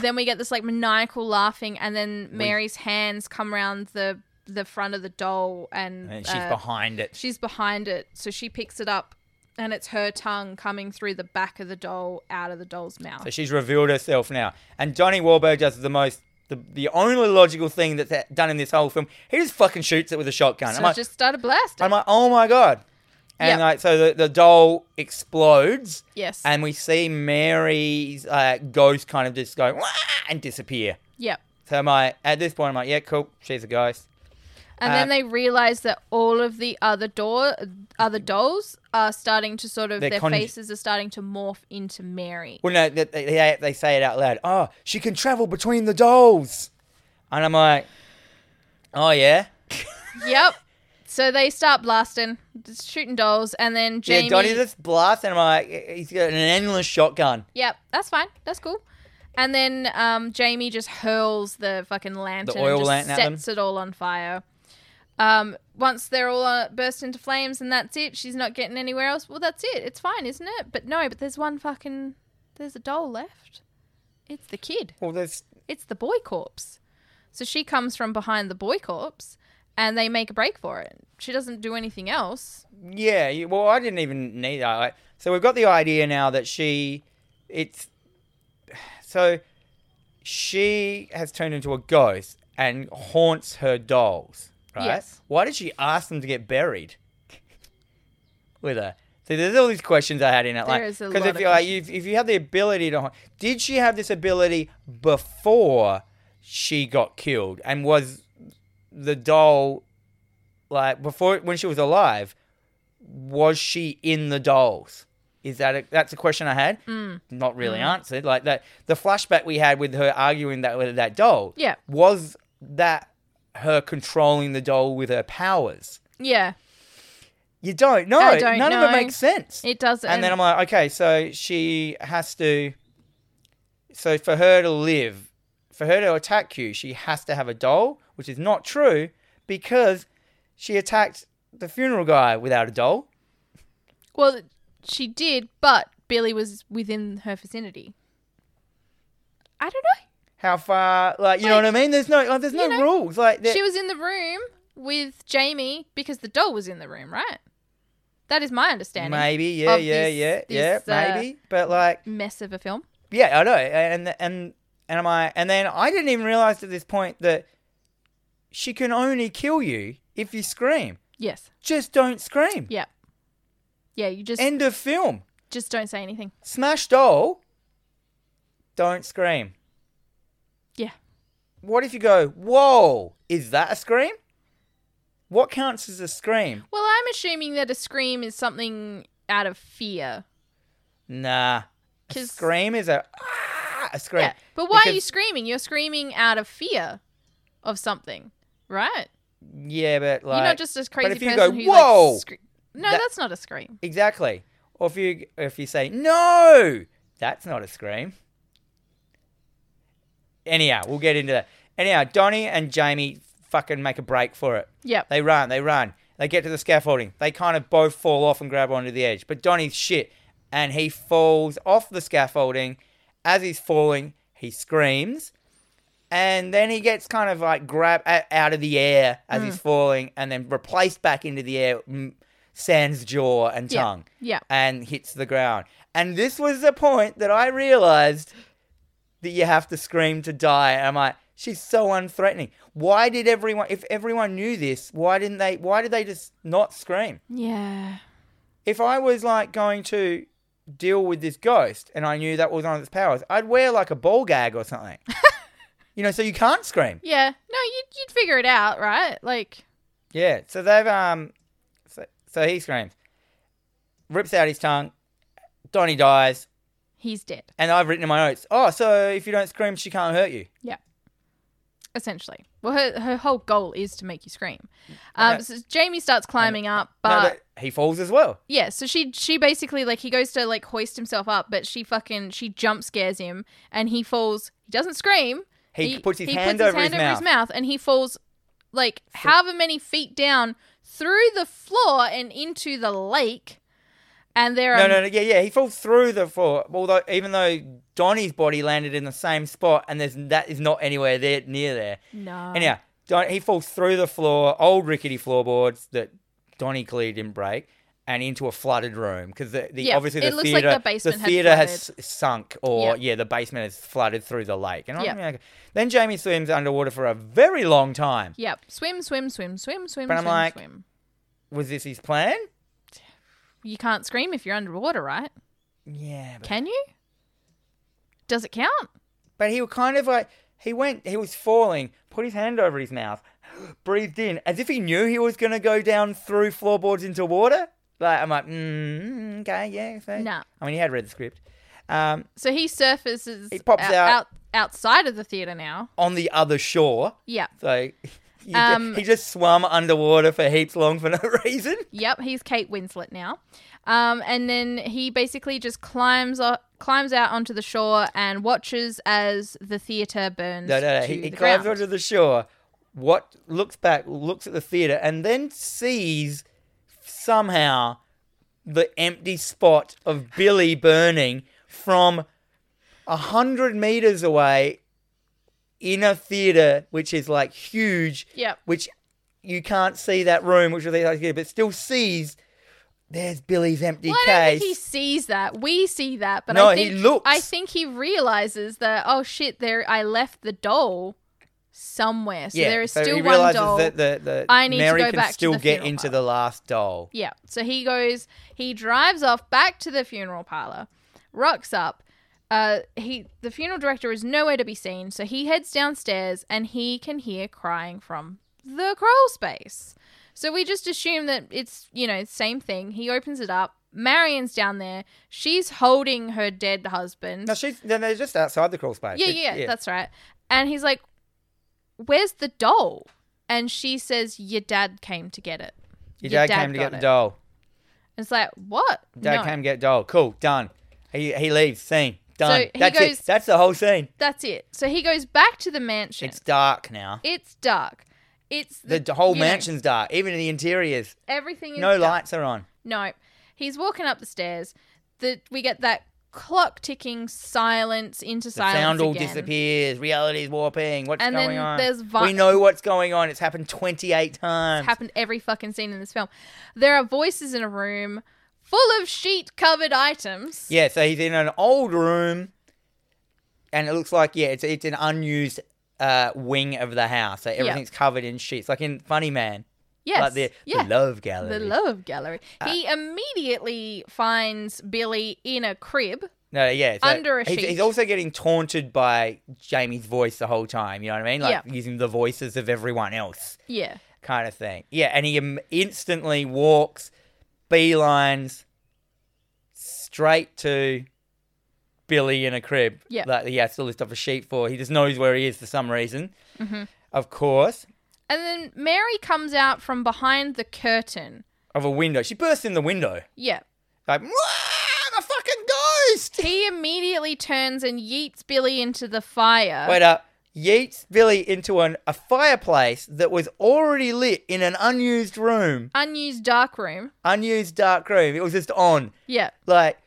[SPEAKER 2] then we get this like maniacal laughing and then Mary's hands come around the the front of the doll and,
[SPEAKER 1] and she's
[SPEAKER 2] uh,
[SPEAKER 1] behind it.
[SPEAKER 2] she's behind it, so she picks it up and it's her tongue coming through the back of the doll out of the doll's mouth.
[SPEAKER 1] So she's revealed herself now. And Johnny Wahlberg does the most, the, the only logical thing that's ha- done in this whole film. He just fucking shoots it with a shotgun.
[SPEAKER 2] So
[SPEAKER 1] I'm, like,
[SPEAKER 2] just started blasting.
[SPEAKER 1] I'm like, oh my God. And
[SPEAKER 2] Yeah.
[SPEAKER 1] like, so the, the doll explodes.
[SPEAKER 2] yes.
[SPEAKER 1] And we see Mary's uh, ghost kind of just go "Wah!" and disappear.
[SPEAKER 2] yep.
[SPEAKER 1] So my at this point, I'm like, yeah, cool. She's a ghost.
[SPEAKER 2] And
[SPEAKER 1] Uh,
[SPEAKER 2] then they realize that all of the other door, other dolls are starting to sort of
[SPEAKER 1] They're
[SPEAKER 2] their
[SPEAKER 1] conj-
[SPEAKER 2] faces are starting to morph into Mary.
[SPEAKER 1] Well, no, they, they, they say it out loud. Oh, she can travel between the dolls. And I'm like, oh yeah.
[SPEAKER 2] yep. So they start blasting, just shooting dolls, and then Jamie.
[SPEAKER 1] Yeah, Donnie just blasts, and I'm like, he's got an endless shotgun.
[SPEAKER 2] Yep, that's fine. That's cool. And then um, Jamie just hurls the fucking lantern,
[SPEAKER 1] The oil
[SPEAKER 2] and just
[SPEAKER 1] lantern at them?
[SPEAKER 2] sets it all on fire. Um, once they're all uh, burst into flames, and that's it. She's not getting anywhere else. Well, that's it. It's fine, isn't it? But no, but there's one fucking there's a doll left. It's the kid.
[SPEAKER 1] Well, there's
[SPEAKER 2] It's the boy corpse. So she comes from behind the boy corpse, and they make a break for it. She doesn't do anything else.
[SPEAKER 1] yeah. you- Well, I didn't even need that. Like, so we've got the idea now that she, it's, <sighs> so she has turned into a ghost and haunts her dolls, right?
[SPEAKER 2] Yes.
[SPEAKER 1] Why did she ask them to get buried <laughs> with her? So there's all these questions I had in it, like
[SPEAKER 2] is a lot
[SPEAKER 1] if
[SPEAKER 2] of
[SPEAKER 1] you like, if, if you have the ability to, haunt, did she have this ability before she got killed and was the doll like before when she was alive was she in the dolls is that a, that's a question i had mm. not really answered like that the flashback we had with her arguing that with that doll
[SPEAKER 2] Yeah.
[SPEAKER 1] was that her controlling the doll with her powers
[SPEAKER 2] Yeah,
[SPEAKER 1] you don't know
[SPEAKER 2] I don't
[SPEAKER 1] none of it
[SPEAKER 2] know. um,
[SPEAKER 1] makes sense
[SPEAKER 2] it doesn't.
[SPEAKER 1] and then i'm like okay so she has to so for her to live for her to attack you she has to have a doll which is not true because she attacked the funeral guy without a doll
[SPEAKER 2] Well, she did, but Billy was within her vicinity. I don't know.
[SPEAKER 1] how far like you know
[SPEAKER 2] Like,
[SPEAKER 1] what i mean there's no like, there's no
[SPEAKER 2] you know,
[SPEAKER 1] rules like there-
[SPEAKER 2] She was in the room with Jamie because the doll was in the room, right? That is my understanding.
[SPEAKER 1] maybe yeah
[SPEAKER 2] of
[SPEAKER 1] yeah
[SPEAKER 2] this-
[SPEAKER 1] yeah
[SPEAKER 2] this,
[SPEAKER 1] yeah
[SPEAKER 2] uh,
[SPEAKER 1] maybe but like
[SPEAKER 2] Mess of a film.
[SPEAKER 1] yeah i know and and and am i and then i didn't even realize at this point that she can only kill you if you scream
[SPEAKER 2] Yes.
[SPEAKER 1] just don't scream
[SPEAKER 2] Yeah. Yeah, you just
[SPEAKER 1] end of film
[SPEAKER 2] just don't say anything.
[SPEAKER 1] smash doll don't scream
[SPEAKER 2] Yeah.
[SPEAKER 1] what if you go whoa is that a scream what counts as a scream
[SPEAKER 2] Well, I'm assuming that a scream is something out of fear.
[SPEAKER 1] Nah. A
[SPEAKER 2] 'Cause-
[SPEAKER 1] scream is a "Ah!" a scream.
[SPEAKER 2] Yeah. But why are you
[SPEAKER 1] Because-
[SPEAKER 2] screaming? You're screaming out of fear of something, right?
[SPEAKER 1] Yeah, but like
[SPEAKER 2] You're not just a crazy
[SPEAKER 1] if you
[SPEAKER 2] person
[SPEAKER 1] go,
[SPEAKER 2] who Whoa!
[SPEAKER 1] "Whoa!"
[SPEAKER 2] like scre- No,
[SPEAKER 1] That-
[SPEAKER 2] that's not a scream.
[SPEAKER 1] exactly. Or if you if you say no, that's not a scream. Anyhow, we'll get into that. Anyhow, Donnie and Jamie fucking make a break for it.
[SPEAKER 2] Yep.
[SPEAKER 1] They run, they run. They get to the scaffolding. They kind of both fall off and grab onto the edge. But Donnie's shit. and he falls off the scaffolding. As he's falling, he screams, and then he gets kind of like grabbed out of the air as he's falling, and then replaced back into the air. mm, Sans jaw and
[SPEAKER 2] Yeah.
[SPEAKER 1] tongue,
[SPEAKER 2] Yeah.
[SPEAKER 1] and hits the ground. And this was the point that I realized that you have to scream to die. And I'm like, she's so unthreatening. Why did everyone? If everyone knew this, why didn't they? Why did they just not scream?
[SPEAKER 2] Yeah.
[SPEAKER 1] if I was like going to deal with this ghost and I knew that was one of its powers, I'd wear like a ball gag or something. you know, so you can't scream.
[SPEAKER 2] Yeah. No, you'd, you'd figure it out, right? Like,
[SPEAKER 1] Yeah. So they've um so, so he screams. Rips out his tongue. Donnie dies.
[SPEAKER 2] he's dead,
[SPEAKER 1] And I've written in my notes, oh, so if you don't scream, she can't hurt you.
[SPEAKER 2] essentially. Well, her, her whole goal is to make you scream. Um,
[SPEAKER 1] Okay.
[SPEAKER 2] so Jamie starts climbing up,
[SPEAKER 1] No,
[SPEAKER 2] but
[SPEAKER 1] but he falls as well.
[SPEAKER 2] yeah, so she she basically like he goes to like hoist himself up, but she fucking she jump scares him and he falls. He doesn't scream.
[SPEAKER 1] He puts his hand over his mouth.
[SPEAKER 2] and he falls like however many feet down through the floor and into the lake. And there
[SPEAKER 1] No,
[SPEAKER 2] are
[SPEAKER 1] no, no, yeah, yeah. He falls through the floor. Although, even though Donnie's body landed in the same spot, and there's that is not anywhere there near there.
[SPEAKER 2] no.
[SPEAKER 1] Anyhow, Don, he falls through the floor, old rickety floorboards that Donnie clearly didn't break, and into a flooded room because the, the
[SPEAKER 2] Yeah,
[SPEAKER 1] obviously
[SPEAKER 2] it
[SPEAKER 1] the
[SPEAKER 2] looks like
[SPEAKER 1] theater
[SPEAKER 2] the basement had
[SPEAKER 1] theater has s- sunk, or
[SPEAKER 2] Yeah.
[SPEAKER 1] yeah. the basement has flooded through the lake. And I'm
[SPEAKER 2] Yeah.
[SPEAKER 1] like, then Jamie swims underwater for a very long time.
[SPEAKER 2] Yep. Swim, swim, swim, swim, swim,
[SPEAKER 1] But I'm
[SPEAKER 2] swim,
[SPEAKER 1] like-
[SPEAKER 2] swim.
[SPEAKER 1] Was this his plan?
[SPEAKER 2] You can't scream if you're underwater, right?
[SPEAKER 1] Yeah, but,
[SPEAKER 2] Can you? Does it count?
[SPEAKER 1] but he was kind of like he went, he was falling, put his hand over his mouth, <gasps> breathed in as if he knew he was gonna go down through floorboards into water. Like I'm like, mm, okay, yeah, so.
[SPEAKER 2] Nah.
[SPEAKER 1] I mean, he had read the script. Um,
[SPEAKER 2] So he surfaces
[SPEAKER 1] He pops
[SPEAKER 2] out,
[SPEAKER 1] out.
[SPEAKER 2] outside of the theater now.
[SPEAKER 1] on the other shore.
[SPEAKER 2] Yeah.
[SPEAKER 1] So <laughs> he, ju-
[SPEAKER 2] Um,
[SPEAKER 1] he just swam underwater for heaps long for no <laughs> reason.
[SPEAKER 2] Yep, he's Kate Winslet now. Um, and then he basically just climbs o- climbs out onto the shore and watches as the theater burns
[SPEAKER 1] No, no, no.
[SPEAKER 2] to
[SPEAKER 1] He, he
[SPEAKER 2] the
[SPEAKER 1] climbs
[SPEAKER 2] ground.
[SPEAKER 1] onto the shore. What looks back, looks at the theater, and then sees somehow the empty spot of Billy burning from a hundred meters away in a theater which is like huge.
[SPEAKER 2] Yep.
[SPEAKER 1] Which you can't see that room, which was like here, but still sees. There's Billy's empty
[SPEAKER 2] Well, I don't
[SPEAKER 1] case.
[SPEAKER 2] think he sees that. We see that, but
[SPEAKER 1] No,
[SPEAKER 2] I
[SPEAKER 1] he
[SPEAKER 2] think
[SPEAKER 1] looks.
[SPEAKER 2] I think he realizes that oh shit, there I left the doll somewhere. So there is
[SPEAKER 1] so
[SPEAKER 2] still
[SPEAKER 1] he
[SPEAKER 2] one
[SPEAKER 1] realizes
[SPEAKER 2] doll.
[SPEAKER 1] That the, the
[SPEAKER 2] I need to
[SPEAKER 1] Mary
[SPEAKER 2] go
[SPEAKER 1] can
[SPEAKER 2] back to
[SPEAKER 1] still
[SPEAKER 2] the
[SPEAKER 1] get
[SPEAKER 2] funeral
[SPEAKER 1] into
[SPEAKER 2] parlor.
[SPEAKER 1] the last doll.
[SPEAKER 2] Yeah. So he goes, he drives off back to the funeral parlor, rocks up. Uh, he the funeral director is nowhere to be seen, so he heads downstairs and he can hear crying from the crawl space. So we just assume that it's you know same thing. He opens it up. Marion's down there. She's holding her dead husband.
[SPEAKER 1] No, she's no, they're just outside the crawl space.
[SPEAKER 2] Yeah,
[SPEAKER 1] It-
[SPEAKER 2] yeah, that's right. And he's like, "Where's the doll?" And she says, "Your dad came to get it."
[SPEAKER 1] your
[SPEAKER 2] your
[SPEAKER 1] dad,
[SPEAKER 2] dad
[SPEAKER 1] came to
[SPEAKER 2] got
[SPEAKER 1] get the
[SPEAKER 2] it.
[SPEAKER 1] doll.
[SPEAKER 2] It's like what?
[SPEAKER 1] Dad
[SPEAKER 2] No.
[SPEAKER 1] came to get the doll. Cool, done. He he leaves. Scene done.
[SPEAKER 2] he
[SPEAKER 1] that's
[SPEAKER 2] goes-
[SPEAKER 1] it. That's the whole scene.
[SPEAKER 2] That's it. So he goes back to the mansion.
[SPEAKER 1] It's
[SPEAKER 2] It's,
[SPEAKER 1] dark now.
[SPEAKER 2] dark. It's
[SPEAKER 1] The, d- whole
[SPEAKER 2] you know,
[SPEAKER 1] mansion's dark. Even the interiors.
[SPEAKER 2] everything is
[SPEAKER 1] No
[SPEAKER 2] dark.
[SPEAKER 1] lights are on.
[SPEAKER 2] No. He's walking up the stairs. The we get that clock ticking silence into
[SPEAKER 1] The
[SPEAKER 2] silence
[SPEAKER 1] sound all
[SPEAKER 2] again.
[SPEAKER 1] disappears. Reality's warping. What's
[SPEAKER 2] And
[SPEAKER 1] going
[SPEAKER 2] then
[SPEAKER 1] on?
[SPEAKER 2] there's vi-
[SPEAKER 1] we know what's going on. It's happened 28 times.
[SPEAKER 2] Happened every fucking scene in this film. There are voices in a room full of sheet covered items.
[SPEAKER 1] Yeah, so he's in an old room, and it looks like yeah, it's it's an unused uh, wing of the house. So everything's covered in sheets, like in Funny Man,
[SPEAKER 2] Yes.
[SPEAKER 1] like the,
[SPEAKER 2] yeah.
[SPEAKER 1] the Love Gallery. Uh,
[SPEAKER 2] The Love Gallery. he immediately finds Billy in a crib.
[SPEAKER 1] no, yeah, so
[SPEAKER 2] under a
[SPEAKER 1] he's,
[SPEAKER 2] sheet.
[SPEAKER 1] He's also getting taunted by Jamie's voice the whole time. You know what I mean? Like
[SPEAKER 2] Yeah.
[SPEAKER 1] using the voices of everyone else,
[SPEAKER 2] Yeah.
[SPEAKER 1] kind of thing. Yeah, and he im- instantly walks, beelines straight to. Billy in a crib
[SPEAKER 2] Yeah.
[SPEAKER 1] that he has to lift off a sheet for. He just knows where he is for some reason.
[SPEAKER 2] Mm-hmm.
[SPEAKER 1] Of course,
[SPEAKER 2] And then Mary comes out from behind the curtain.
[SPEAKER 1] of a window. She bursts in the window.
[SPEAKER 2] Yeah.
[SPEAKER 1] Like, "Wah, I'm a fucking ghost.
[SPEAKER 2] He immediately turns and yeets Billy into the fire.
[SPEAKER 1] Wait up. Yeets Billy into an, a fireplace that was already lit in an unused room,
[SPEAKER 2] Unused dark room.
[SPEAKER 1] unused dark room. It was just on.
[SPEAKER 2] Yeah.
[SPEAKER 1] Like,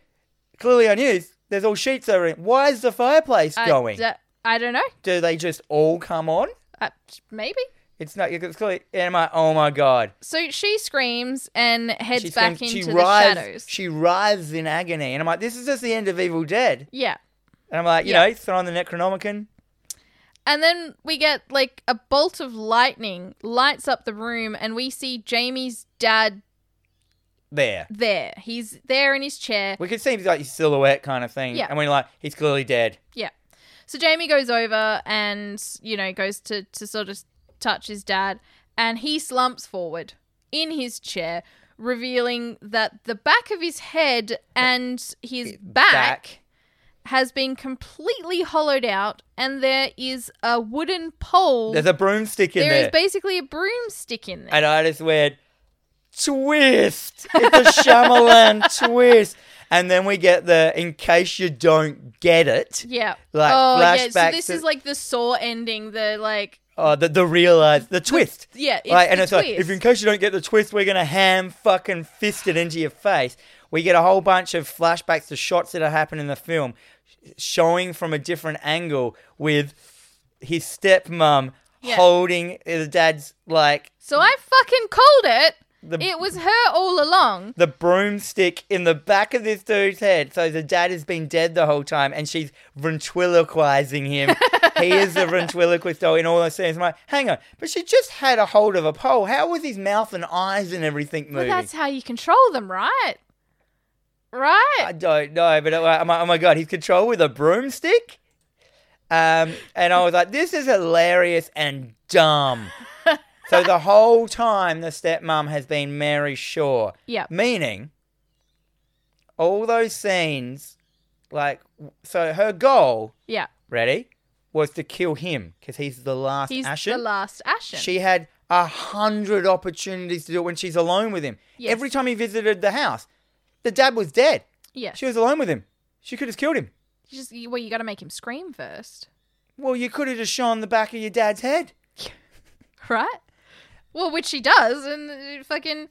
[SPEAKER 1] clearly unused. There's all sheets over it. Why is the fireplace
[SPEAKER 2] I
[SPEAKER 1] going?
[SPEAKER 2] d- I don't know.
[SPEAKER 1] Do they just all come on?
[SPEAKER 2] Uh, maybe.
[SPEAKER 1] It's not. It's clearly. And my oh my god.
[SPEAKER 2] So she screams and heads
[SPEAKER 1] She's
[SPEAKER 2] back
[SPEAKER 1] going-
[SPEAKER 2] into the
[SPEAKER 1] writhes-
[SPEAKER 2] shadows.
[SPEAKER 1] She writhes in agony, and I'm like, this is just the end of Evil Dead.
[SPEAKER 2] yeah.
[SPEAKER 1] And I'm like, you
[SPEAKER 2] Yeah.
[SPEAKER 1] know, throw on the Necronomicon.
[SPEAKER 2] And then we get like a bolt of lightning lights up the room, and we see Jamie's dad
[SPEAKER 1] There.
[SPEAKER 2] there. He's there in his chair.
[SPEAKER 1] We could see like his silhouette kind of thing.
[SPEAKER 2] Yeah.
[SPEAKER 1] And we're like, he's clearly dead.
[SPEAKER 2] Yeah. So Jamie goes over and, you know, goes to, to sort of touch his dad, and he slumps forward in his chair, revealing that the back of his head and his back,
[SPEAKER 1] back.
[SPEAKER 2] has been completely hollowed out, and there is a wooden pole.
[SPEAKER 1] There's a broomstick in
[SPEAKER 2] There
[SPEAKER 1] there.
[SPEAKER 2] is basically a broomstick in there.
[SPEAKER 1] and I just went, twist. It's a Shyamalan
[SPEAKER 2] <laughs>
[SPEAKER 1] twist. And then we get the, in case you don't get it,
[SPEAKER 2] yeah.
[SPEAKER 1] like,
[SPEAKER 2] oh, yeah.
[SPEAKER 1] flashbacks
[SPEAKER 2] So this
[SPEAKER 1] to-
[SPEAKER 2] is like the saw ending. The like,
[SPEAKER 1] uh, the, the realize, the twist.
[SPEAKER 2] yeah. It's
[SPEAKER 1] Like,
[SPEAKER 2] the
[SPEAKER 1] and it's like, if
[SPEAKER 2] twist.
[SPEAKER 1] in case you don't get the twist, we're gonna ham fucking fist it into your face. We get a whole bunch of flashbacks to shots that are happening in the film, sh- showing from a different angle with his stepmom
[SPEAKER 2] Yeah.
[SPEAKER 1] holding the dad's like
[SPEAKER 2] So I fucking called it.
[SPEAKER 1] The-
[SPEAKER 2] it was her all along.
[SPEAKER 1] the broomstick in the back of this dude's head. So the dad has been dead the whole time, and she's ventriloquizing him. he is the ventriloquist though in all those scenes. I'm like, hang on, but she just had a hold of a pole. How was his mouth and eyes and everything
[SPEAKER 2] But
[SPEAKER 1] moving?
[SPEAKER 2] that's how you control them, right?
[SPEAKER 1] I
[SPEAKER 2] Right?
[SPEAKER 1] don't know, but I'm like, oh my god, he's controlled with a broomstick. Um, and I was like, this is hilarious and dumb. so the whole time, the stepmom has been Mary Shaw,
[SPEAKER 2] Yeah.
[SPEAKER 1] meaning all those scenes, like, so her goal,
[SPEAKER 2] Yeah.
[SPEAKER 1] ready, was to kill him because he's the last
[SPEAKER 2] He's
[SPEAKER 1] Ashen.
[SPEAKER 2] the last Ashen.
[SPEAKER 1] She had a hundred opportunities to do it when she's alone with him.
[SPEAKER 2] Yes.
[SPEAKER 1] Every time he visited the house, the dad was dead.
[SPEAKER 2] yeah.
[SPEAKER 1] She was alone with him. She could have killed him.
[SPEAKER 2] You just you- well, you got to make him scream first, <laughs>
[SPEAKER 1] Well, you could have just shone the back of your dad's head.
[SPEAKER 2] right? Well, which she does, and uh, fucking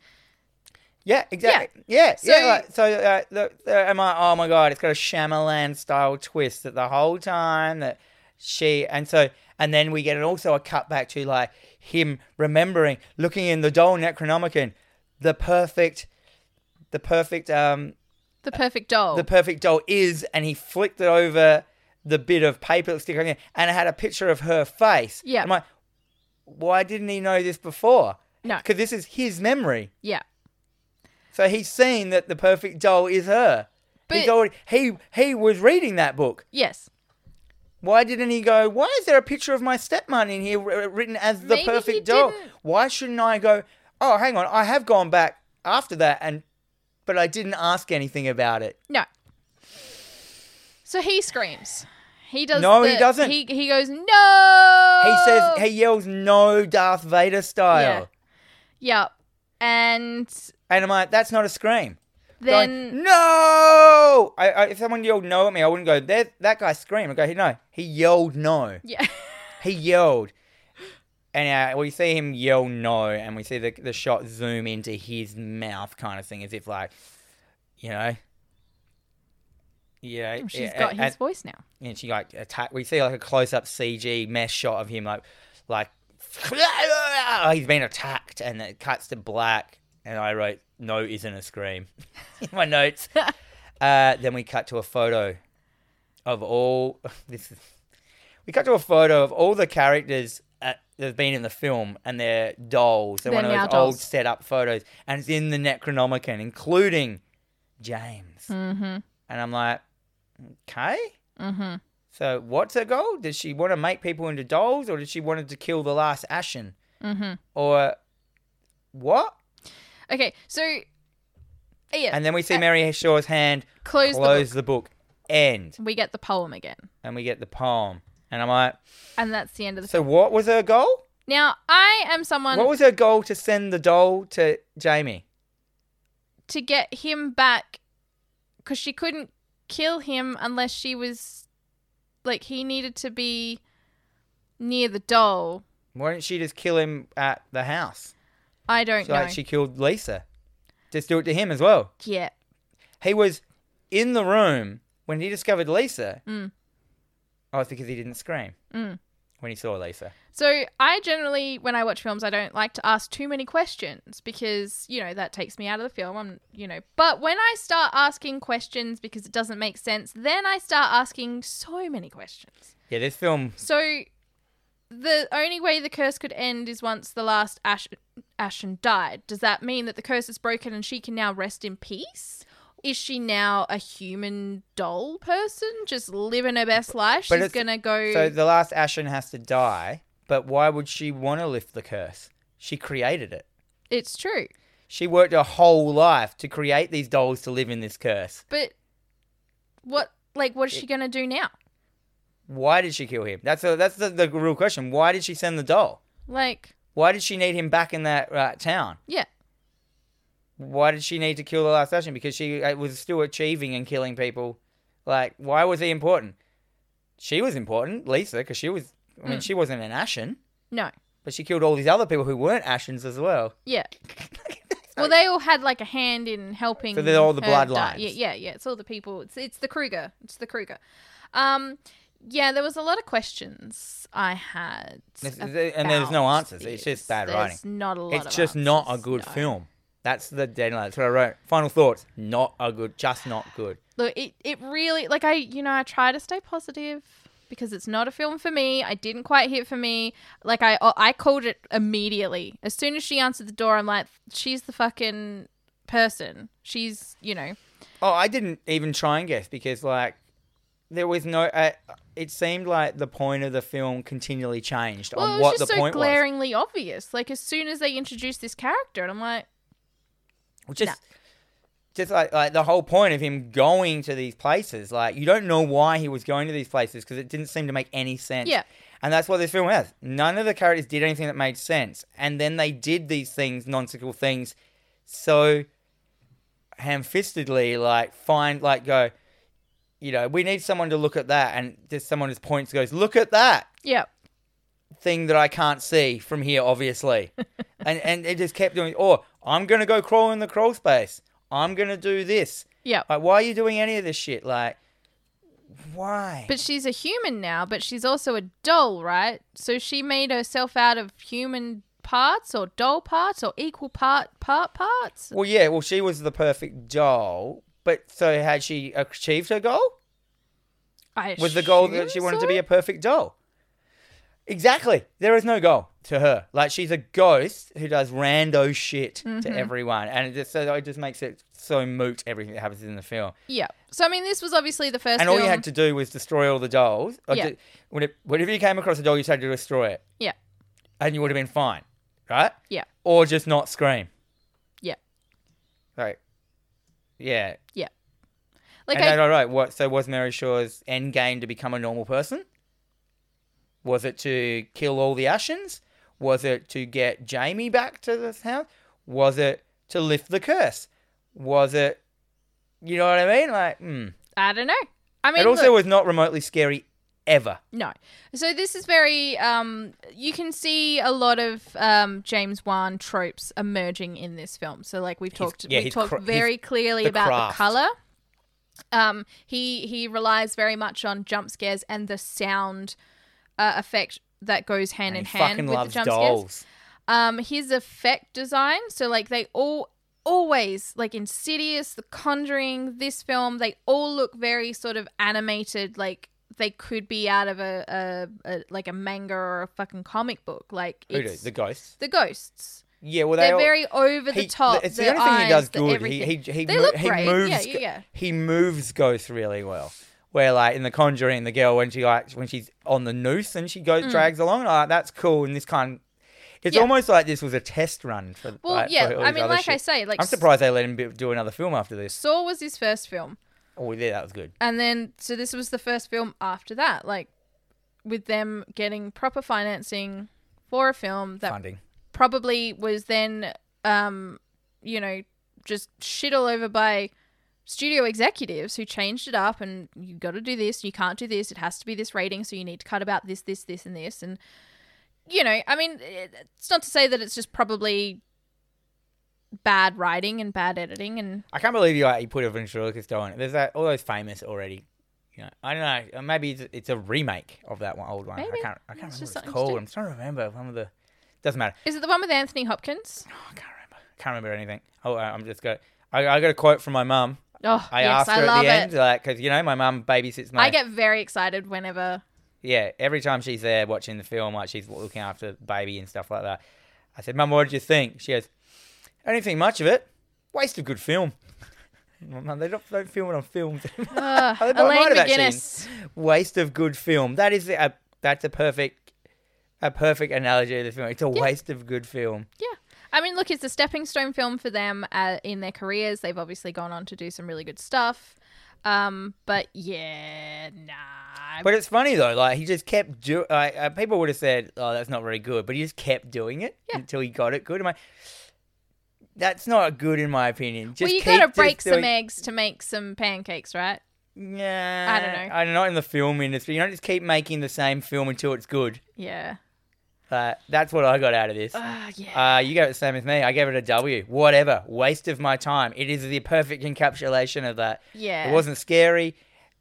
[SPEAKER 1] Yeah, exactly. Yeah, yeah.
[SPEAKER 2] So-
[SPEAKER 1] like, so uh, the, the, am I? Oh my god, it's got a Shyamalan style twist that the whole time that she and so and then we get an, also a cutback to like him remembering looking in the doll Necronomicon, the perfect, the perfect um
[SPEAKER 2] the perfect doll.
[SPEAKER 1] the perfect doll is, and he flicked it over the bit of paper that was sticking on it, and it had a picture of her face.
[SPEAKER 2] Yeah.
[SPEAKER 1] I'm like, why didn't he know this before?
[SPEAKER 2] No.
[SPEAKER 1] Because this is his memory.
[SPEAKER 2] yeah.
[SPEAKER 1] So he's seen that the perfect doll is her. he's
[SPEAKER 2] But-
[SPEAKER 1] already, he he was reading that book.
[SPEAKER 2] Yes.
[SPEAKER 1] Why didn't he go? Why is there a picture of my stepmom in here wr- written as the
[SPEAKER 2] Maybe he
[SPEAKER 1] perfect doll?
[SPEAKER 2] didn't-
[SPEAKER 1] Why shouldn't I go? Oh, hang on, I have gone back after that, and but I didn't ask anything about it.
[SPEAKER 2] No. So he screams. He does.
[SPEAKER 1] No, he
[SPEAKER 2] the-
[SPEAKER 1] doesn't.
[SPEAKER 2] He he goes no.
[SPEAKER 1] He says he yells no Darth Vader style.
[SPEAKER 2] Oh. Yeah. Yep. And
[SPEAKER 1] And I'm like, that's not a scream.
[SPEAKER 2] then
[SPEAKER 1] going, no! I, I, if someone yelled no at me, I wouldn't go, that, that guy screamed. I go, no, he yelled no.
[SPEAKER 2] yeah. <laughs>
[SPEAKER 1] He yelled. And uh, we see him yell no, and we see the, the shot zoom into his mouth kind of thing, as if, like, you know. Yeah,
[SPEAKER 2] She's
[SPEAKER 1] yeah,
[SPEAKER 2] got
[SPEAKER 1] and-
[SPEAKER 2] his voice now.
[SPEAKER 1] and she like attack. We see like a close up CG mesh shot of him like like <laughs> he's been attacked, and it cuts to black. And I wrote no isn't a scream <laughs> in my
[SPEAKER 2] <laughs>
[SPEAKER 1] notes. uh, then we cut to a photo of all <laughs> this. Is, we cut to a photo of all the characters. At, that have been in the film and their dolls. They're
[SPEAKER 2] They're
[SPEAKER 1] one of
[SPEAKER 2] now
[SPEAKER 1] those old
[SPEAKER 2] dolls.
[SPEAKER 1] set up photos, and it's in the Necronomicon, including James.
[SPEAKER 2] Mm-hmm.
[SPEAKER 1] And I'm like, okay.
[SPEAKER 2] Mm-hmm.
[SPEAKER 1] So what's her goal? Did she want to make people into dolls, or did she wanted to kill the last Ashen,
[SPEAKER 2] Mm-hmm.
[SPEAKER 1] or what?
[SPEAKER 2] Okay, so yeah,
[SPEAKER 1] And then we see Mary Shaw's hand
[SPEAKER 2] close,
[SPEAKER 1] close the book. end,
[SPEAKER 2] the book. We get the poem again,
[SPEAKER 1] and we get the poem. And I'm like,
[SPEAKER 2] and that's the end of the.
[SPEAKER 1] so what was her goal?
[SPEAKER 2] now I am someone
[SPEAKER 1] What was her goal to send the doll to Jamie?
[SPEAKER 2] to get him back, because she couldn't kill him unless she was, like, he needed to be near the doll.
[SPEAKER 1] Why didn't she just kill him at the house?
[SPEAKER 2] I don't
[SPEAKER 1] So,
[SPEAKER 2] know.
[SPEAKER 1] Like she killed Lisa. Just do it to him as well.
[SPEAKER 2] yeah,
[SPEAKER 1] He was in the room when he discovered Lisa. Oh, it's because he didn't scream when he saw Lisa.
[SPEAKER 2] So I generally, when I watch films, I don't like to ask too many questions because you know that takes me out of the film. I'm, you know, but when I start asking questions because it doesn't make sense, then I start asking so many questions.
[SPEAKER 1] Yeah, this film.
[SPEAKER 2] So the only way the curse could end is once the last Ash- Ashen died. Does that mean that the curse is broken and she can now rest in peace? Is she now a human doll person just living her best life?
[SPEAKER 1] But
[SPEAKER 2] She's
[SPEAKER 1] it's-
[SPEAKER 2] gonna go.
[SPEAKER 1] So the last Ashen has to die, but why would she want to lift the curse? She created it.
[SPEAKER 2] it's true,
[SPEAKER 1] She worked her whole life to create these dolls to live in this curse.
[SPEAKER 2] but what like what is she gonna do now?
[SPEAKER 1] Why did she kill him? That's a, that's the, the real question. Why did she send the doll?
[SPEAKER 2] Like,
[SPEAKER 1] Why did she need him back in that uh, town?
[SPEAKER 2] yeah,
[SPEAKER 1] Why did she need to kill the last Ashen? Because she uh, was still achieving and killing people. Like, why was he important? She was important, Lisa, because she was. I mean, she wasn't an Ashen,
[SPEAKER 2] no,
[SPEAKER 1] but she killed all these other people who weren't Ashens as well. <laughs>
[SPEAKER 2] yeah. Well, they all had like a hand in helping.
[SPEAKER 1] So they're all the
[SPEAKER 2] her die.
[SPEAKER 1] bloodlines.
[SPEAKER 2] Yeah, yeah, yeah. It's all the people. It's it's the Kruger. It's the Kruger. Um, yeah, there was a lot of questions I had,
[SPEAKER 1] This- and there's no
[SPEAKER 2] about
[SPEAKER 1] answers. It's
[SPEAKER 2] this.
[SPEAKER 1] just bad
[SPEAKER 2] There's
[SPEAKER 1] writing.
[SPEAKER 2] Not a lot.
[SPEAKER 1] It's
[SPEAKER 2] of
[SPEAKER 1] just not a
[SPEAKER 2] answers,
[SPEAKER 1] good
[SPEAKER 2] no.
[SPEAKER 1] film. That's the deadline. That's what I wrote. Final thoughts. Not a good. Just not good.
[SPEAKER 2] Look, it it really like I you know I try to stay positive because it's not a film for me. I didn't quite hit for me. Like I oh, I called it immediately as soon as she answered the door. I'm like, she's the fucking person. She's you know
[SPEAKER 1] Oh, I didn't even try and guess because like there was no. Uh, it seemed like the point of the film continually changed
[SPEAKER 2] Well,
[SPEAKER 1] on
[SPEAKER 2] it
[SPEAKER 1] what
[SPEAKER 2] was just
[SPEAKER 1] the
[SPEAKER 2] so
[SPEAKER 1] point was.
[SPEAKER 2] glaringly obvious. Like as soon as they introduced this character, and I'm like,
[SPEAKER 1] Which is just like like the whole point of him going to these places. Like you don't know why he was going to these places because it didn't seem to make any sense.
[SPEAKER 2] Yeah.
[SPEAKER 1] And that's what this film has. None of the characters did anything that made sense, and then they did these things, nonsensical things, so ham-fistedly. Like find like go. You know, we need someone to look at that, and just someone just points, goes, "Look at that."
[SPEAKER 2] yeah,
[SPEAKER 1] thing that I can't see from here, obviously. and and it just kept doing, oh, I'm gonna go crawl in the crawl space. I'm gonna do this.
[SPEAKER 2] yeah.
[SPEAKER 1] Like, why are you doing any of this shit? Like, why?
[SPEAKER 2] But she's a human now, but she's also a doll, right? So she made herself out of human parts or doll parts or equal part part parts.
[SPEAKER 1] well, yeah. Well, she was the perfect doll. But so had she achieved her goal?
[SPEAKER 2] I
[SPEAKER 1] Was the goal
[SPEAKER 2] assume
[SPEAKER 1] that she wanted
[SPEAKER 2] so?
[SPEAKER 1] to be a perfect doll? Exactly. There is no goal to her. Like she's a ghost who does rando shit to everyone, and it just so it just makes it so moot everything that happens in the film.
[SPEAKER 2] Yeah. So I mean, this was obviously the first.
[SPEAKER 1] and all you
[SPEAKER 2] film-
[SPEAKER 1] had to do was destroy all the dolls. Or
[SPEAKER 2] Yeah.
[SPEAKER 1] do- whenever- whenever you came across a doll, you just had to destroy it,
[SPEAKER 2] Yeah.
[SPEAKER 1] and you would have been fine, right?
[SPEAKER 2] Yeah.
[SPEAKER 1] Or just not scream.
[SPEAKER 2] Yeah.
[SPEAKER 1] Like, yeah.
[SPEAKER 2] Yeah. Like
[SPEAKER 1] and
[SPEAKER 2] I,
[SPEAKER 1] then, all right, what? So was Mary Shaw's end game to become a normal person? Was it to kill all the Ashens? Was it to get Jamie back to the house? Was it to lift the curse? Was it, you know what I mean? Like, hmm.
[SPEAKER 2] I don't know. I mean,
[SPEAKER 1] It also
[SPEAKER 2] look-
[SPEAKER 1] was not remotely scary ever.
[SPEAKER 2] No. So this is very um you can see a lot of um James Wan tropes emerging in this film. So like we've talked
[SPEAKER 1] yeah,
[SPEAKER 2] we've
[SPEAKER 1] his
[SPEAKER 2] talked
[SPEAKER 1] cra- his-
[SPEAKER 2] very clearly
[SPEAKER 1] the
[SPEAKER 2] about
[SPEAKER 1] craft.
[SPEAKER 2] the color. Um he he relies very much on jump scares and the sound uh, effect that goes hand
[SPEAKER 1] And
[SPEAKER 2] in
[SPEAKER 1] he
[SPEAKER 2] hand
[SPEAKER 1] fucking
[SPEAKER 2] with the
[SPEAKER 1] loves
[SPEAKER 2] jump scares
[SPEAKER 1] dolls.
[SPEAKER 2] um his effect design so like they all always like insidious the conjuring this film they all look very sort of animated like they could be out of a, a, a like a manga or a fucking comic book like
[SPEAKER 1] Who do?
[SPEAKER 2] it's
[SPEAKER 1] The ghosts.
[SPEAKER 2] the ghosts
[SPEAKER 1] Yeah, well, they
[SPEAKER 2] they're
[SPEAKER 1] all-
[SPEAKER 2] very over
[SPEAKER 1] he-
[SPEAKER 2] the top
[SPEAKER 1] It's the
[SPEAKER 2] their
[SPEAKER 1] only thing he does
[SPEAKER 2] eyes, the
[SPEAKER 1] good. He
[SPEAKER 2] everything.
[SPEAKER 1] he he,
[SPEAKER 2] They
[SPEAKER 1] mo-
[SPEAKER 2] look
[SPEAKER 1] he
[SPEAKER 2] great.
[SPEAKER 1] moves.
[SPEAKER 2] yeah,
[SPEAKER 1] go-
[SPEAKER 2] yeah, yeah.
[SPEAKER 1] He moves ghosts really well. Where like in The Conjuring, the girl when she like when she's on the noose and she goes drags along, like that's cool. And this kind, it's
[SPEAKER 2] Mm. Yeah.
[SPEAKER 1] almost like this was a test run for.
[SPEAKER 2] Well,
[SPEAKER 1] like,
[SPEAKER 2] yeah,
[SPEAKER 1] for all
[SPEAKER 2] I
[SPEAKER 1] these
[SPEAKER 2] mean,
[SPEAKER 1] other
[SPEAKER 2] like I
[SPEAKER 1] shit.
[SPEAKER 2] say, like
[SPEAKER 1] I'm surprised they let him be- do another film after this.
[SPEAKER 2] saw was his first film
[SPEAKER 1] Oh, yeah, that was good.
[SPEAKER 2] and then so this was the first film after that like with them getting proper financing for a film that
[SPEAKER 1] Funding.
[SPEAKER 2] probably was then um you know just shit all over by studio executives who changed it up and you got to do this you can't do this it has to be this rating so you need to cut about this this this and this and you know i mean it- it's not to say that it's just probably bad writing and bad editing and
[SPEAKER 1] I can't believe you, like, you put a ventriloquist on it. There's that, all those famous already. You know, I don't know. uh, Maybe it's, it's a remake of that one old one.
[SPEAKER 2] Maybe.
[SPEAKER 1] I can't. I can't remember
[SPEAKER 2] just
[SPEAKER 1] what it's
[SPEAKER 2] something to
[SPEAKER 1] called.
[SPEAKER 2] do.
[SPEAKER 1] I'm trying to remember one of the. Doesn't matter.
[SPEAKER 2] is it the one with Anthony Hopkins?
[SPEAKER 1] Oh, I can't remember. Can't remember anything. Oh, I- I'm just going. I, I got a quote from my mum.
[SPEAKER 2] Oh,
[SPEAKER 1] I
[SPEAKER 2] yes,
[SPEAKER 1] asked her
[SPEAKER 2] I
[SPEAKER 1] at
[SPEAKER 2] love
[SPEAKER 1] the end,
[SPEAKER 2] it.
[SPEAKER 1] like, because you know my mum babysits my.
[SPEAKER 2] I get very excited
[SPEAKER 1] <laughs>
[SPEAKER 2] whenever
[SPEAKER 1] yeah, every time she's there watching the film, like she's looking after the baby and stuff like that. I said, Mum, what did you think? She goes, I didn't think much of it. Waste of good film. <laughs> Mum, they don't, don't film <laughs> it on films.
[SPEAKER 2] uh,
[SPEAKER 1] I might
[SPEAKER 2] Elaine
[SPEAKER 1] have actually-
[SPEAKER 2] McGuinness.
[SPEAKER 1] waste of good film. That is a that's a perfect a perfect analogy of the film. It's a waste of good film.
[SPEAKER 2] I mean, look, it's a stepping stone film for them uh, in their careers. They've obviously gone on to do some really good stuff. Um, but yeah, nah.
[SPEAKER 1] But it's funny though. Like he just kept do. Like, uh, people would have said, "Oh, that's not very good," but he just kept doing it
[SPEAKER 2] Yeah.
[SPEAKER 1] until he got it good. Am I? That's not good in my opinion. Just
[SPEAKER 2] well, you
[SPEAKER 1] keep
[SPEAKER 2] gotta
[SPEAKER 1] just
[SPEAKER 2] break some
[SPEAKER 1] doing-
[SPEAKER 2] eggs to make some pancakes, right?
[SPEAKER 1] Yeah,
[SPEAKER 2] I don't know.
[SPEAKER 1] I don't know. Not in the film industry, you don't just keep making the same film until it's good.
[SPEAKER 2] Yeah.
[SPEAKER 1] Uh, that's what I got out of this.
[SPEAKER 2] Ah, yeah.
[SPEAKER 1] Uh, you gave it the same as me. I gave it a W. Whatever. Waste of my time. It is the perfect encapsulation of that.
[SPEAKER 2] yeah.
[SPEAKER 1] It wasn't scary.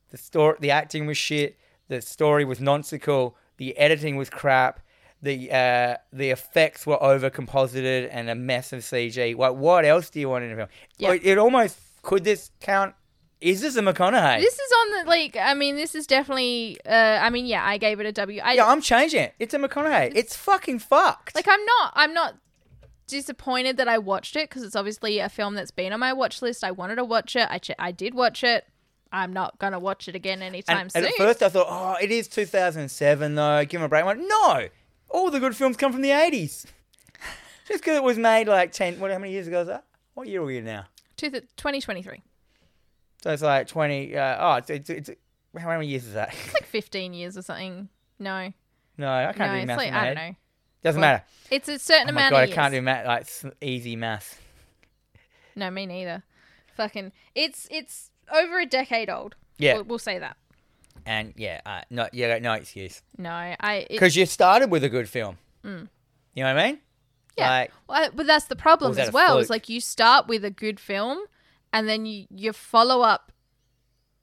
[SPEAKER 1] The story, the acting was shit. The story was nonsensical. The editing was crap. The uh, the effects were over composited and a mess of CG. What what else do you want in a film?
[SPEAKER 2] Yeah.
[SPEAKER 1] It, it almost could this count? Is this a McConaughey?
[SPEAKER 2] This is on the like. I mean, this is definitely. Uh, I mean, yeah, I gave it a W. I
[SPEAKER 1] yeah, I'm changing it. It's a McConaughey. It's fucking fucked.
[SPEAKER 2] like. I'm not. I'm not disappointed that I watched it because it's obviously a film that's been on my watch list. I wanted to watch it. I ch- I did watch it. I'm not gonna watch it again anytime
[SPEAKER 1] and,
[SPEAKER 2] soon.
[SPEAKER 1] and at first I thought, oh, it is 2007 though. Give him a break. I went, no, all the good films come from the 80s. <laughs> Just because it was made like 10. What? How many years ago is that? What year are we in now?
[SPEAKER 2] Two th- 2023,
[SPEAKER 1] So it's like 20. Uh, oh, it's, it's, it's how many years is that? <laughs>
[SPEAKER 2] like 15 years or something. No,
[SPEAKER 1] no, I can't
[SPEAKER 2] no,
[SPEAKER 1] do
[SPEAKER 2] it's
[SPEAKER 1] math.
[SPEAKER 2] like
[SPEAKER 1] in my
[SPEAKER 2] I don't
[SPEAKER 1] head.
[SPEAKER 2] know.
[SPEAKER 1] Doesn't
[SPEAKER 2] Well,
[SPEAKER 1] matter.
[SPEAKER 2] It's a certain
[SPEAKER 1] Oh my
[SPEAKER 2] amount
[SPEAKER 1] god,
[SPEAKER 2] of
[SPEAKER 1] I
[SPEAKER 2] years.
[SPEAKER 1] can't do math like s- easy math.
[SPEAKER 2] No, me neither. Fucking, it's it's over a decade old.
[SPEAKER 1] Yeah,
[SPEAKER 2] we'll, we'll say that.
[SPEAKER 1] and yeah, uh, no, yeah, no excuse
[SPEAKER 2] No, I. It,
[SPEAKER 1] because you started with a good film. You know what I mean?
[SPEAKER 2] Mm. Yeah.
[SPEAKER 1] Like,
[SPEAKER 2] Well, but that's the problem
[SPEAKER 1] was that
[SPEAKER 2] as
[SPEAKER 1] a
[SPEAKER 2] well. Is
[SPEAKER 1] fluke?
[SPEAKER 2] like you start with a good film, and then you, your follow up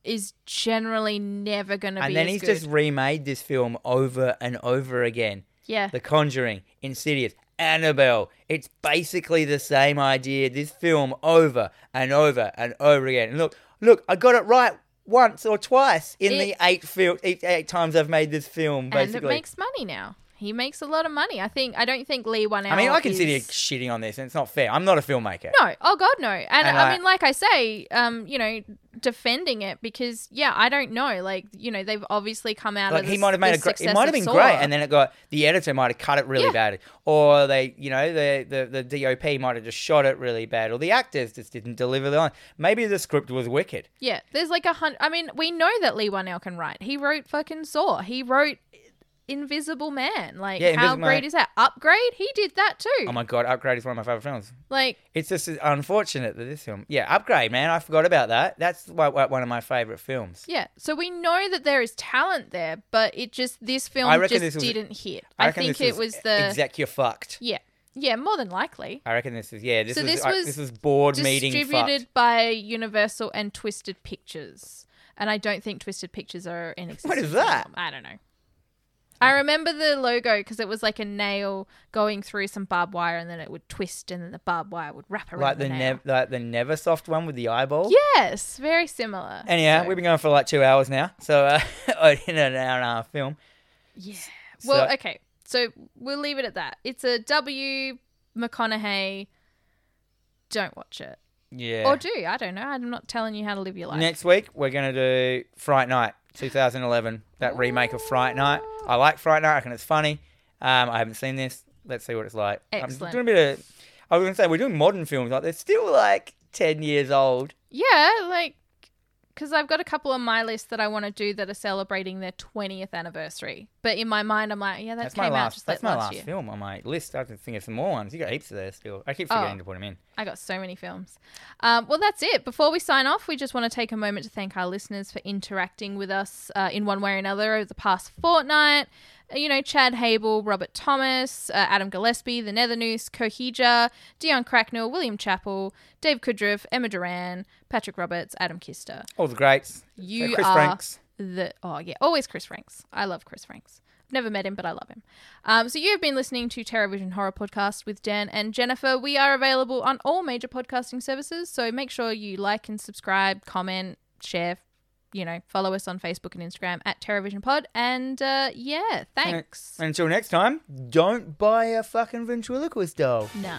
[SPEAKER 2] is generally never going to be.
[SPEAKER 1] and then
[SPEAKER 2] as
[SPEAKER 1] he's
[SPEAKER 2] good.
[SPEAKER 1] just remade this film over and over again.
[SPEAKER 2] yeah,
[SPEAKER 1] The Conjuring, Insidious, Annabelle. It's basically the same idea. This film over and over and over again. And look, look, I got it right once or twice in the
[SPEAKER 2] It-
[SPEAKER 1] eight film, eight, eight times I've made this film.
[SPEAKER 2] and
[SPEAKER 1] Basically,
[SPEAKER 2] it makes money now. He makes a lot of money. I think. I don't think Lee one.
[SPEAKER 1] I mean, I consider
[SPEAKER 2] is...
[SPEAKER 1] shitting on this, and it's not fair. I'm not a filmmaker.
[SPEAKER 2] No, oh god, no. And,
[SPEAKER 1] And
[SPEAKER 2] I,
[SPEAKER 1] I-
[SPEAKER 2] mean, like I say, um, you know, defending it because yeah, I don't know. Like you know, they've obviously come out
[SPEAKER 1] Like
[SPEAKER 2] of
[SPEAKER 1] he
[SPEAKER 2] the-
[SPEAKER 1] might have made
[SPEAKER 2] the
[SPEAKER 1] a great. It
[SPEAKER 2] success
[SPEAKER 1] might
[SPEAKER 2] of
[SPEAKER 1] have been
[SPEAKER 2] Saw.
[SPEAKER 1] great, and then it got the editor might have cut it really
[SPEAKER 2] Yeah.
[SPEAKER 1] bad, or they, you know, the the, the DOP might have just shot it really bad, or the actors just didn't deliver the line. Maybe the script was wicked.
[SPEAKER 2] yeah, there's like a hundred. I mean, we know that Lee Wanell can write. He wrote fucking Saw. He wrote Invisible Man. Like
[SPEAKER 1] Yeah,
[SPEAKER 2] how
[SPEAKER 1] Invisible
[SPEAKER 2] great
[SPEAKER 1] Man.
[SPEAKER 2] is that? Upgrade. He did that too.
[SPEAKER 1] Oh my god, Upgrade is one of my favorite films.
[SPEAKER 2] like
[SPEAKER 1] It's just unfortunate that this film. Yeah, Upgrade, man. I forgot about that. That's why, why- one of my favorite films.
[SPEAKER 2] yeah, so we know that there is talent there, but it just this film
[SPEAKER 1] I reckon
[SPEAKER 2] just
[SPEAKER 1] this was-
[SPEAKER 2] didn't hit.
[SPEAKER 1] I,
[SPEAKER 2] I,
[SPEAKER 1] reckon
[SPEAKER 2] think
[SPEAKER 1] this
[SPEAKER 2] it was the
[SPEAKER 1] exec you fucked.
[SPEAKER 2] yeah yeah more than likely.
[SPEAKER 1] I reckon this is yeah. This
[SPEAKER 2] So
[SPEAKER 1] is
[SPEAKER 2] this
[SPEAKER 1] I-
[SPEAKER 2] was
[SPEAKER 1] this is board meeting
[SPEAKER 2] distributed
[SPEAKER 1] fucked.
[SPEAKER 2] by Universal and Twisted Pictures. And I don't think Twisted Pictures are in existence.
[SPEAKER 1] What is that?
[SPEAKER 2] anymore. I don't know. I remember the logo because it was like a nail going through some barbed wire, and then it would twist, and then the barbed wire would wrap around
[SPEAKER 1] Like
[SPEAKER 2] the,
[SPEAKER 1] the
[SPEAKER 2] nail.
[SPEAKER 1] nev- like the Neversoft one with the eyeball.
[SPEAKER 2] yes, very similar.
[SPEAKER 1] Anyhow,
[SPEAKER 2] So,
[SPEAKER 1] we've been going for like two hours now, so uh, <laughs> in an hour and a half film.
[SPEAKER 2] yeah. Well,
[SPEAKER 1] so-
[SPEAKER 2] okay. So we'll leave it at that. It's a W McConaughey. Don't watch it,
[SPEAKER 1] Yeah.
[SPEAKER 2] or do I don't know. I'm not telling you how to live your life.
[SPEAKER 1] Next week we're gonna do Fright Night 2011, that remake of Fright Night. I like Fright Night. I reckon it's funny. Um, I haven't seen this. Let's see what it's like.
[SPEAKER 2] Excellent.
[SPEAKER 1] I'm doing a bit of. I was gonna say we're doing modern films. Like they're still like 10 years old.
[SPEAKER 2] Yeah, like because I've got a couple on my list that I want to do that are celebrating their twentieth anniversary. But in my mind, I'm like, yeah, that
[SPEAKER 1] That's
[SPEAKER 2] came
[SPEAKER 1] my
[SPEAKER 2] out
[SPEAKER 1] last.
[SPEAKER 2] just like
[SPEAKER 1] That's my
[SPEAKER 2] last,
[SPEAKER 1] last
[SPEAKER 2] year.
[SPEAKER 1] film on my list. I can think of some more ones. You got heaps of there still. I keep
[SPEAKER 2] Oh.
[SPEAKER 1] forgetting to put them in.
[SPEAKER 2] I got so many films. Um, well, that's it. Before we sign off, we just want to take a moment to thank our listeners for interacting with us uh, in one way or another over the past fortnight. you know, Chad Hable, Robert Thomas, uh, Adam Gillespie, The Nethernoose, Coheja, Dion Cracknell, William Chappell, Dave Kudriff, Emma Duran, Patrick Roberts, Adam Kister.
[SPEAKER 1] All the greats.
[SPEAKER 2] You
[SPEAKER 1] Chris
[SPEAKER 2] are
[SPEAKER 1] Franks.
[SPEAKER 2] the oh yeah, always Chris Franks. I love Chris Franks. I've never met him, but I love him. Um, so you have been listening to TerraVision Horror Podcast with Dan and Jennifer. We are available on all major podcasting services, so make sure you like and subscribe, comment, share. You know, follow us on Facebook and Instagram at TerraVision Pod. And uh, yeah, thanks.
[SPEAKER 1] And until next time, don't buy a fucking ventriloquist doll.
[SPEAKER 2] Nah.